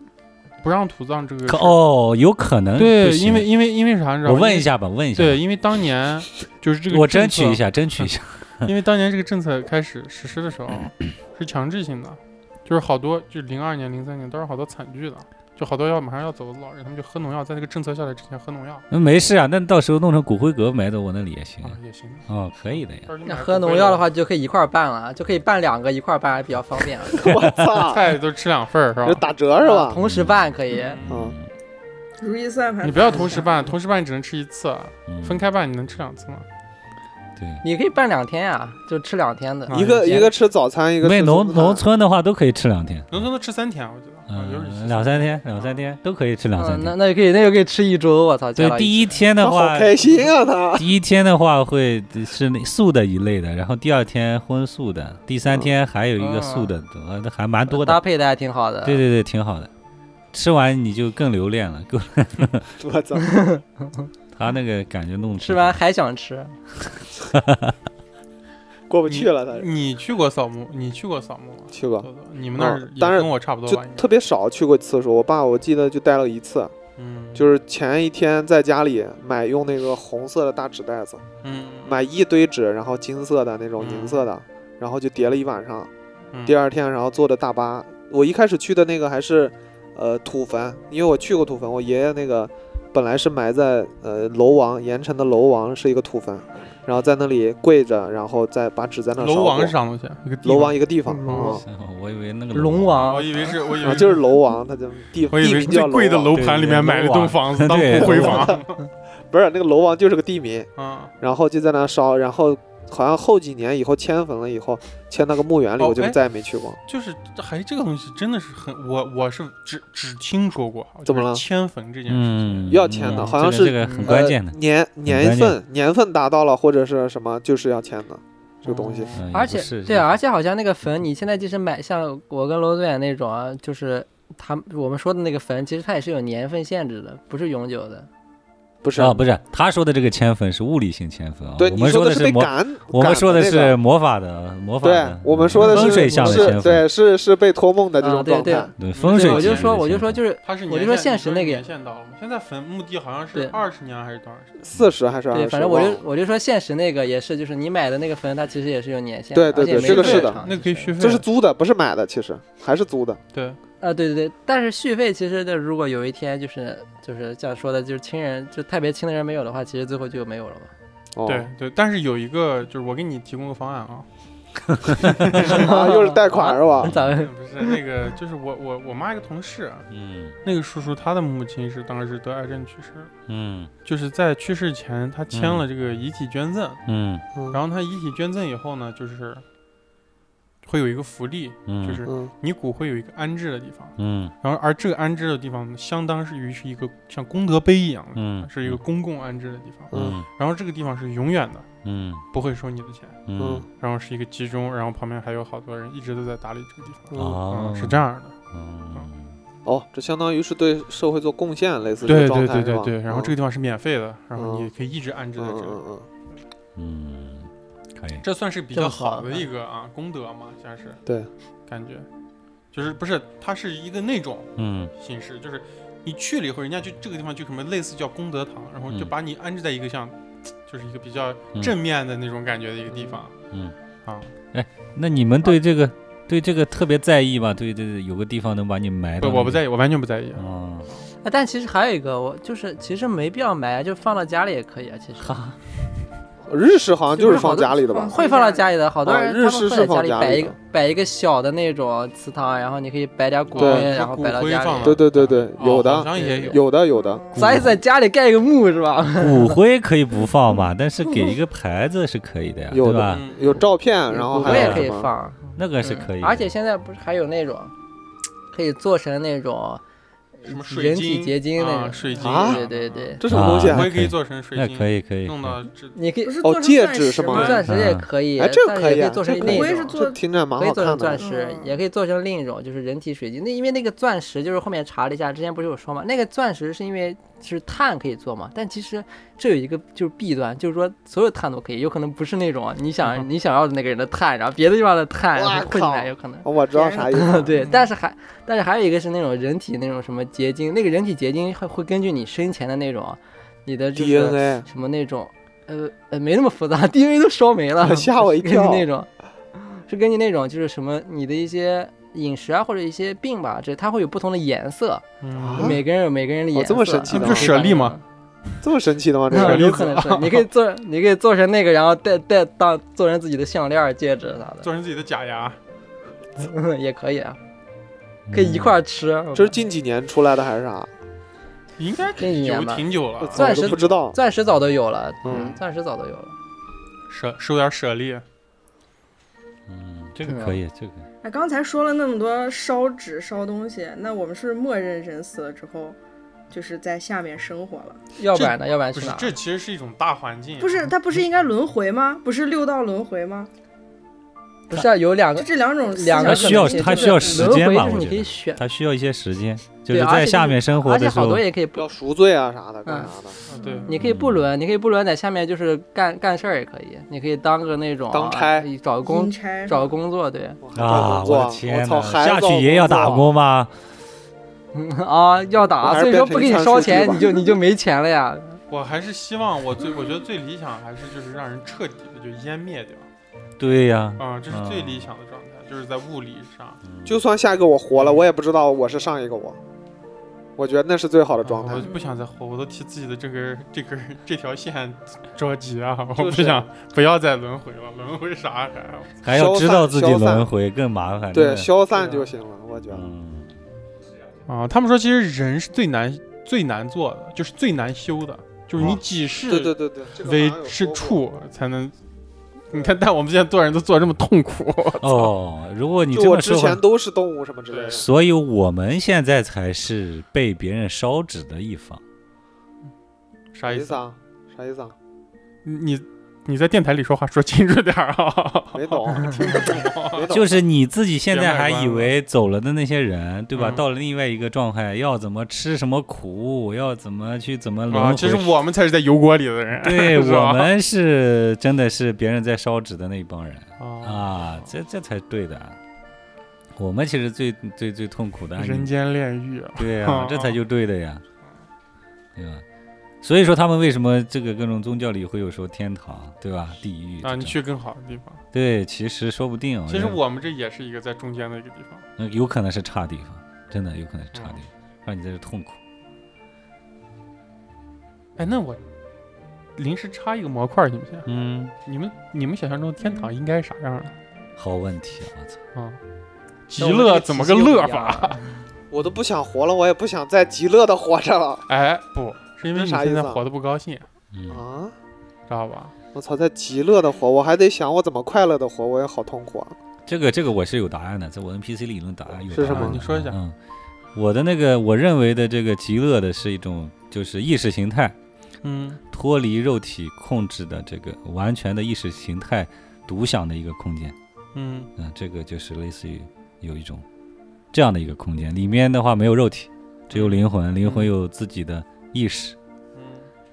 B: 不让土葬这个事
E: 可
B: 儿
E: 哦，有可能
B: 对
E: 不，行
B: 因为因为因为啥你知道
E: 我
B: 吗？
E: 问一
B: 因为。
E: 下吧，问一下，
B: 对，因为当 年就是这个，
E: 我争取一。下，争取一下。
B: 因为当年这个政策开始实施的时候是强制性的，就是好多就是零二年、零三年都是好多惨剧的，就好多要马上要走的老人，他们就喝农药，在这个政策下来之前喝农药
E: 那没事啊，那到时候弄成骨灰格埋到我那里也行
B: 啊。也行。
E: 哦，可以的呀。
B: 到时候你
A: 那
B: 买
A: 喝
B: 骨灰
A: 农药的
B: 了，
A: 话，就可以一块儿办了，就可以办两个一块儿办，还比较方 便啊。
D: 我操，
B: 菜都吃两份儿
D: 就是
B: 吧？
D: 打折是吧？
A: 同时办可以，
D: 嗯
C: 如意算盘。
B: 你不要同时办，同时办你只能吃一次，啊
E: 嗯
B: 分。开办你能吃两次吗？
E: 对，
A: 你可以办两天呀，就吃两天的
B: 啊。
D: 一个一个吃早餐，一个
E: 因为
D: 吃
E: 农
D: 中餐
E: 农，村的话都可以吃两天，
B: 农村都吃三天，我觉得，啊，有
E: 嗯，
B: 点
E: 两三天，两三天都可以吃两三
A: 嗯，那
E: 天。
A: 那就可以，那就可以吃一周。我操！
E: 对，
A: 一
E: 第一天
D: 他
E: 的
D: 好
E: 话，
D: 开心啊他。
E: 第一天的话会是那素的一类的，然后第二天荤素的，第三天还有一个素的，呃，那还蛮多
A: 啊搭
E: 的。
A: 配的还挺好的。
E: 对对对，挺好的。吃完你就更留恋了，够
D: 我操，
E: 他那个感觉弄
A: 吃完还想吃，
D: 过不去了他是。
B: 你去过扫墓？你去过扫墓吗？
D: 去过，
B: 豆豆你们那儿
D: 嗯
B: 也
D: 当然
B: 跟我差不多
D: 就
B: 吧？应该
D: 特别少去过次数。我爸我记得就带了一次，
B: 嗯，
D: 就是前一天在家里买用那个红色的大纸袋子，
B: 嗯
D: 买一堆纸，然后金色的那种、
B: 嗯
D: 银色的，然后就叠了一晚上。
B: 嗯
D: 第二天，然后坐着大巴，我一开始去的那个还是呃土坟，因为我去过土坟，我爷爷那个本来是埋在呃楼王盐城的楼王是一个土坟，然后在那里跪着，然后再把纸在那儿烧
B: 楼
D: 过
B: 王是啥东西？一个地
D: 楼
B: 方
D: 王一个地方
A: 嗯
D: 啊、
E: 哦我以为那个哦
A: 龙
B: 我
A: 王
B: 以为是，我以
D: 啊
B: 为
D: 就是楼王，他就地
B: 嗯我以
D: 地
B: 为
D: 名叫
B: 最贵的
D: 王
B: 楼盘里面买了一栋房子当
E: 对
B: 骨灰房。
D: 不是那个楼王就是个地名，
B: 啊，
D: 然后就在那烧，然后好像后几年以后迁坟了以后，迁到个墓园里，
B: 哦
D: 我就
B: 哎
D: 再也没去过。
B: 就是这还这个东西真的是很，我我是只只听说过，啊
D: 怎么了
B: 就是迁坟这件事情。
E: 嗯，
D: 要钱的好像
E: 这个
D: 是
E: 这个很关键的
D: 呃、，年年
E: 关键
D: 份年份达到了或者是什么，就是要签的这个东西。
E: 嗯
A: 而
E: 也不是
A: 且对啊，而且好像那个坟，你现在即使买像我跟罗宗远那种啊，就是他们我们说的那个坟，其实它也是有年份限制的，不是永久的。
D: 不是
E: 啊，不是他说的这个迁坟是物理性迁坟啊，
D: 对，
E: 我
D: 你
E: 们
D: 说
E: 的
D: 被
E: 魔，
D: 赶，
E: 我们
D: 赶
E: 说的
D: 那
E: 是
D: 个。
E: 魔法的魔法
D: 对
E: 的，
D: 我们说的
E: 风
D: 是
E: 水向的
D: 是
E: 迁
D: 对
E: 坟，
D: 是是被托梦的这
A: 啊
D: 种
A: 对
D: 状
A: 对
D: 态，
E: 对风水
A: 对我就
E: 迁
A: 说
E: 坟
A: 我就说
E: 的迁
A: 就是
B: 它是
A: 我就
B: 年
A: 说
B: 限
A: 现
B: 你
A: 实那个
B: 年限到了吗？现在坟墓地好像
A: 对
B: 是二十年还是多少时间？
D: 四十啊还是二
A: 对，
D: 十？
A: 反正我
D: 忘
A: 就
D: 了
A: 我就说现实那个也是，就是你买的那个坟，它其实也是有年限
D: 对
A: 的，
D: 对
A: 而且
D: 对
A: 没
D: 这个
A: 多
D: 是的
A: 长
B: 那可以续费，
D: 这是租的，不是买的，其实还是租的。
B: 对，
A: 啊，对对对，但是续费其实的，如果有一天就是就是这样说的，就是亲人就特别亲的人没有的话，其实最后就没有了嘛。
D: 哦，
B: 对对，但是有一个就是我给你提供个方案啊，
D: 啊，又是贷款是
E: 哦
D: 吧？
A: 咱们
B: 不是那个就是我我我妈一个同事啊，
E: 嗯
B: 那个叔叔他的母亲是当时得癌症去世了，
E: 嗯
B: 就是在去世前他签
E: 嗯
B: 了这个遗体捐赠，
E: 嗯
B: 然后他遗体捐赠以后呢，就是会有一个福利，
E: 嗯，
B: 就是
D: 嗯，
B: 你骨灰有一个安置的地方，
E: 嗯
B: 然后而这个安置的地方相当是于是一个像功德碑一样的，
E: 嗯
B: 是一个公共安置的地方，
E: 嗯
B: 然后这个地方是永远的，
E: 嗯
B: 不会收你的钱，
E: 嗯
B: 然后是一个集中，然后旁边还有好多人一直都在打理这个地方，
E: 哦
B: 嗯，是这样的。
E: 嗯
D: 哦，这相当于是对社会做贡献，类似这
B: 对
D: 个状
B: 对
D: 态
B: 对
D: 是
B: 对
D: 吧？
B: 对，然后这个
D: 个
B: 地方是免费的，然后
D: 嗯
B: 你可以一直安置在
D: 嗯
B: 这
D: 嗯
B: 里，
D: 嗯
E: 嗯，可以，
B: 这算是比
A: 这
B: 较
A: 么好
B: 好的
A: 的
B: 一个啊功德嘛，算是
D: 对，
B: 感觉就是不是它是一个那种
E: 嗯
B: 形式，就是你去了以后，人家就这个地方就什么类似叫功德堂，然后就
E: 嗯
B: 把你安置在一个像就是一个比较
E: 嗯
B: 正面的那种感觉的一个地方，
E: 嗯
B: 啊，
E: 那你们对这个对这个特别在意吗？对对，有个地方能把你埋
B: 不
E: 到，
B: 我不在意，我完全不在意，
E: 哦，
A: 啊，但其实还有一个，我就是其实没必要埋，就放到家里也可以啊。其实
E: 哈，
D: 嗯，日式好像就是放家里的吧
C: 放？
A: 会放到家里的，好多
D: 啊
A: 人
D: 日
A: 他
D: 式
A: 们
D: 是
A: 会在
D: 放
A: 家里
D: 家
A: 摆
D: 里
A: 一
D: 的
A: 个摆一个小的那种祠堂，啊然后你可以摆点骨灰，
D: 对
A: 然后
B: 它骨
A: 摆到
B: 灰
A: 家
B: 放
A: 里。
B: 了
D: 对对对对，有
B: 哦好
D: 的
B: 像也有，
D: 有的有的，
A: 咱也在家里盖一个墓是吧？
E: 骨灰可以不放吧，但是给一个牌子是可以的呀，
D: 有
E: 对
D: 的嗯
E: 吧？
B: 嗯
D: 有照片，然后
A: 我
D: 还
A: 也
D: 有
A: 可以
D: 什么？
A: 放，
E: 那个是可以的，
A: 而且现在不是还有那种可以做成那种
B: 什么水
A: 人体
B: 晶
A: 结晶那
B: 啊，
A: 种。
B: 水晶
D: 啊
A: 对对嗯对，
D: 这什么东西
E: 啊
D: 啊？
B: 我也可以做成水
E: 那
B: 晶，
E: 可以可以，
B: 弄到这
A: 你可以
C: 不是
D: 哦
C: 做成
D: 戒
C: 钻
D: 指
C: 石
D: 是
C: 吗
D: 吗？
A: 钻石也可以，
D: 哎这个
A: 但
D: 可
A: 是
D: 以
A: 也
D: 啊
A: 可以做成
D: 这个
A: 另一
C: 不会是
A: 种
C: 做
D: 这听着蛮
A: 可以
D: 好
A: 做成
D: 看
A: 钻
D: 的。
A: 石，
C: 嗯
A: 也可以做成另一种，就是人体水晶。那因为那个钻石，就是后面查了一下，之前不是有说嘛，那个钻石是因为是碳可以做嘛，但其实这有一个就是弊端，就是说所有碳都可以，有可能不是那种啊你想你想要的那个人的碳，然后别的地方的碳
D: 嗯哇
A: 然后混进
D: 靠嗯
A: 来有可能。，
D: 哦我知道啥意思了，
A: 对，但是还但是还有一个是那种人体那种什么结晶，那个人体结晶会会根据你生前的那种啊你的就是
D: DNA，
A: 什么那种，呃呃，没那么复杂，DNA 都烧没了
D: 吓我一
A: 是根据
D: 跳
A: 那种，是根据那种就是什么你的一些饮食啊或者一些病吧，这它会有不同的颜色，
B: 嗯
D: 啊
A: 每个人有每个人的
D: 哦
A: 颜色。
D: 这么神奇
A: 然
D: 的
A: 后可以
D: 吗
A: 把
B: 这是舍利吗
D: 这么神奇的吗？这
A: 那种？
D: 个
A: 嗯有可能是，你可以做，你可以做成那个，然后戴戴当做成自己的项链儿、戒指啥
B: 做成自己的假牙，
A: 的， 也可以啊，
E: 嗯
A: 可以一块儿吃。
D: 嗯这是近几年出来的还是啥？
B: 应该
A: 那一
B: 有
A: 年吧
B: 挺久了
D: 我
B: 啊，
D: 操
A: 钻
D: 我
A: 石
D: 都不知道。
A: 嗯钻石早都有了，
D: 嗯
A: 嗯，钻石早都有了。
B: 舍收点舍利，
E: 嗯，这
D: 啊
E: 个可以，这个
C: 哎，刚才说了那么多烧纸烧东西，那我们是不是默认人死了之后，就是在下面生活了？
A: 要不然呢？要不然
B: 不
A: 去
B: 是
A: 哪儿？
B: 这其实是一种大环境，
C: 不
E: 嗯
C: 是，他不是应该轮回吗？不是六道轮回吗？
A: 不是啊有两
C: 就
A: 个
C: 这两种思
A: 两
C: 想
A: 个
E: 它
A: 可能
E: 需要
A: 性
E: 它
A: 就
E: 需
A: 是
E: 要时
A: 轮
E: 间
A: 回
E: 吧
A: 就
E: 我
A: 是你
E: 觉
A: 可以
E: 得
A: 选，
E: 它需要一些时间，就
A: 对
E: 是
A: 而且
E: 在
A: 就
E: 下
A: 是
E: 面生活
A: 而且
E: 的时
A: 好
E: 候
A: 多，也可以不
D: 要赎罪啊啥的，
A: 嗯
D: 干啥的？
B: 啊对，
A: 你可以
D: 嗯
A: 不轮，你可以不轮，在下面就是干干事儿也可以，你可以当个那种
D: 当差
A: 啊找个
C: 阴
E: 嗯
A: 工
C: 差
A: 找个工作，对，
D: 我还找
E: 啊，
D: 工作
E: 我
D: 啊
E: 的天
D: 操，
E: 呐，
D: 还
E: 下
D: 找
E: 去也要打
D: 作啊
E: 工吗？
A: 嗯啊要
D: 我还
A: 打，所
D: 是
A: 以说不
D: 变成
A: 给
D: 一
A: 你
D: 串
A: 烧
D: 数据
A: 钱，
D: 吧
A: 你就你就没钱了 呀。
B: 我还是希望我最，我觉得最理想还是就是让人彻底的就湮灭掉，
E: 对呀，
B: 啊、这是最
E: 嗯
B: 理想的状态，就是在物理上
D: 就算下一个我活了，我也不知道我是上一个我。我觉得那是最好的
B: 的
D: 状态
E: 哦
B: 我。就不想再活，我都替自己的这根这根这条线 着急啊，我
D: 就
B: 不
D: 是
B: 想不要再轮回了，轮回啥啊呀？
E: 还要知道自己
D: 消散
E: 轮回更麻烦，
D: 对，
E: 真的
D: 消散就行了，我觉得。
E: 嗯
B: 啊，他们说其实人是最难最难做的，就是最难修的，就是你
E: 啊
B: 几世
D: 对对对对，这个
B: 为
D: 好像有
B: 是
D: 说过
B: 处才能。你看，但我们现在做人都做得这么痛苦，
E: 哦，如果你这
D: 就我
E: 么
D: 之
E: 说
D: 前
E: 话，
D: 都是动物什么之类的
B: 对。
E: 所以我们现在才是被别人烧纸的一方。
B: 啥
D: 啥
B: 意
D: 意
B: 思
D: 思？啊？啥意思啊？
B: 你你在电台里说话说清楚点儿啊！
D: 没懂，没懂，
E: 就是你自己现
B: 别
E: 在
B: 卖
E: 还
B: 关
E: 以
B: 了
E: 为走了的那些人，对吧？
B: 嗯
E: 到了另外一个状态，要怎么吃什么苦，要怎么去怎么轮
B: 啊，
E: 回。
B: 其实我们才是在油锅里的人。
E: 对
B: 是吧
E: 我们是真的是别人在烧纸的那一帮人
B: 啊，
E: 啊，这这才对的。我们其实最最最痛苦的，
B: 人间炼狱啊，
E: 对呀、这才就对的呀，对吧？所以说他们为什么这个各种宗教里会有说天堂，对吧？地狱这
B: 啊，你
E: 种
B: 去更好的地方。
E: 对，其实说不定，
B: 其实
E: 认为
B: 我们这也是一个在中间的一个地方。
E: 那有可能是差地方，真的有可能是差地方，
B: 嗯
E: 让你在这痛苦。
B: 哎，那我临时插一个模块，行不行？
E: 嗯，
B: 你们你们想象中的天堂
D: 嗯
B: 应该是啥样的
E: 好问题啊！我操，
B: 啊？极乐怎么个乐法？
A: 法？
D: 我都不想活了，我也不想再极乐的活着了
B: 哎，不是因为
D: 那
B: 你
D: 啥
B: 现
D: 意
B: 在
D: 思啊
B: 活得不高兴，
E: 嗯，
D: 啊！
B: 知道吧？
D: 我操，在极乐的活，我还得想我怎么快乐的活，我也好痛苦啊！
E: 这个这个我是有答案的，在我 NPC 理论答案有
D: 是
E: 答
D: 什
E: 案
D: 么
E: 的
B: 你说一下
E: 嗯，我的那个我认为的这个极乐的是一种就是意识形态
B: 嗯
E: 脱离肉体控制的这个完全的意识形态独享的一个空间。
B: 嗯
E: 嗯，这个就是类似于有一种这样的一个空间，里面的话没有肉体，只有灵魂，灵魂有自己的意识。
B: 嗯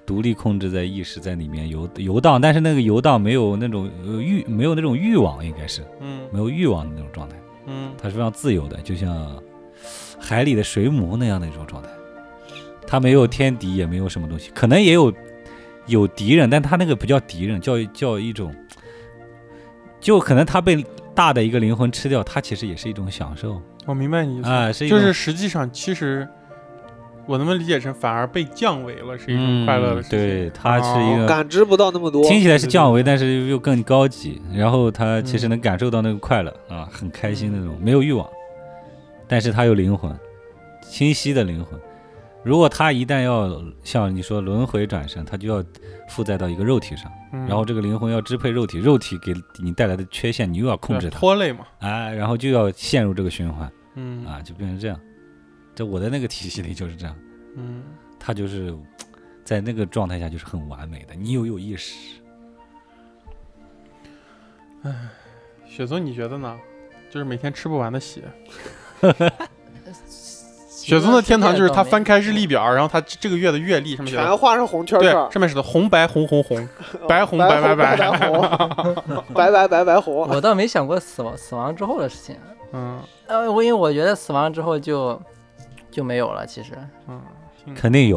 E: 独立控制在意识在里面游游荡，但是那个游荡没有那种呃欲，没有那种欲望，应该是
B: 嗯
E: 没有欲望的那种状态，
B: 嗯
E: 它是非常自由的，就像海里的水母那样的一种状态。它没有天敌，也没有什么东西，可能也有有敌人，但它那个不叫敌人，叫叫一种，就可能它被大的一个灵魂吃掉，它其实也是一种享受
B: 我明白你意思，
E: 啊，是一
B: 就
E: 种
B: 是实际上其实。我能不能理解成反而被降维了，是一种
E: 嗯
B: 快乐的事情？
E: 对它是一
B: 哦
E: 个
D: 感知不到那么多，
E: 听起来是
B: 对对
E: 降维，但是又更高级。然后他其实
B: 嗯
E: 能感受到那个快乐啊，很开心的那种，没有欲望，但是他有灵魂，清晰的灵魂。如果他一旦要像你说轮回转生，他就要附载到一个肉体上，
B: 嗯
E: 然后这个灵魂要支配肉体，肉体给你带来的缺陷，你又要控
B: 对
E: 制它，
B: 拖累嘛，
E: 啊，然后就要陷入这个循环
B: 嗯
E: 啊，就变成这样。在我的那个体系里就是这样，
B: 嗯，
E: 他就是在那个状态下就是很完美的，你又有意识。
B: 雪松你觉得呢？就是每天吃不完的 血。雪松的天堂就是他翻开日历表，然后他这个月的月历上面写
D: 全
B: 的，
D: 画上红圈
B: 对，
D: 圈，
B: 上面写的红白红红红，
D: 嗯
B: 白红
D: 白
B: 白白
D: 白红， 白白白白红。
A: 我倒没想过死亡死亡之后的事情。
B: 嗯
A: 呃，我因为我觉得死亡之后就就没有了，其实，
B: 嗯，
E: 肯定有，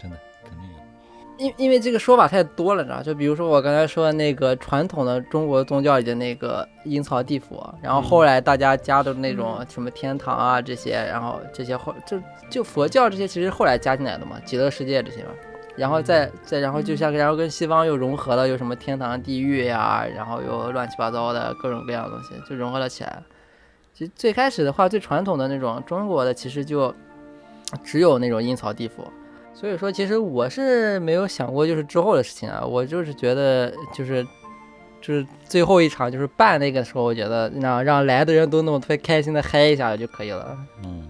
E: 真的肯定有。
A: 因因为这个说法太多了，你知道？就比如说我刚才说的那个传统的中国宗教里的那个阴曹地府，然后后来大家加的那种什么天堂啊这些，然后这些后就就佛教这些其实后来加进来的嘛，极乐世界这些嘛。然后再再然后就像然后跟西方又融合了，有什么天堂、地狱呀、然后又乱七八糟的各种各样的东西就融合了起来。其实最开始的话，最传统的那种中国的其实就只有那种阴曹地府，所以说，其实我是没有想过就是之后的事情啊，我就是觉得就是就是最后一场就是办那个时候，我觉得让让来的人都那么特别开心的嗨一下就可以了。
E: 嗯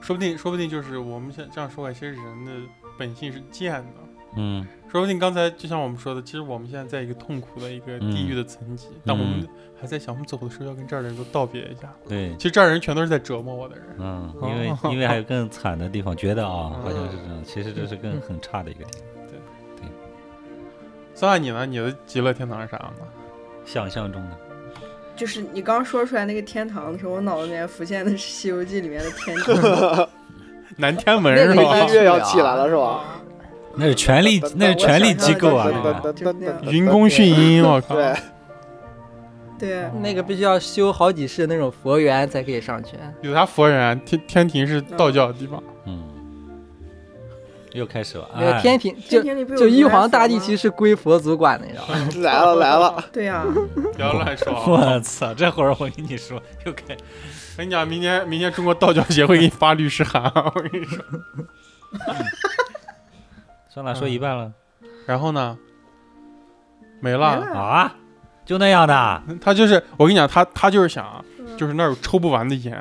B: 说不定说不定就是我们现这样说，其实人的本性是贱的。
E: 嗯
B: 说不定刚才就像我们说的，其实我们现在在一个痛苦的一个地狱的层级，但我们还在想，我们走的时候要跟这儿的人都道别一下。，
E: 对，
B: 其实这儿人全都是在折磨我的人。
E: 嗯，因为因 为还有更惨的地方，觉得啊，好像是这样，其实这是更
B: 嗯
E: 很差的一个地方。
B: 算算你呢？你的极乐天堂是啥样的？
E: 想象中的，
C: 就是你刚说出来那个天堂的时候，我脑子里面浮现的是《西游记》里面的天堂。
B: 南天门
A: 那个
B: 是
A: 应 该
B: 吧？
D: 音乐要起来了是吧？
E: 那是权啊力，那是权力机构啊，
D: 噔
E: 那个
D: 噔噔噔噔
B: 呃云公驯鹰，我靠！
D: 对，
C: 对，
E: 嗯
A: 那个必须要修好几世那种佛缘才可以上去。
B: 有啥佛人？天天庭是道教的地方。
E: 嗯，又开始了，
A: 那个
E: 哎
A: 天庭就
C: 天庭里不有
A: 就玉
C: 如来
A: 皇大
C: 佛
A: 帝
C: 吗
A: 其实归佛祖管的，你知道 吗？
D: 来了来了，
C: 对啊 呀、
B: 不要乱 说啊！
E: 我操，这会儿我跟你说，又开，
B: 我跟你讲，明天明天中国道教协会给你发律师函 啊，我跟你说。
E: 算了，说一半了
B: 然后呢？没
C: 没
B: 了。
C: 了
E: 啊，就那样的，
B: 他就是我跟你讲，他他就是想，就是那儿有抽不完的烟，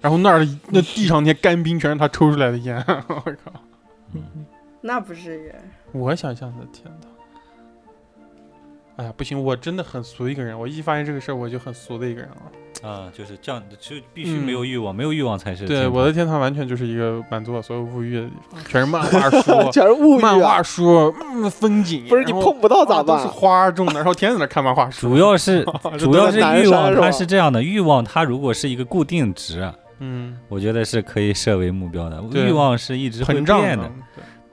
B: 然后那儿的那地上那些干冰全是他抽出来的烟。 我靠！
C: 那不至于。
B: 我想象的天堂，哎呀，不行，我真的很俗一个人。我一发现这个事儿，我就很俗的一个人了。
E: 啊，就是这样，就必须没有欲望，没有欲望才是
B: 对，
E: 天
B: 我
E: 堂
B: 的天堂完全就是一个满足我所有物欲的地方，全是漫画书、
D: 全是物
B: 漫
D: 欲啊
B: 画！书、嗯、风景。
D: 不是你
B: 然后
D: 碰不到
B: 啊
D: 咋
B: 都是
D: 办？
B: 花种的，然后天天在那看漫画书。
E: 主 要 是主要是欲望，
D: 是吧
E: 它是这样的，欲望它如果是一个固定值，
B: 嗯，
E: 我觉得是可以设为目标的。
B: 对
E: 欲望是一直会
B: 膨胀
E: 变的，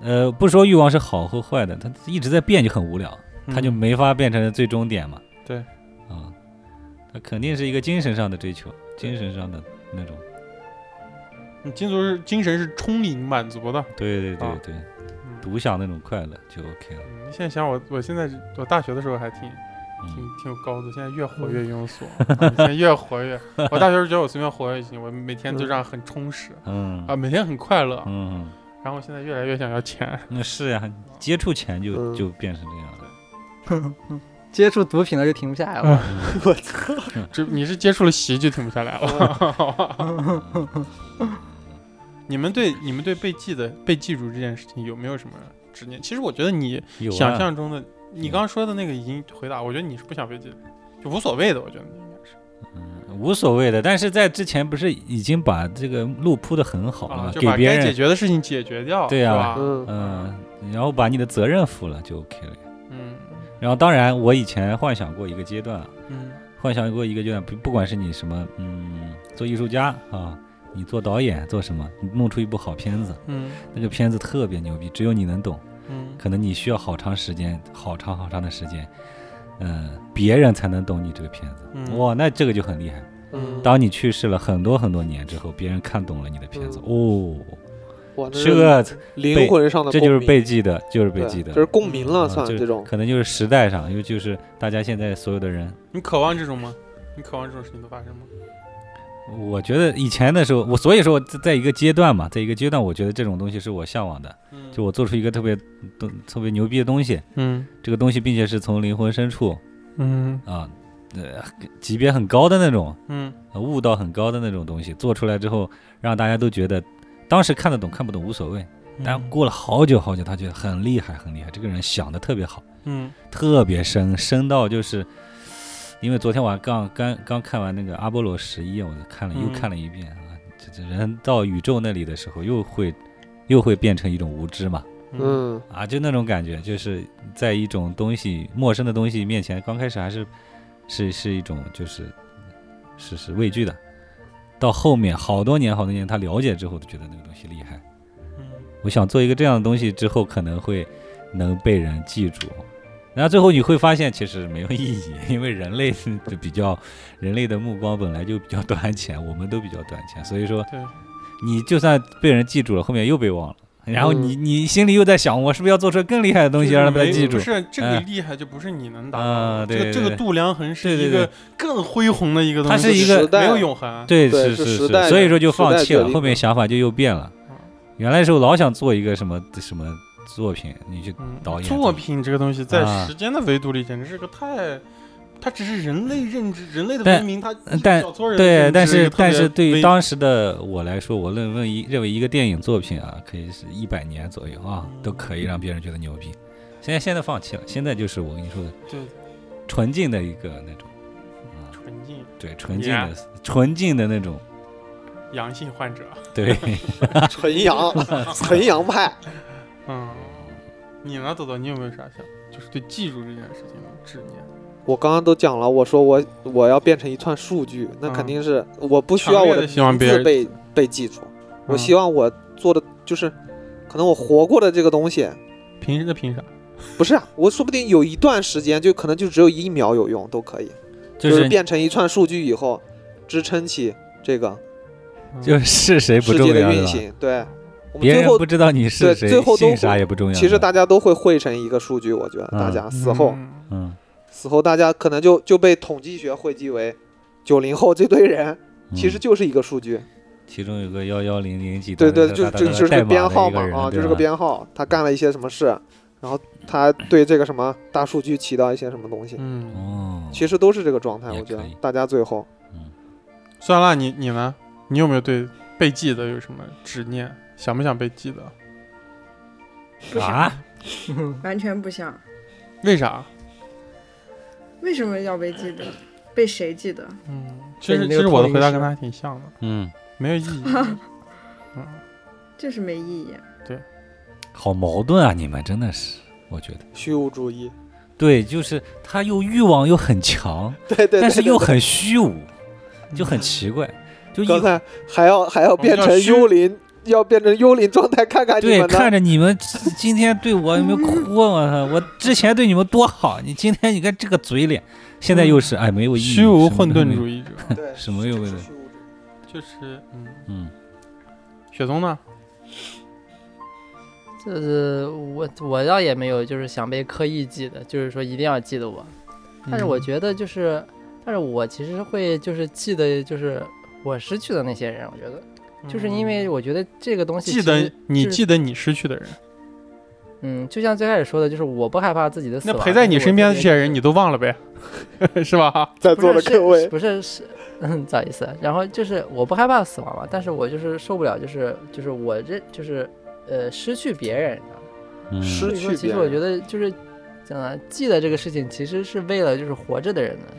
E: 呃，不说欲望是好和坏的，它一直在变就很无聊，
B: 对
E: 它就没法变成最终点嘛。
B: 对
E: 啊，它肯定是一个精神上的追求，精神上的那种。
B: 嗯精足是精神是充盈满足的。
E: 对对对
B: 啊
E: 对，
B: 嗯
E: 独享那种快乐就 OK 了。
B: 嗯，你现在想我，我现在我大学的时候还挺挺
E: 嗯，
B: 挺有高度，现在越活越庸俗，啊现在越活 越。我大学时候觉得我随便活跃就行，我每天就这样很充实
E: 嗯
B: 啊，每天很快乐。
E: 嗯，
B: 然后现在越来越想要钱，
E: 那是呀、接触前就
D: 嗯
E: 就变成这样了。
A: 接触毒品了就停不下来
B: 嗯
A: 了。
D: 我操！
B: 这你是接触了席就停不下来
D: 啊
B: 了。 你们对你们对被记的被记住这件事情有没有什么执念？其实我觉得你
E: 有啊
B: 想象中的，你刚刚说的那个已经回答，我觉得你是不想被记的，就无所谓的，我觉得你应该是
E: 无所谓的，但是在之前不是已经把这个路铺的很好了吗，
B: 啊，就
E: 给
B: 把
E: 别
B: 该解
E: 人，
B: 决的事情解决掉，
E: 对
B: 是
E: 啊
B: 吧？
D: 嗯
E: 嗯，然后把你的责任负了就 OK 了。
B: 嗯
E: 然后当然，我以前幻想过一个阶段，啊，
B: 嗯
E: 幻想过一个阶段，不不管是你什么，嗯，做艺术家啊，你做导演做什么，你弄出一部好片子，
B: 嗯
E: 那个片子特别牛逼，只有你能懂，
B: 嗯
E: 可能你需要好长时间，好长好长的时间，嗯，别人才能懂你这个片子。
B: 嗯，
E: 哇，那这个就很厉害。
D: 嗯，
E: 当你去世了很多很多年之后，别人看懂了你的片子，哦，
D: 我嗯那
E: 这
D: 是
E: 个
D: 灵魂上的
E: 这就是
D: 共鸣
E: 被记的，就是被
D: 对
E: 记的，
D: 这是共鸣
E: 啊
D: 了，算
E: 就是
D: 这种。
E: 可能就是时代上，因为就是大家现在所有的人，
B: 你渴望这种吗？你渴望这种事情都发生吗？
E: 我觉得以前的时候，我所以说我在在一个阶段嘛，在一个阶段，我觉得这种东西是我向往的，
B: 嗯
E: 就我做出一个特别东特别牛逼的东西，
B: 嗯
E: 这个东西并且是从灵魂深处
B: 嗯
E: 啊，呃，级别很高的那种，
B: 嗯
E: 呃悟到很高的那种东西，做出来之后，让大家都觉得，当时看得懂看不懂无所谓，但
B: 嗯
E: 过了好久好久，他觉得很厉害很厉害，这个人想的特别好。
B: 嗯
E: 特别深，深到就是，因为昨天晚上刚刚刚看完那个《阿波罗十一》，我看了又
B: 嗯
E: 看了一遍啊。这这人到宇宙那里的时候，又会又会变成一种无知嘛
B: 嗯
D: 嗯
E: 啊，就那种感觉，就是在一种东西陌生的东西面前，刚开始还是是是一种就是是是畏惧的，到后面好多年好多年，他了解之后，就觉得那个东西厉害。
B: 嗯
E: 我想做一个这样的东西之后，可能会能被人记住。然后最后你会发现，其实没有意义，因为人类是比较， 人类的目光本来就比较短浅，我们都比较短浅，所以说
B: 对，
E: 你就算被人记住了，后面又被忘了，然后你你心里又在想，我是不是要做出更厉害的东西
B: 就是
E: 让他
B: 没
E: 记住
B: 不？是这个
E: 嗯
B: 厉害，就不是你能达
E: 啊
B: 到的。这
E: 对
B: 个这个
E: 对
B: 度量衡是
E: 对对
B: 一个更恢宏的一个东西，
E: 它是一个
D: 时代
B: 没有永恒。
E: 对，
D: 对
E: 是
D: 是
E: 是
D: 时代的
E: 所以说就放
D: 时代
E: 弃
D: 决
E: 了，
D: 定
E: 后面
D: 的
E: 想法就又变了
B: 嗯。
E: 原来的时候老想做一个什么什么作品，你去
B: 嗯
E: 导演
B: 作品这个东西，在
E: 啊
B: 时间的维度里，简直是个太，它只是人类认知、人类的
E: 但
B: 文明，它
E: 呃但
B: 小撮人的
E: 对，
B: 认
E: 但
B: 知一
E: 是
B: 个特
E: 但
B: 别
E: 是对于
B: 微
E: 当时的我来说，我认为一认为一个电影作品啊，可以是一百年左右啊，都可以让别人觉得牛逼。现在现在放弃了，现在就是我跟你说的
B: 对
E: 纯净的一个那种，啊，
B: 纯净
E: 对，纯净的纯净的那种，
B: 阳性患者，
E: 对，
D: 嗯纯阳，纯阳派。
B: 嗯，你呢，豆豆，你有没有啥想，就是对记住这件事情的执念？
D: 我刚刚都讲了，我说我我要变成一串数据，那
B: 嗯
D: 肯定是我不需要我
B: 强烈
D: 的
B: 地希望
D: 名
B: 别
D: 字
B: 人嗯
D: 被被记住，
E: 嗯
D: 我希
B: 望
D: 望我做的就是，可能我活过的这个东西，
B: 凭那凭啥？
D: 不是啊，我说不定有一段时间就可能就只有一秒有用都可以，
E: 就
D: 就是
E: 是
D: 变成一串数据以后，支撑起这个
E: 就是是谁不
D: 世
E: 重
D: 界的
E: 要
D: 运
E: 吧？
D: 行。对，我们
E: 别
D: 最
E: 人
D: 后
E: 不知道你是
D: 对
E: 谁
D: 最后，都
E: 姓啥也不重要。
D: 其实大家都会汇成一个数据，我觉得大家死后
B: 嗯
E: 嗯，
D: 死后大家可能就就被统计学汇集为九零后这堆人，
E: 嗯
D: 其实就是一个数据。
E: 其中有个幺幺零零几，
D: 对对，
E: 哒
D: 就
E: 哒哒
D: 就
E: 哒
D: 就是
E: 代
D: 个
E: 码
D: 编
E: 的
D: 号
E: 一个
D: 嘛，
E: 人
D: 啊，
E: 对
D: 就是个
E: 吧
D: 编号，他干了一些什么事，然后他对这个什么大数据起到一些什么东西，
B: 嗯，
E: 哦，
D: 其实都是这个状态。
E: 也
D: 我觉得
E: 可以
D: 大家最后
B: 算了，你你呢？你有没有对被记得有什么执念？想不想被记得？
C: 不想，
E: 啊，
C: 完全不想。
B: 为啥？
C: 为什么要被记得？被谁记得？
B: 嗯，其
A: 对
B: 实
A: 你
B: 其
A: 那个
B: 实我的
A: 通灵
B: 回答
A: 师
B: 跟他还挺像的，
E: 嗯，
B: 没有意义。
C: 就是没意义。
E: 好矛盾啊，你们真的是，我觉得。
D: 虚无主义，
E: 对，就是他又欲望又很强，
D: 对对对，
E: 但是
D: 对
E: 又
D: 对嗯
E: 很虚无，就很奇怪，就
D: 刚
E: 一
D: 才还要还要变
B: 要
D: 成
B: 虚
D: 幽灵，要变成幽灵状态，看看你
E: 对
D: 们
E: 看
D: 呢。
E: 着你们今今天对我有没有哭啊？我操，我之前对你们多好，你今天你看这个嘴脸，现在
D: 嗯
E: 又是哎没有意义，
B: 虚无
E: 什么
B: 混
E: 都没
B: 沌
E: 有
B: 主义者，
D: 对
E: 什么又
D: 这
E: 为
D: 是
E: 了
D: 虚无主义
B: 就是嗯，
E: 嗯，
B: 雪松呢？
A: 就是 我我倒也没有就是想被刻意记得，就是说一定要记得我。但是我
B: 嗯
A: 觉得就是，但是我其实会就是记得就是我失去的那些人，我觉得就是因为
B: 嗯
A: 我觉得这个东西
B: 记
A: 其
B: 得
A: 实
B: 你
A: 就是
B: 记得你失去的人，
A: 嗯，就像最开始说的，就是我不害怕自己的死
B: 那
A: 亡
B: 陪在你身边的这些人，你
A: 就
B: 都忘了呗，是吧？
D: 在
A: 是我特别不是
D: 座的
A: 是
D: 各位，
A: 不是是。嗯， 咋意思？然后就是我不害怕死亡嘛，但是我就是受不了，就是就是我这就是呃失去别人，你知道吗
E: 嗯
D: 失
A: 所以说，
D: 去
A: 其
D: 别
A: 实我
D: 人
A: 觉得就是怎么讲记得这个事情，其实是为了就是活着的人的。
D: 嗯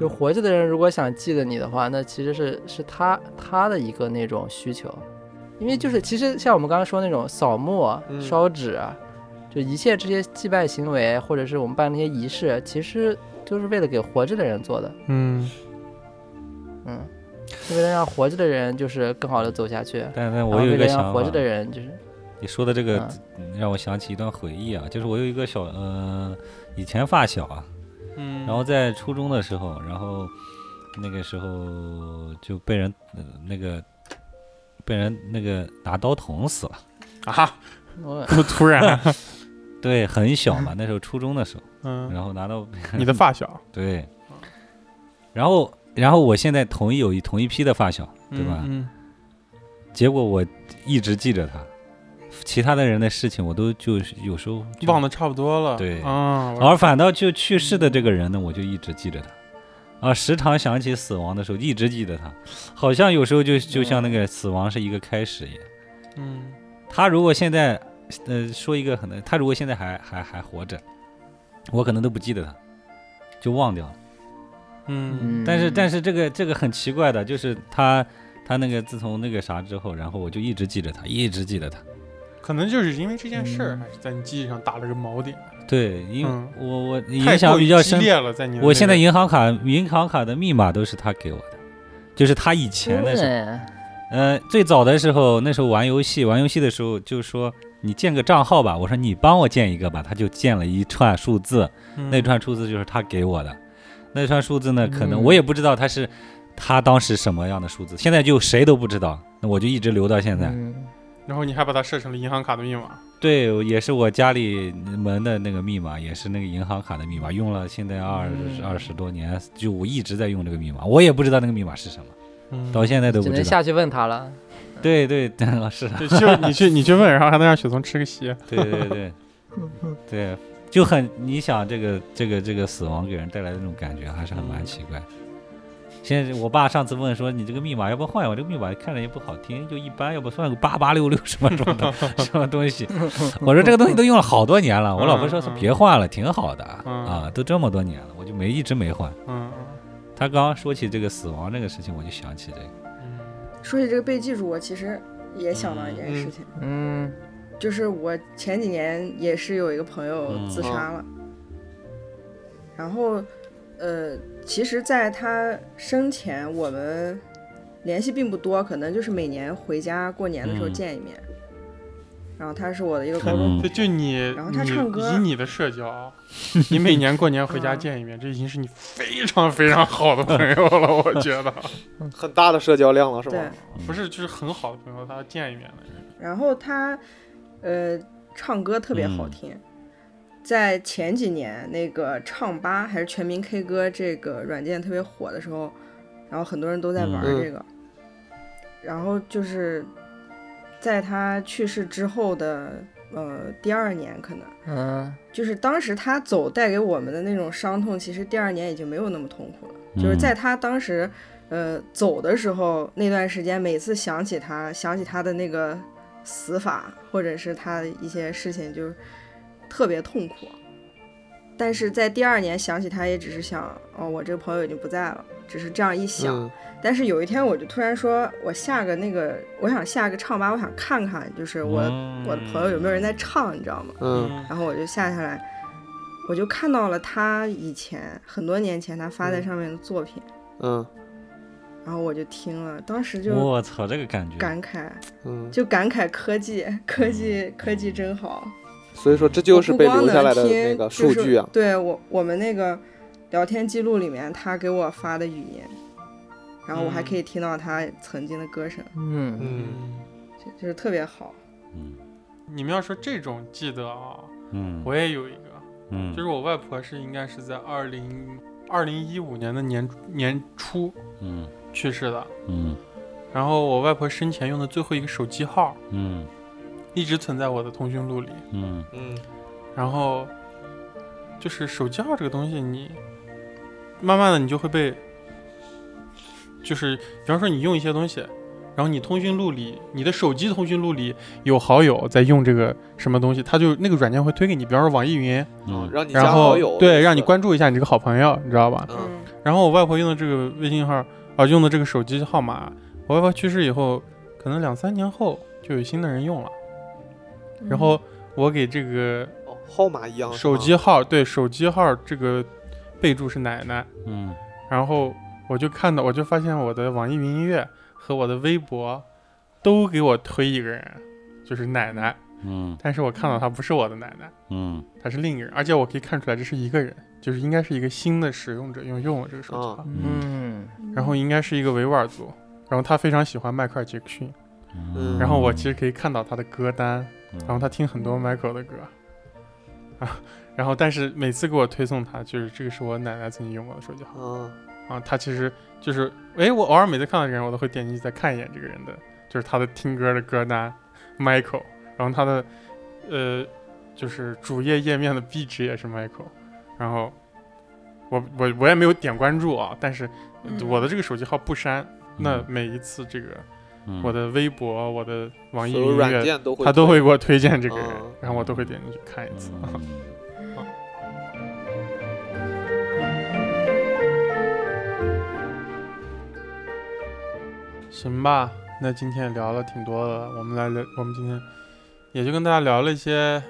A: 就活着的人如果想记得你的话，那其实是是他他的一个那种需求，因为就是其实像我们刚刚说那种扫墓啊、
D: 嗯
A: 烧纸啊，就一切这些祭拜行为，啊或者是我们办那些仪式，啊其实就是为了给活着的人做的，
B: 嗯，
A: 嗯，是为了让活着的人就是更好的走下去，
E: 但但
A: 然
E: 我
A: 后
E: 有
A: 为
E: 一
A: 了
E: 个想
A: 让活
E: 法
A: 着，的人就是
E: 你说的这个
A: 嗯
E: 让我想起一段回忆啊，就是我有一个小呃以前发小啊，
B: 嗯
E: 然后在初中的时候，然后那个时候就被人、呃那个被人那个拿刀捅死了。
B: 啊，
A: 嗯我
B: 这么突然，
E: 对，很小嘛，那时候初中的时候，
B: 嗯，
E: 然后拿到
B: 你的发小，
E: 对，然后然后我现在同一有一同一批的发小，对吧？
B: 嗯
E: 结果我一直记着他，其他的人的事情我都就是有时候
B: 嗯忘
E: 了，
B: 的差不多了，
E: 对
B: 啊，我
E: 而反倒就去世的这个人呢，我就一直记着他。啊，时常想起死亡的时候，一直记得他，好像有时候就就像那个死亡是一个开始一样。
B: 嗯
E: 他如果现在，呃，说一个可能，他如果现在还还还活着，我可能都不记得他，就忘掉了。
B: 嗯
A: 嗯，
E: 但是但是这个这个很奇怪的，就是他他那个自从那个啥之后，然后我就一直记着他，一直记得他。
B: 可能就是因为这件事儿，
A: 嗯
B: 还是在你记忆上打了个锚点，
E: 对，因为
B: 嗯
E: 我我
B: 太
E: 影
B: 过
E: 响
B: 于
E: 比较
B: 激
E: 深，
B: 烈了，在你的
E: 我
B: 那
E: 现在
B: 个
E: 银行卡银行卡的密码都是他给我的，就是他以前的时候，
A: 对
E: 呃，最早的时候那时候玩游戏玩游戏的时候就说你建个账号吧，我说你帮我建一个吧，他就建了一串数字，
B: 嗯
E: 那串数字就是他给我的，那串数字呢，可能
A: 嗯
E: 我也不知道他是他当时什么样的数字，现在就谁都不知道，那我就一直留到现在。
A: 嗯
B: 然后你还把它设成了银行卡的密码，
E: 对，也是我家里门的那个密码，也是那个银行卡的密码，用了现在二
A: 嗯
E: 二十多年，就我一直在用这个密码，我也不知道那个密码是什么，
B: 嗯
E: 到现在都
A: 只
E: 不
A: 能
E: 知道。
A: 下去问他了。
E: 对对， 对是 的，
B: 对，就你去你去问，然后还能让雪松吃个席，
E: 对对对
C: 嗯
E: 对，就很你想这个这个这个死亡给人带来的那种感觉，还是很蛮
B: 嗯
E: 奇怪。现在我爸上次问说你这个密码要不要换，我这个密码看着也不好听，就一般，要不算个八八六六什么什 么的什么东西。我说这个东西都用了好多年了，我
C: 嗯
E: 老婆说是别换了，挺好的
B: 嗯
E: 啊，都这么多年了，我就没一直没换。
B: 嗯
E: 他刚刚说起这个死亡这个事情，我就想起这个，
B: 嗯
C: 说起这个被记住，我其实也想到一件事情，
A: 嗯，
C: 就是我前几年也是有一个朋友
E: 嗯
C: 自杀了，然后，呃，其实，在他生前我们联系并不多，可能就是每年回家过年的时候
E: 嗯
C: 见一面。然后他是我的一个高中
E: 嗯
B: 嗯，就就你
C: 然后他
B: 你
C: 唱歌嗯
B: 以你的社交，你每年过年回家见一面，这已经是你非常非常好的朋友了， 我觉得
D: 很大的社交量了，是
C: 对
D: 吗？，
B: 不是就是很好的朋友，他见一面的人，
C: 然后他，呃，唱歌特别好
E: 嗯
C: 听。在前几年那个唱吧还是全民 K 歌这个软件特别火的时候，然后很多人都在玩
D: 嗯
C: 这个。然后就是在他去世之后的呃第二年，可能
A: 嗯，
C: 就是当时他走带给我们的那种伤痛，其实第二年已经没有那么痛苦了。就是在他当时，呃，走的时候那段时间，每次想起他，想起他的那个死法，或者是他的一些事情，就是特别痛苦。但是在第二年想起他，也只是想，哦，我这个朋友已经不在了，只是这样一想。
D: 嗯
C: 但是有一天，我就突然说，我下个那个，我想下个唱吧，我想看看，就是我、
E: 嗯
C: 我的朋友有没有人在唱，你知道吗？
D: 嗯
C: 然后我就下下来，我就看到了他以前很多年前他发在上面的作品，
D: 嗯
C: 然后我就听了，当时就
E: 我操，这个感觉，
C: 感慨，
D: 嗯，
C: 就感慨科技，科技，科技真好。
D: 所以说这嗯就是被留下来的
C: 我不光能
D: 那
C: 听
D: 个数据
C: 就。是、
D: 啊
C: 对我我们那个聊天记录里面，他给我发的语音，然后我还可以听到他曾经的歌声，
A: 嗯，
D: 嗯，
C: 就就是特别好。
E: 嗯
B: 你们要说这种记得啊，
E: 嗯，
B: 我也有一个，
E: 嗯
B: 就是我外婆是应该是在二零二零一五年的年年初
E: 嗯
B: 去世的，
E: 嗯
B: 然后我外婆生前用的最后一个手机号
E: 嗯
B: 一直存在我的通讯录里，
E: 嗯
D: 嗯
B: 然后就是手机号这个东西你，慢慢的你就会被，就是比方说你用一些东西，然后你通讯录里，你的手机通讯录里有好友在用这个什么东西，他就那个软件会推给你，比方说网易云，
D: 嗯，
E: 嗯
D: 让你加
B: 然
D: 好
B: 后
D: 友，
B: 对，让你关注一下你这个好朋友，你知道吧？
D: 嗯，
B: 然后我外婆用的这个微信号啊、用的这个手机号码，我外婆去世以后，可能两三年后就有新的人用了，
C: 嗯，
B: 然后我给这个
D: 哦号码一样，是
B: 手
D: 吗
B: 机号对手机号这个备注是奶奶，
E: 嗯
B: 然后我就看到我就发现我的网易云音乐和我的微博都给我推一个人，就是奶奶，
E: 嗯
B: 但是我看到她不是我的奶奶，
E: 嗯
B: 她是另一个人，而且我可以看出来这是一个人，就是应该是一个新的使用者用用了这个手机号，
A: 嗯，
B: 然后应该是一个维吾尔族，然后他非常喜欢迈克尔杰克逊，
D: 嗯
B: 然后我其实可以看到他的歌单，然后他听很多
C: 嗯
B: Michael 的歌，啊，然后但是每次给我推送他，就是这个是我奶奶曾经用过的手机号
D: 啊，
B: 啊，他其实就是，哎，我偶尔每次看到这个人，我都会点进去再看一眼这个人的，就是他的听歌的歌单，Michael，然后他的呃，就是主页页面的壁纸也是 Michael，然后我我我也没有点关注啊，但是
C: 嗯
B: 我的这个手机号不删，
E: 嗯
B: 那每一次这个我
E: 的
B: 的微博、我的网易
D: 所有
B: 云音
D: 软
B: 乐
D: 件都会
B: 他都会给我推荐这个人，
D: 哦
B: 然后我都会点进去看一次。
E: 嗯
B: 行吧，那今天聊了挺多的，我们来聊，我们今天也就跟大家聊了一些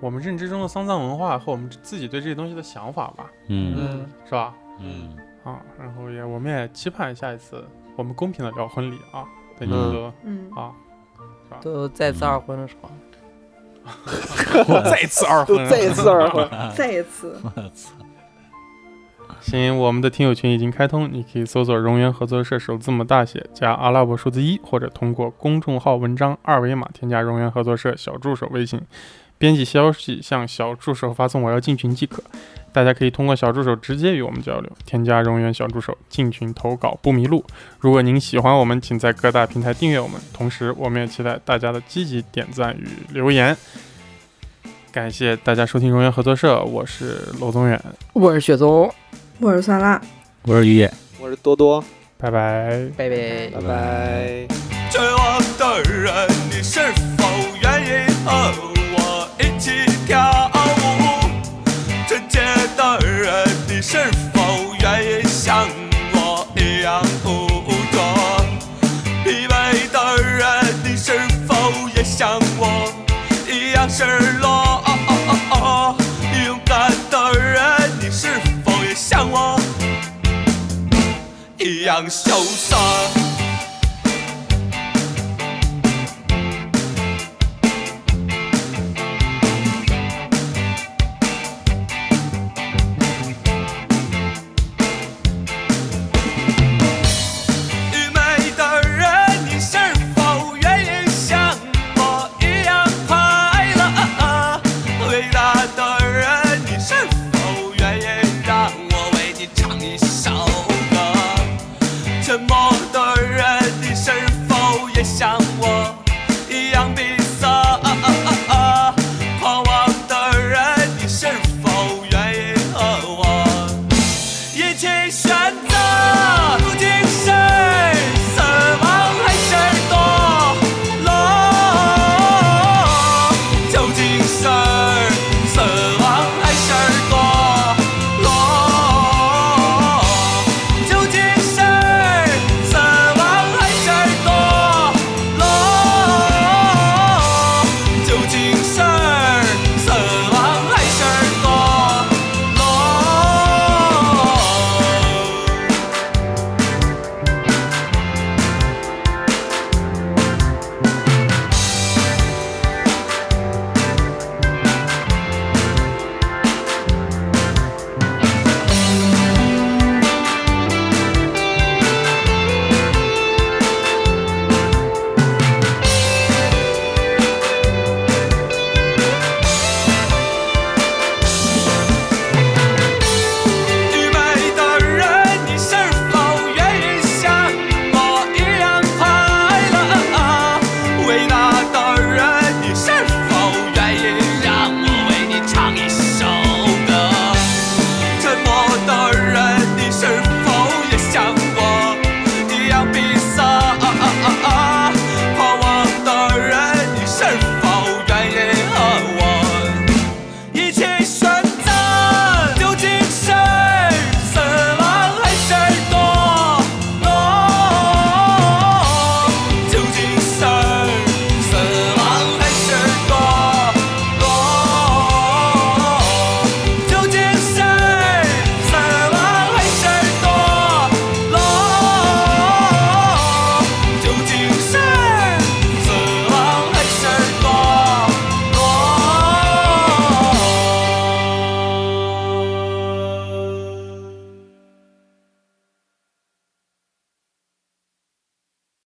B: 我们认知中的丧葬文化和我们自己对这些东西的想法吧，
E: 嗯
D: 嗯
B: 是吧？
E: 嗯
B: 啊，然后也我们也期盼下一次我们公平的聊婚礼啊，对你们
D: 嗯
B: 都、
C: 嗯，
B: 啊，
A: 都再次二婚的时候，
B: 再次二
D: 都
B: 婚，
D: 嗯
B: 啊
D: 再一次二 婚，
C: 再一次，
B: 行，我们的听友群已经开通，你可以搜索“荣源合作社”首字母大写加阿拉伯数字一，或者通过公众号文章二维码添加“荣源合作社”小助手微信，编辑消息向小助手发送“我要进群”即可。大家可以通过小助手直接与我们交流，添加荣源小助手进群投稿不迷路。如果您喜欢我们，请在各大平台订阅我们，同时我们也期待大家的积极点赞与留言。感谢大家收听荣源合作社，我是娄宗远，
A: 我是雪宗，
C: 我是酸辣。
E: 我是于野。
D: 我是多多，
B: 拜拜。
A: 拜拜。
D: 拜拜。
F: 这样的人，你是否愿意和我一起跳舞？纯洁的人，你是否愿意像我一样捕捉？疲惫的人，你是否也像我一样失落？哦勇敢的人，你是否也像我一样潇洒？愚昧的人，你是否愿意像我一样快乐？伟啊大的人，你是否愿意让我为你唱一首歌？沉默的人，你是否也像我一样闭塞？狂妄的人，你是否愿意和我一起选择？啊 Oh.